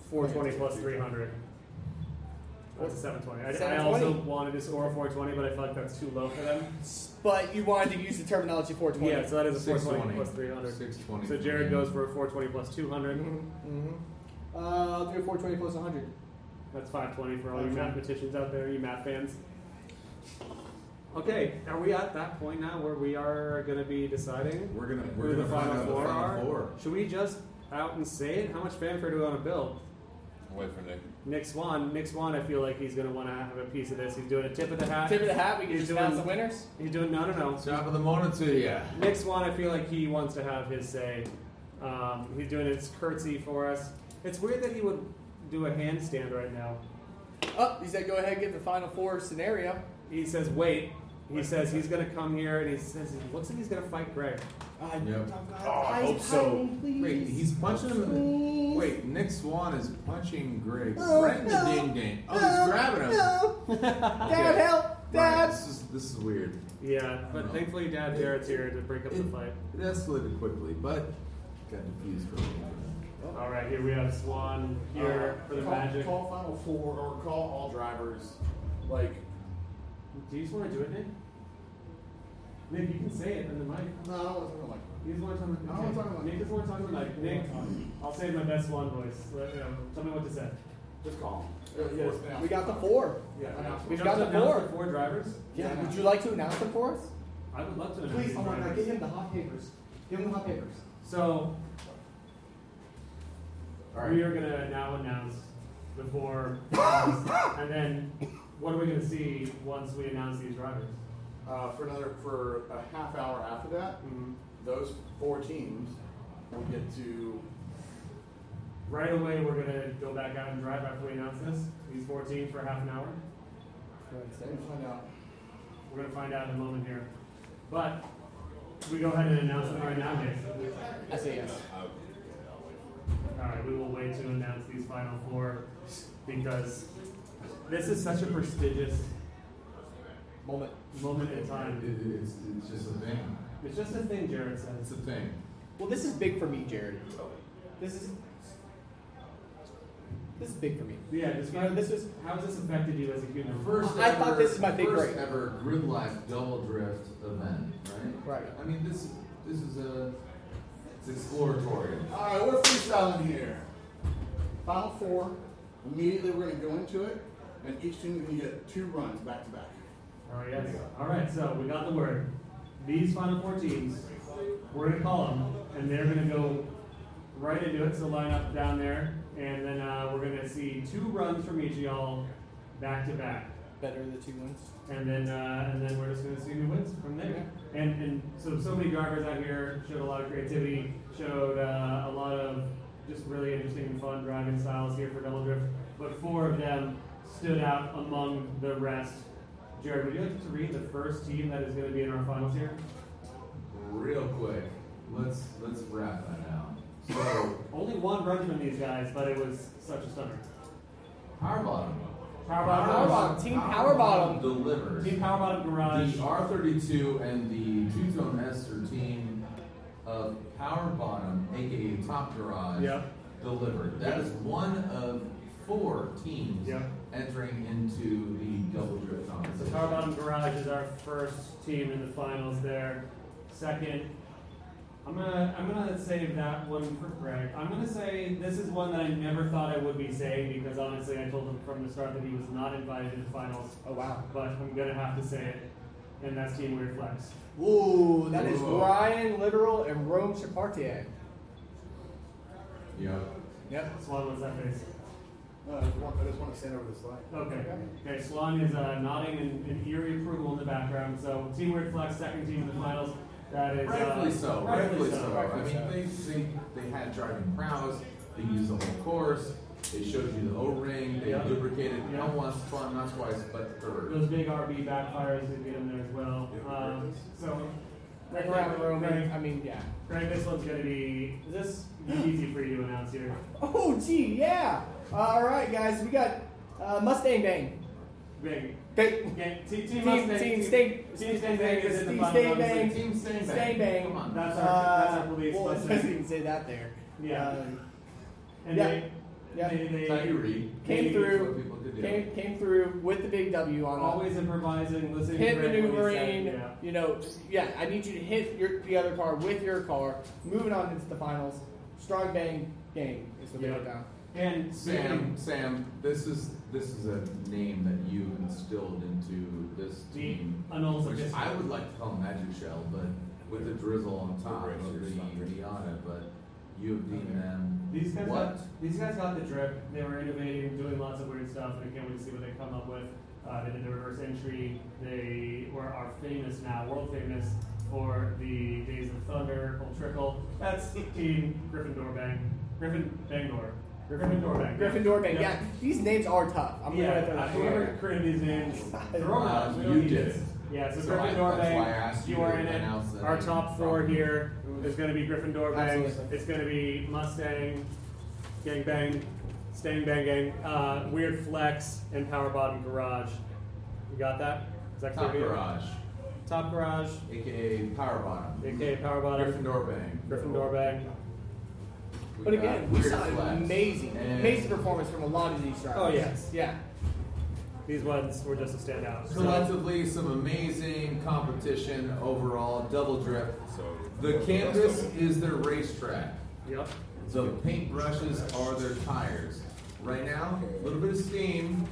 420 plus 300. That's a 720. I, I also 720? wanted to score a 420, but I feel like that's too low for them. But you wanted to use the terminology 420. Yeah, so that is a 420 620. plus 300. 620. So Jared goes for a 420 plus 200. Mm-hmm. Uh, I'll do a 420 plus 100. That's 520 for all you Okay. mathematicians out there, you math fans. Okay, are we at that point now where we are going to be deciding We're gonna who we're the gonna find final out the four final are? four. Should we just out and say it? How much fanfare do we want to build? Wait for Nick. Nick Swan, Nick Swan, I feel like he's going to want to have a piece of this. He's doing a tip of the hat. Tip of the hat, we can You're just doing- announce the winners. He's doing no, no, no. Top of the morning to ya. Nick Swan, I feel like he wants to have his say. Um, he's doing his curtsy for us. It's weird that he would do a handstand right now. Oh, he said go ahead and get the final four scenario. He says, wait. He says he's going to come here, and he says, it looks like he's going to fight Greg. I, Yep. Oh, I hope so. Wait, he's punching him. in the- Wait, Nick Swan is punching Griggs Oh, right in the no. ding ding. Oh, he's grabbing him. No. Dad, help! Dad! This is this is weird. Yeah, but thankfully Dad Jarrett's here to break up the It- fight. It escalated quickly, but got diffused for a little bit. All right, here we have Swan here for the call, magic. Call Final Four or call all drivers. Like, Do you just want to do it, Nick? Nick, you can say it in the mic. no, I don't want to talk about like. You just want to talk I about don't wanna talk about- Nick just want to talk about Nick. Nick, I'll say my best Swan voice. Let, you know, tell me what to say. Just call Yeah, them. yeah. Force We got the four. Yeah, Announce. we We've got got to the announce four. the four drivers. Yeah. Would you like to announce it for us? I would love to announce Please, these oh my God, drivers. get Give him the hot papers. Give him the hot papers. So All right. we are gonna now announce the four, drivers, and then what are we gonna see once we announce these drivers? Uh, for another for a half hour after that, Mhm. those four teams will get to Right away, we're gonna go back out and drive after we announce this. These four teams for half an hour. and find out. We're gonna find out in a moment here, but we go ahead and announce them right now, Nick. I say yes. All right, we will wait to announce these final four because this is such a prestigious Moment. moment in time. It, it's, it's just a thing. It's just a thing Jared It's says. a thing. Well, this is big for me, Jared. This is this is big for me. Yeah, describe You know, this is- how has this affected you as a human? First I ever, thought this is my big first break. ever grid life double drift event, right? Right. I mean, this this is a it's exploratory. All right, we're freestyling here. Final four. Immediately, we're going to go into it, and each team is going to get two runs back to back. All right, yes. All right, so we got the word. These final four teams, we're gonna call them, and they're gonna go right into it. So line up down there, and then uh, we're gonna see two runs from each of y'all back to back. Better the two ones. and then uh, and then we're just going to see who wins from there. And and so so many drivers out here showed a lot of creativity, showed uh, a lot of just really interesting and fun driving styles here for double drift. But four of them stood out among the rest. Jared, would you like to read the first team that is going to be in our finals here? Real quick, let's let's wrap that out. So, Only one run from these guys, but it was such a stunner. power bottom. Power Bottom, Power Bottom, Team Power Bottom. delivers. Team Power Bottom Garage. The R32 and the Two Tone Esther team of Power Bottom, aka Top Garage, Yep. delivered. That is one of four teams Yep. entering into the double drift So competition. Power Bottom Garage is our first team in the finals there. Second, I'm gonna I'm gonna save that one for Greg. I'm gonna say this is one that I never thought I would be saying because honestly I told him from the start that he was not invited to the finals. Oh wow. But I'm gonna have to say it, and that's Team Weird Flex. Ooh, that is Whoa. Ryan Literal and Rome Chapartier. Yep. Yep. Swan, what's that face? No, I just want, I just want to stand over this line. Okay. Okay. Swan is uh, nodding in, in eerie approval in the background. So Team Weird Flex, second team in the finals. That is uh, Rightfully so. Rightfully so. I rightfully mean, they, they they had driving prowess. They used the whole course. They showed you the O-ring. They Yeah. lubricated Yeah. not once, twi- not twice, but third. Those big RB backfires we get in there as well. Um, so, Right around Rome. Greg, I mean, yeah. Greg, this one's gonna be is this easy for you to announce here. Oh gee, yeah. All right, guys, we got uh, Mustang Bang. Big. Bang. Okay, team, team, Team, Mustang, team, Sting, Team Sting Bang is in the Team final. Sting round. Bang. Team Stain Stain Bang. Come on. That's our, that's our Uh, police well, it Mustang. doesn't even say that there. Yeah. Um, And yeah, they, yeah. they, they, That's how you read. Came That's what through. people could do. Came, came through with the big W on it. always improvising, listening hit to Greg when he said- maneuvering. Yeah. You know, yeah. I need you to hit your, the other car with your car. Moving on into the finals. Strong bang game is what they Yeah. wrote down. And Sam, Sam, this is this is a name that you instilled into this the team, annals of which history. I would like to call Magic Shell, but with the drizzle on top of the Rihanna. But you have deemed them These guys, what? Got, these guys got the drip. They were innovating, doing lots of weird stuff, and I can't wait to see what they come up with. Uh, they did the reverse entry. They were are famous now, world famous for the Days of Thunder, Old Trickle. That's Team Gryffindor Bang, Griffin Bangor, Gryffindor Bang, Gryffindor bang. Yeah. These names are tough. I'm yeah, gonna throw uh, that out whoever there. created these names, they're all Uh, right. We don't you need did this. it. Yeah, so, So I- Gryffindor that's Bang, why I asked you you are to in it. announce the Our name top four properly. here is going to be Gryffindor Bang. Absolutely. It's going to be Mustang, Gang Bang, Stang Bang Gang, uh, Weird Flex, and Power Bottom Garage. You got that? Is that Top clear to you? Garage, Top Garage, aka Power Bottom. aka Power Bottom, Gryffindor Bang. Gryffindor Bag. We But got again, we Weird saw Flex. an amazing, And- amazing performance from a lot of these drivers. Oh, yes. Yeah. These ones were just a standout. So, Collectively, some amazing competition overall. Double drift. So The canvas is their racetrack. yep. The paintbrushes are their tires. Right now, a little bit of steam.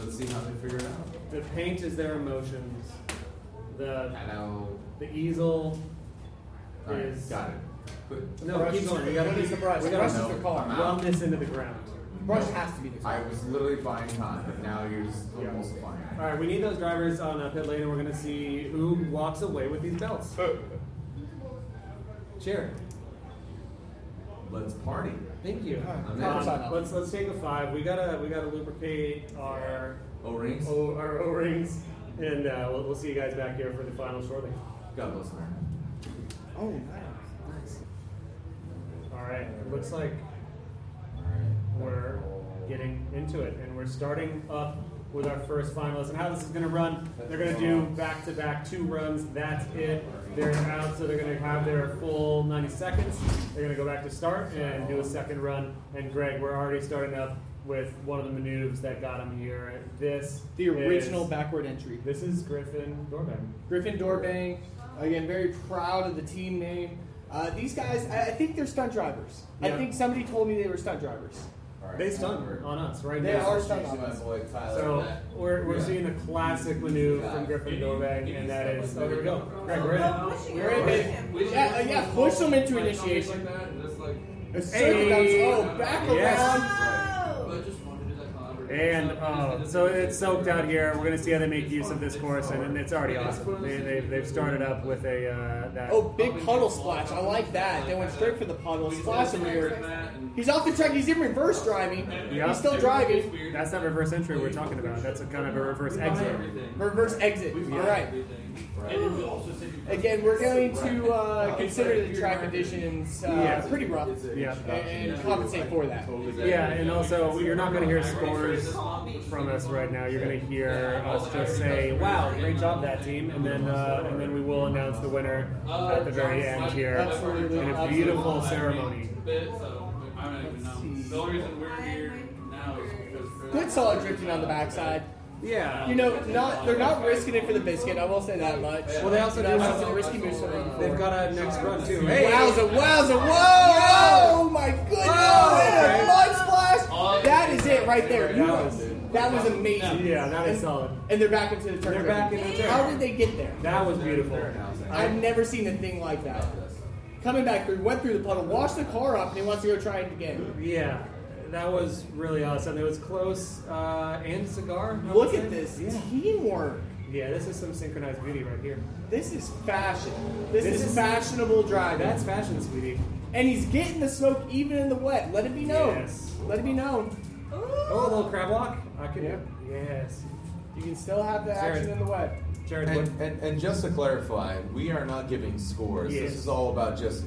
Let's see how they figure it out. The paint is their emotions. The I know. the easel All right, is got it. Quick. no. Keep going. We gotta What is keep. the brush? We The brush gotta is know. the car. I'm out. run this into the ground. Brush has to be the car. I was literally buying time, but now you're just almost buying. All right, we need those drivers on uh, pit lane, and we're gonna see who walks away with these belts. Cheer. Let's party. Thank you. All right. Um, Sign off. let's let's take a five. We gotta we gotta lubricate our O Oh, rings. o, our O rings, and uh, we'll, we'll see you guys back here for the final shortly. God bless America. Oh, nice. Nice. All right. It looks like All right. we're getting into it, and we're starting up with our first finalist. And how this is going to run? They're going to do back-to-back two runs. That's it. They're out, so they're going to have their full 90 seconds. They're going to go back to start and do a second run. And Greg, we're already starting up with one of the maneuvers that got him here. This The original Is, backward entry. this is Griffin Dorbeck. Griffin Dorbang. Again, very proud of the team name. Uh, these guys, I, I think they're stunt drivers. Yeah. I think somebody told me they were stunt drivers. All right. They stunned on us right They now. are Usually stunt my drivers. boy Tyler. So Matt. we're, we're Yeah. seeing a classic maneuver from Griffin Dorbeck, and that is oh there we go. Greg, we're in. We're in Yeah, uh, yeah, push them into initiation. that, and just like, A circle bounce. Oh, back Yes. around. but I Oh! just wanted to do that collaborative. And So, uh, just- so it's soaked out here. We're gonna see how they make use of this course, and, and it's already awesome. They, they've, they've started up with a uh, that. Oh, big puddle splash. I like that. They went straight for the puddle. Splash him here. That and- He's off the track. He's in reverse driving. Yeah. He's still driving. That's that reverse entry we're talking about. That's a kind of a reverse exit. Everything. Reverse exit. We You're buy right. everything. Right. And we also said you- Again, we're going to uh, consider the track conditions uh, Yeah. pretty rough It's a Yeah. introduction. and compensate for that. Totally. Yeah, and also you're not gonna hear scores from us right now. You're gonna hear us just say, "Wow, great job that team," and then uh, and then we will announce the winner at the very end here Absolutely. in a beautiful ceremony. Bit, so I don't even know. The only reason we're here now is because. Chris- Good solid drifting on the backside. Yeah. You know, not they're not risking it for the biscuit. I will say that much. Well, they also You do know, have- it's a risky move. so they- They've got a next run too. Wowza! Wowza! Whoa! Oh my goodness! okay. Mud splash! That is it right there. You- That was- That was amazing. Yeah, that is solid. And they're back into the turn. They're back in the turn. How did they get there? That was beautiful. I've never seen a thing like that. Coming back through, went through the puddle, washed the car up, and he wants to go try it again. Yeah, that was really awesome. It was close uh, and cigar. I would Look say. at this Yeah. teamwork. yeah, this is some synchronized beauty right here. This is fashion. This, This is, is- fashionable driving. That's fashion, sweetie. and he's getting the smoke even in the wet. Let it be known. Yes. Let it be known. Oh, a little crab walk. I can. Yeah. Yes. You can still have the Jared. action in the wet. Jared, what? And, and, and just to clarify, we are not giving scores. Yes. This is all about just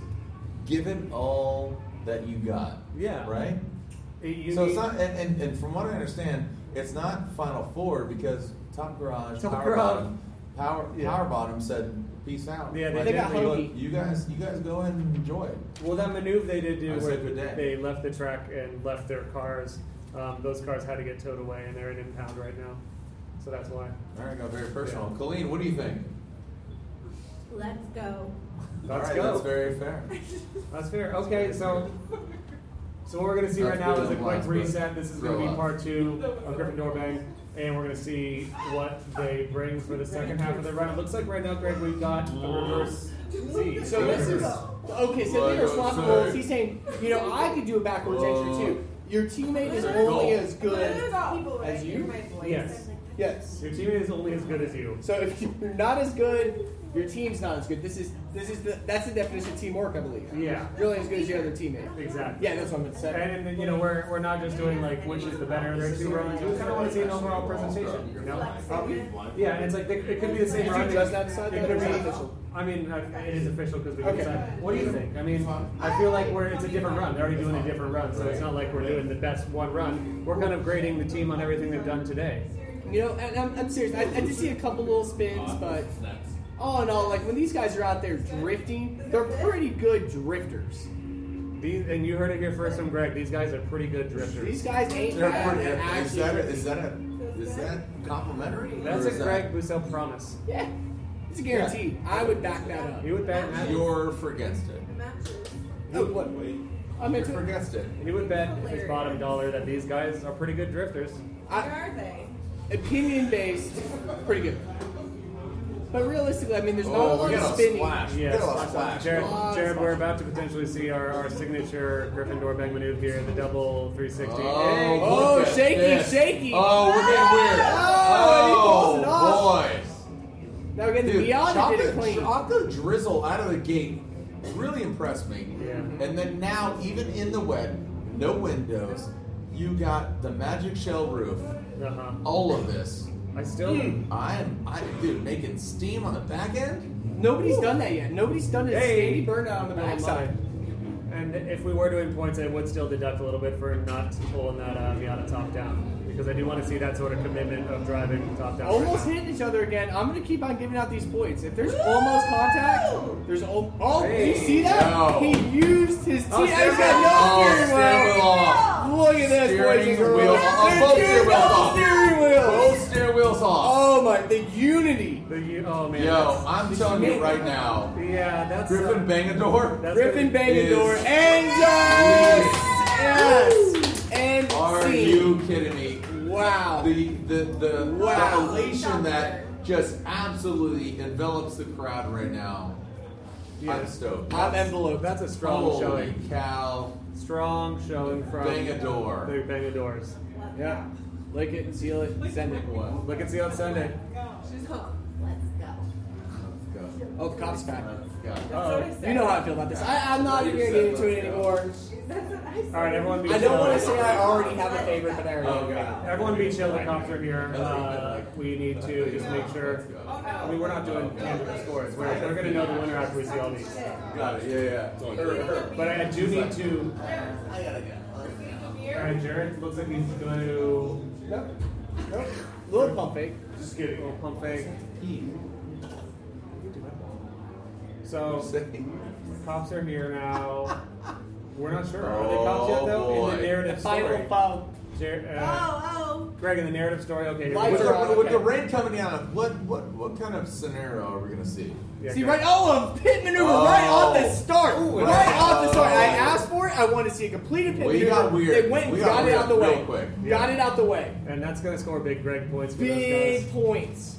give it all that you got. Yeah. Right? You so it's need- not, and, and, and from what I understand, it's not Final Four because Top Garage, Top Power Garage. Bottom, Power, Yeah. Power Bottom said, peace out. Yeah, they- Like, they got look, hokey. You guys, you guys go and enjoy it. Well, that maneuver they did do I where said good day. they left the track and left their cars. Um, those cars had to get towed away, and they're in impound right now. So that's why. All right, got very personal. Colleen, what do you think? Let's all go. Let's right, go. that's very fair. That's fair. Okay, so so what we're gonna see right now is a quick reset. This is gonna be part two of Gryffindor Bang, and we're gonna see what they bring for the second half of the run. It looks like right now, Greg, we've got the reverse Z. So this is okay. So they are swapping roles. He's saying, you know, I could do a backwards entry too. Your teammate is only as good. as you? Yes. Yes. your teammate is only as good as you. So if you're not as good, your team's not as good. This is this is the that's the definition of teamwork, I believe. Yeah. You're only as good as your other teammate. Exactly. Yeah, that's what I'm gonna say. And, and you know we're, we're not just doing like which is the better of their two runs. We kind of want to see an overall presentation. You know, Um, yeah, and it's like they, it could be the same Did run. you just not decide It that could or is be- that official? I mean, I- it is official because we can Okay. decide. What do you think? I mean, I feel like we're it's a different run. They're already doing a different run, so it's not like we're doing the best one run. We're kind of grading the team on everything they've done today. You know, and I'm, I'm serious. I, I did see a couple little spins, but That's all in all, like when these guys are out there drifting, they're pretty good drifters. These, and you heard it here first from Greg. These guys are pretty good drifters. These guys ain't They're bad. pretty- They're is actually that a, pretty is that a is that complimentary? That's Or a is that- Greg Busso promise. Yeah, it's a guarantee. I would back that up. He would bet. You're for against it. matches. Oh, what? I'm You're into for it. against it. He would bet his bottom dollar that these guys are pretty good drifters. Where I- are they? opinion based, pretty good. But realistically, I mean, there's not a Oh, lot we of got a spinning. splash. We Yes, got a splash. Jared, Lots Jared of we're splash. about to potentially see our, our signature Gryffindor bang maneuver here, the double 360. Oh, Oh, look at shaky, this. shaky. Oh, we're getting weird. Oh, and he pulls it Oh, off. boy. Now again, the Dude, Miata did it Chocolate, clean. chocolate drizzle out of the gate really impressed me. Yeah. And then now, even in the wet, no windows, you got the magic shell roof. Uh-huh. All of this, I still. Hmm. I'm, I dude, making steam on the back end. Nobody's done that yet. Nobody's done a Hey. steady burnout on the backside. And if we were doing points, I would still deduct a little bit for not pulling that uh, Miata top down because I do want to see that sort of commitment of driving top down. Almost right now. hitting each other again. I'm gonna keep on giving out these points. If there's almost contact, there's al- oh, you Hey, see that? no. He used his T. Oh, he's steering wheel. got Oh, no steering steering wheel wheel. off. Look at this, boys Steering and girls. wheel off. They're Both doing steering wheels double off. steering wheels. Both steer wheels off. Oh my, the unity. The, you- oh man. Yo, I'm telling you make- right now, that's- yeah, that's. uh, Griffin Bangador that's Griffin gonna- Bangador is- and yes, yes, and Are scene. you kidding me? Wow. The the the, Wow. the elation that just absolutely envelops the crowd right now. Yeah. I'm stoked. I'm enveloped. That's a strong Holy showing. cow! Strong showing from Bangador. the Bangadors. Yeah. Lick it, seal it, send it. Oh, Look and see on Sunday. She's home. Let's go. Go. Oh, the cops back. Go. That's what I said. You know how I feel about this. I, I'm not even gonna get into it anymore. That's what I said. All right, everyone. Be I chill. don't want to say I already have a favorite, but I Oh already do. god. Everyone be chill. The cops are here. Uh, we need to just make sure. Oh, no. I mean, we're not doing tangible scores. We're, we're going to know the winner after we see all these. Got it. Yeah, yeah. Her, her. But I do need to. I gotta go. All right, Jared. Looks like he's going to. Nope. Nope. Oh, Little pump fake. Just kidding. Little pump fake. So cops are here now. We're not sure. Are they cops yet though? In Oh, boy. the The narrative final story. foul. Jared, uh, Oh, Greg, in the narrative story. Okay. here we Lights With go. are on. the, with the Okay. rain coming down, what what what kind of scenario are we gonna see? Yeah, See Greg. right, oh, a pit maneuver Oh. right off the start, Ooh, right wow. off the start. I asked for it. I want to see a completed pit We maneuver. got weird. They went, and We got got, it weird out the way, real quick. got Yeah. it out the way. And that's going to score big Greg points for those Big guys. points.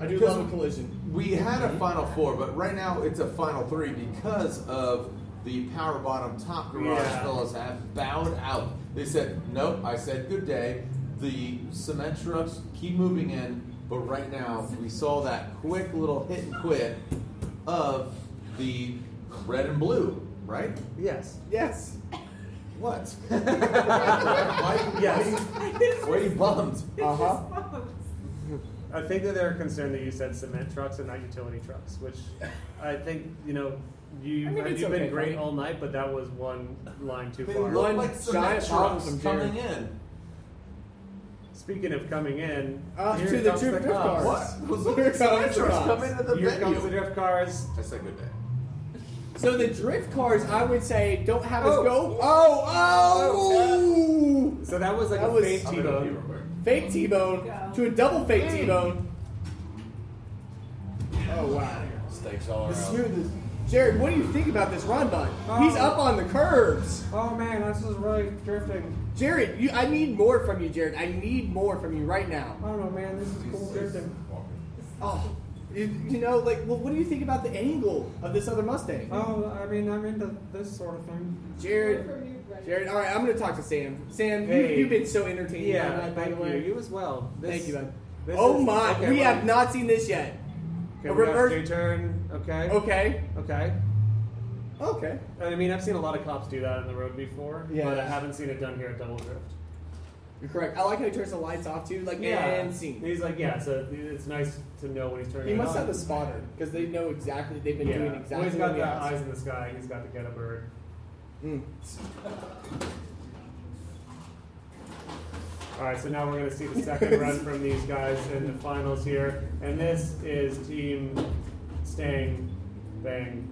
I do love a collision. We had a final four, but right now it's a final three because of the power bottom top garage Yeah. fellas have bowed out. They said, Nope, I said good day. The cement trucks keep moving in, but right now we saw that quick little hit and quit of the red and blue, right? Yes. Yes. What? why, Yes. why, why are you bummed? Uh huh. Uh-huh. I think that they're concerned that you said cement trucks and not utility trucks, which I think, you know, you, I mean, it's you've okay, been great Frank. all night, but that was one line too They far. look- look like cement giant problem trucks from Jared. coming in. Speaking of coming in, Uh, here to the comes two drift cops. cars. What? Was Here the cement comes trucks Ross. coming into the Here venue? comes the drift cars. I said good day. So the drift cars, I would say, don't have us Oh. go. Oh, oh! So that was like That a was- fake I'm gonna pee real T-bone. quick. Fake T-bone to a double fake T-bone. Oh wow! Stakes all The around. smoothest. Jared, what do you think about this run by? He's Oh. up on the curves. Oh man, this is really drifting. Jared, you, I need more from you, Jared. I need more from you right now. I don't know, man. This is cool drifting. Oh, you, you know, like, well, what do you think about the angle of this other Mustang? Oh, I mean, I'm into this sort of thing. Jared, Jared, all right, I'm going to talk to Sam. Sam, Hey. you, you've been so entertaining. Yeah, tonight, by the thank you. way. You as well. This- Thank you, bud. this Oh is- my, okay, we well, have not seen this yet. Okay, A we got reverse- Oh. J-turn. Okay. Okay, Okay. okay. I mean, I've seen a lot of cops do that on the road before, Yeah. but I haven't seen it done here at Double Drift. You're correct. I like how he turns the lights off too, like and scene. He's like, yeah, so it's nice to know when he's turning. He it must on. have a spotter because they know exactly. They've been yeah. doing exactly. Well, he's got what he the asked. Hmm. eyes in the sky. He's got the get a bird. Mm. All right, so now we're going to see the second run from these guys in the finals here, and this is Team Stang Bang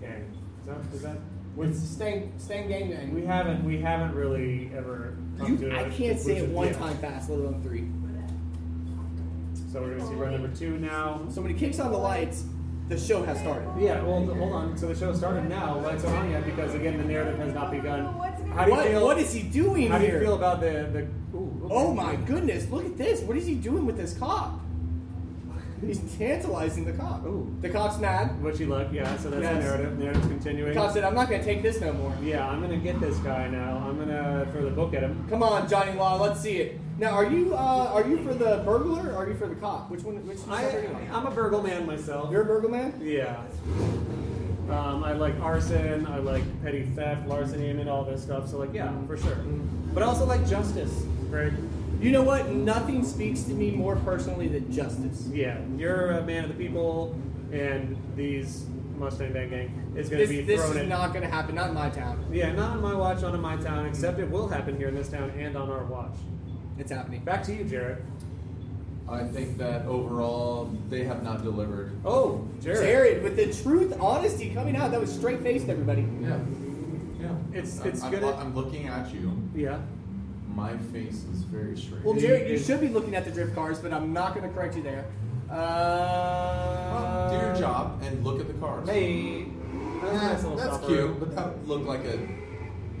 Gang. Is that, is that? With Stang, Stang Gang Gang. We haven't we haven't really ever. Come You, to I a can't say it conclusion. one Yeah. time fast, let alone three. So we're going to see run number two now. So when he kicks on the lights, the show has started. Yeah, well, th- hold on. So the show started now. Lights are on yet because again the narrative has not begun. How do you What, feel? what is he doing how do here? you feel about the the? Ooh, okay. Oh my goodness, look at this. What is he doing with this cop? He's tantalizing the cop. Ooh. The cop's mad. What you like? Yeah. So that's Yes. the narrative. Narrative's The continuing. cop said, I'm not going to take this no more. Yeah, I'm gonna get this guy now. I'm gonna throw the book at him. Come on, Johnny Law, let's see it. Now, are you uh, are you for the burglar or are you for the cop? Which one? Which I, side are you on? I'm a burgle man myself. You're a burglar man? yeah. Um, I like arson. I like petty theft, larceny, and all this stuff. So like, yeah, for sure. Mm-hmm. But I also like justice. Right? You know what? Nothing speaks to me more personally than justice. Yeah, you're a man of the people, and these Mustang Bang Gang is gonna This, be this thrown is in. not going to happen. Not in my town. yeah, not on my watch, not in my town. Except it will happen here in this town and on our watch. It's happening. Back to you, Jared. I think that overall they have not delivered. Oh, Jared. Jared, with the truth, honesty coming out, that was straight faced, everybody. Yeah, yeah. It's- I'm- it's I'm, gonna- I'm looking at you. Yeah. My face is very straight. Well, It Jared, you is- should be looking at the drift cars, but I'm not going to correct you there. Uh, Well, do your job and look at the cars. Hey. Yeah, Nice Ah, little that's stopper. cute, but that looked like a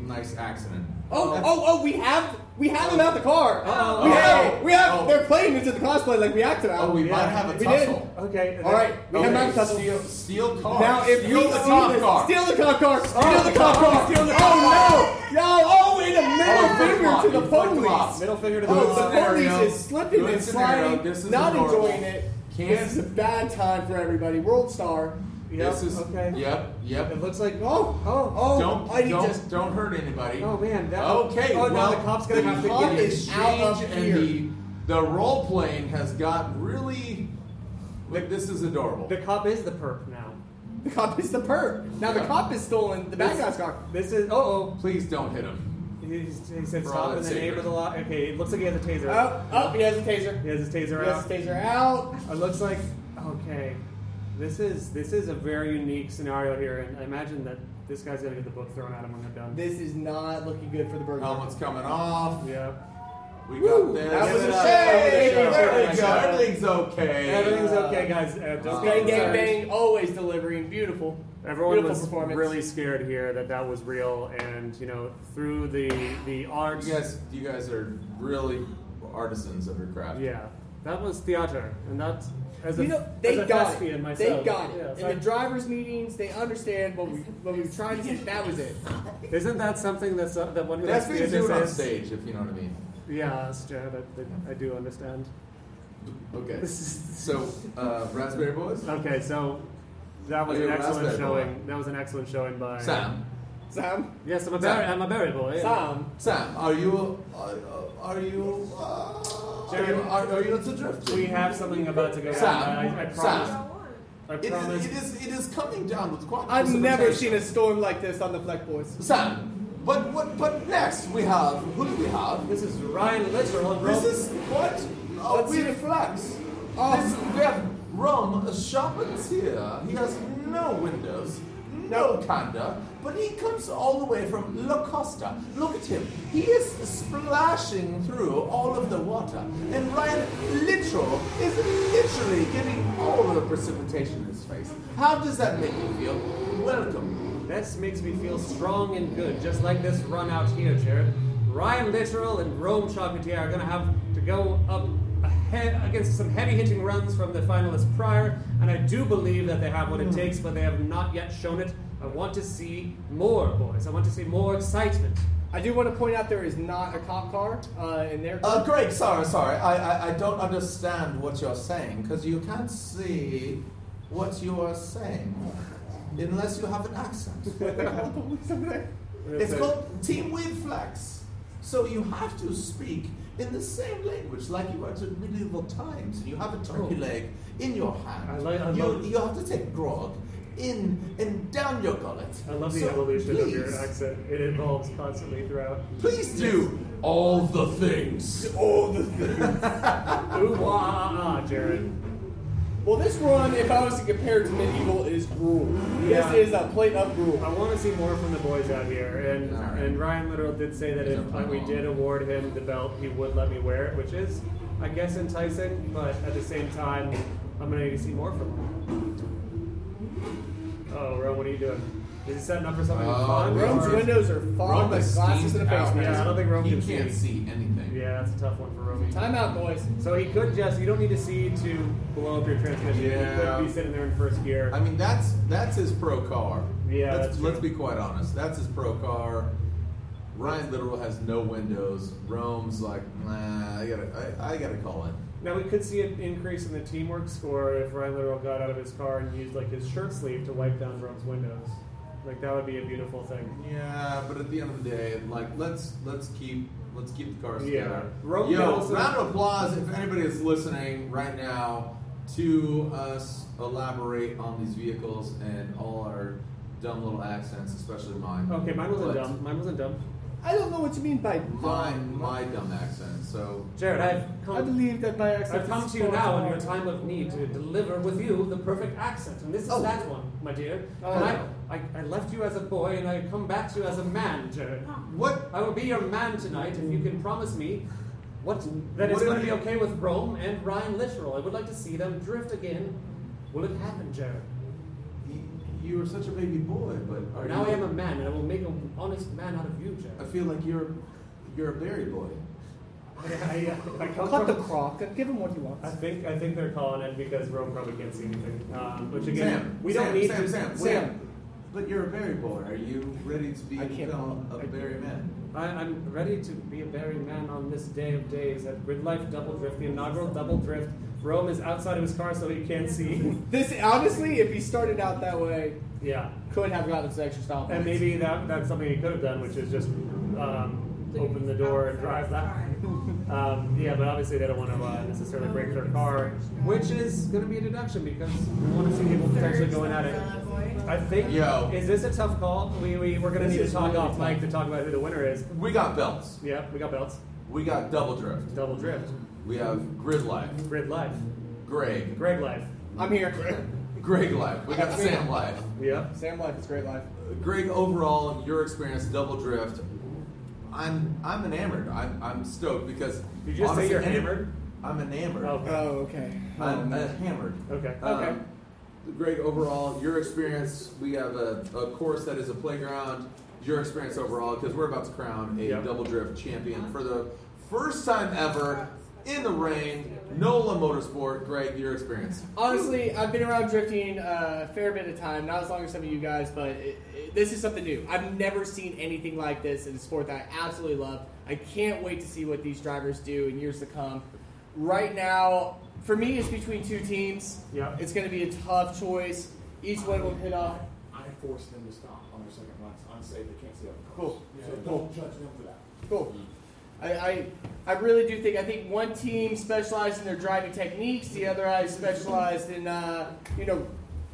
nice accident. Oh, That's- oh, oh! We have we have him out the car. Uh-oh. We have Oh. we have. Oh. They're playing into the cosplay like we acted out. Oh, we might have a We tussle. Okay. All right, we have Okay, not tussle. steal, steal car. Now, if steal we the see cop this- car. steal the cop car, steal Oh. the cop car, steal the cop oh, no, no! Oh, and a middle Oh, finger flip-flop, to the you flip-flop. police. Middle finger to the Good Oh, the scenario. police is slipping Good and scenario. sliding, This is not adorable. enjoying it. Can- This is a bad time for everybody. World star. Yep, This is okay. Yep, yep. It looks like oh oh oh. Don't I need don't just- don't hurt anybody. Oh, man, that- okay. oh, well, now the cop's gonna the have to cop get it. exchange Out of here. and the the role playing has got really. Like this is adorable. The cop is the perp now. The cop is the perp. Now the Yeah. cop is stolen. The bad This- guy's car. This is oh Please don't hit him. oh. He, he said For all stop in that's the name sacred. of the law. Okay, it looks like he has a taser. Oh, oh, he has a taser. He has his taser He has out. a taser out. It looks like okay. This is this is a very unique scenario here, and I imagine that this guy's gonna get the book thrown at him when they're done. This is not looking good for the burger. Oh Helmet's coming off. yeah. We got Woo, this. that was a Hey, shame. There we go. Yeah. Everything's okay. Everything's uh, okay, guys. Uh, don't get Gang, gang, concerned. bang! Always delivering. Beautiful. Everyone Beautiful was performance. really scared here that that was real, and you know through the the arts. You guys, you guys are really artisans of your craft. Yeah, that was theater, and that's as a You know, they as a got thespian it. myself. They got it. yeah, it's In like- the drivers' meetings, they understand what we what we were trying to say. That was it. isn't that something that's uh, that one who That's does what you do it theater on says? stage, if you know what I mean. Yeah, it's Jared, I, I, I do understand. Okay. So, uh, Raspberry Boys? Okay, so that was Oh, an you're excellent raspberry showing. boy. That was an excellent showing by Sam. Sam, Yes, I'm a Sam. berry. I'm a berry boy. Sam. Sam, are you. Are, are you. Uh, are, you- are, are you into drifting? We have something about to go down. Sam. I, I promise. Sam. I It promise. is, it, is, it is coming down with quite I've never precipitation. seen a storm like this on the Fleck Boys. Sam, but, what? but next we have. Who do we have? This is Ryan Literal and This Rob- is what? Oh, Let's we see. reflex. Oh. This, we have Rum, a charpenteer. He has no windows, no conda, but he comes all the way from La Costa. Look at him. He is splashing through all of the water. And Ryan Literal is literally getting all of the precipitation in his face. How does that make you feel? Welcome. This makes me feel strong and good, just like this run out here, Jared. Ryan Literal and Rome Chocolatier are going to have to go up ahead against some heavy hitting runs from the finalists prior, and I do believe that they have what it takes, but they have not yet shown it. I want to see more, boys. I want to see more excitement. I do want to point out there is not a cop car uh, in there. Uh, Greg, sorry, sorry. I, I, I don't understand what you're saying because you can't see what you are saying unless you have an accent. it's called Team Weed Flex. So you have to speak in the same language like you were to medieval times and you have a turkey Oh. leg in your hand. I like- I you, love- you have to take grog in and down your gullet. I love the So evolution of your please- accent, it evolves constantly throughout. Please do. all the things. All the things. Ooh, wah, ah, Jared. Well, this run, if I was to compare it to medieval, is gruel. Yeah. This is a plate of I gruel. want to see more from the boys out here, and All right. and Ryan Literal did say that He's if not playing we along. did award him the belt, he would let me wear it, which is, I guess, enticing. But at the same time, I'm gonna need to see more from him. Oh, Ron, what are you doing? Is he setting up for something Oh, fun? Rome's or- windows are fogged Rome like is glasses in a steamed face out. mask. Yeah, I don't think Rome he can can't see anything. Yeah, that's a tough one for Romy. Time out, boys. So he could just, you don't need to see to blow up your transmission. He Yeah. could be sitting there in first gear. I mean, that's that's his pro car. Yeah, Let's, that's let's true. be quite honest. That's his pro car. Ryan Literal has no windows. Rome's like, nah, I gotta, I, I gotta call it. Now we could see an increase in the teamwork score if Ryan Literal got out of his car and used like his shirt sleeve to wipe down Rome's windows. Like that would be a beautiful thing. Yeah, but at the end of the day, like let's let's keep let's keep the cars Yeah. together. Rome Yo, can also- round of applause if anybody is listening right now to us elaborate on these vehicles and all our dumb little accents, especially mine. Okay, mine wasn't But dumb. Mine wasn't dumb. I don't know what you mean by Mine, my dumb accent. So Jared, I've come, I believe that my accent I've come is to you far now in too your hard. time of need to deliver with you the perfect accent, and this is Oh. that one, my dear. Oh. And I, I, I left you as a boy, and I come back to you as a man, Jared. what? I will be your man tonight if you can promise me what that it's What going to if- be okay with Rome and Ryan Literal. I would like to see them drift again. Will it happen, Jared? You, you were such a baby boy, but are now you, I am a man, and I will make an honest man out of you, I Jared. feel like you're you're a berry boy. I, I, I come Cut the from- crock and give him what he wants. I think I think they're calling it because Rome probably can't see anything. Um, which again, Sam, we Sam, don't need Sam, to. Sam, we- Sam. But you're a berry boy. Are you ready to be I can't- become a I- berry man? I, I'm ready to be a berry man on this day of days at Grid Life Double Drift, the inaugural Double Drift. Rome is outside of his car, so he can't see. This honestly, if he started out that way, yeah. could have gotten some extra style. And points. maybe that, that's something he could have done, which is just um, open the door and drive that. Um, yeah, but obviously they don't want to uh, necessarily break their car, which is going to be a deduction because we want to see people potentially going at it. I think. Yo. Is this a tough call? We, we we're going to This need to is talk really off tough. mic to talk about who the winner is. We got belts. Yeah, we got belts. We got double drift. Double drift. We have grid life. Grid life. Greg. Greg life. I'm here. Greg life. We got Sam life. Yeah. Sam life is great life. Greg, overall, your experience double drift. I'm I'm enamored. I'm, I'm stoked because Did you just honestly, say you're any- hammered? I'm enamored. Oh. Oh, okay. I'm uh, hammered. Okay. Okay. Um, Greg, overall, your experience, we have a, a course that is a playground. Your experience overall, because we're about to crown a Yep. double drift champion for the first time ever in the rain, NOLA Motorsport. Greg, your experience. Honestly, I've been around drifting uh, a fair bit of time, not as long as some of you guys, but it, it, this is something new. I've never seen anything like this in a sport that I absolutely love. I can't wait to see what these drivers do in years to come. Right now, for me, it's between two teams. Yeah. It's going to be a tough choice. Each one will hit off. I forced them to stop on their second run. It's unsafe. They can't see other cars. Cool. So don't judge them for that. Cool. I, I, I really do think I think one team specialized in their driving techniques, the other I specialized in uh, you know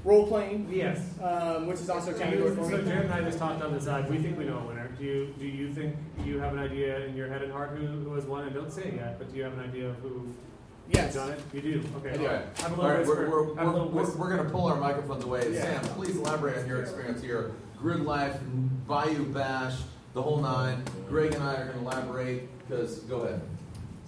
role playing, Yes. um, which is also a category So for me. Jared and I just talked on the side. We think we know a winner. Do you do you think you have an idea in your head and heart who, who has won? And don't say it yet, but do you have an idea of who Yes. done it? You do. Okay. Anyway, I have a all little right, whisper. we're, we're, I have a we're, little we're, whisper. going to pull our microphones away. Yeah. Sam, please elaborate on your experience here. Grid Life, Bayou Bash, the whole nine. Greg and I are going to elaborate because go ahead.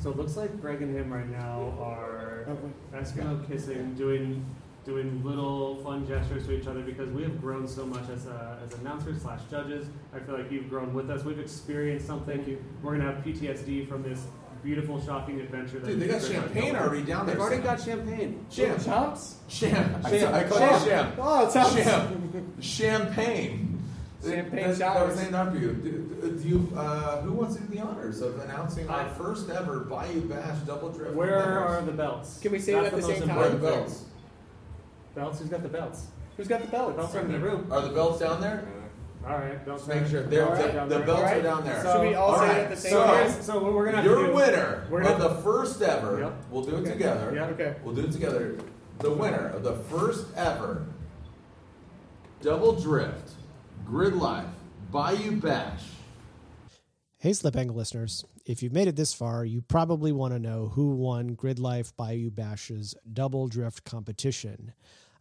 So it looks like Greg and him right now are Okay. Eskimo kissing, doing doing little fun gestures to each other because we have grown so much as, uh as announcers slash judges. I feel like you've grown with us. We've experienced something. We're gonna have PTSD from this beautiful, shocking adventure. That Dude, they got Greg and I champagne built. already down there. They've already got champagne. Sham. Chomps? Sham. Sham. I, I call it Sham. sham. Oh, it sounds. Sham. Champagne. Champagne that, that was showers. named after you. Do, do you uh, who wants to do the honors of announcing our I- first ever Bayou Bash double drift? Where are winners? the belts? Can we say That's it at the most same time? Where are the important thing. belts? Belts? Who's got the belts? Who's got the The belt? belts are in the room. Are the belts down there? All right, belts. Just are- make sure they're, All right, the- down the there. belts All right. are down there. So- Should we all All say right, it at the same So, so- time? here's- so what we're gonna have to Your do- winner we're gonna of the first ever. Yep. We'll do it Okay. together. Yeah. Okay. We'll do it together. The winner of the first ever double drift, grid life, Bayou Bash. Hey, Slip Angle listeners. If you've made it this far, you probably want to know who won Grid Life Bayou Bash's double drift competition.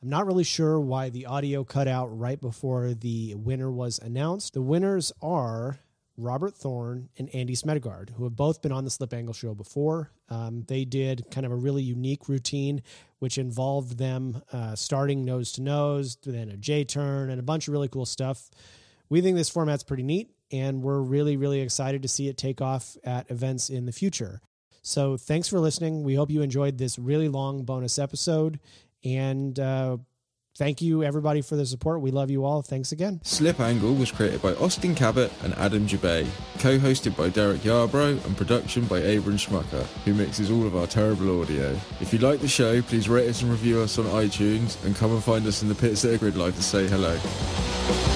I'm not really sure why the audio cut out right before the winner was announced. The winners are Robert Thorne and Andy Smedgard, who have both been on the Slip Angle show before. Um, they did kind of a really unique routine, which involved them uh, starting nose to nose, then a J turn, and a bunch of really cool stuff. We think this format's pretty neat, and we're really, really excited to see it take off at events in the future. So, thanks for listening. We hope you enjoyed this really long bonus episode, and uh, thank you everybody for the support. We love you all. Thanks again. Slip Angle was created by Austin Cabot and Adam Jabay, co-hosted by Derek Yarbrough and production by Abram Schmucker, who mixes all of our terrible audio. If you like the show, please rate us and review us on iTunes and come and find us in the pits at a grid life to say hello.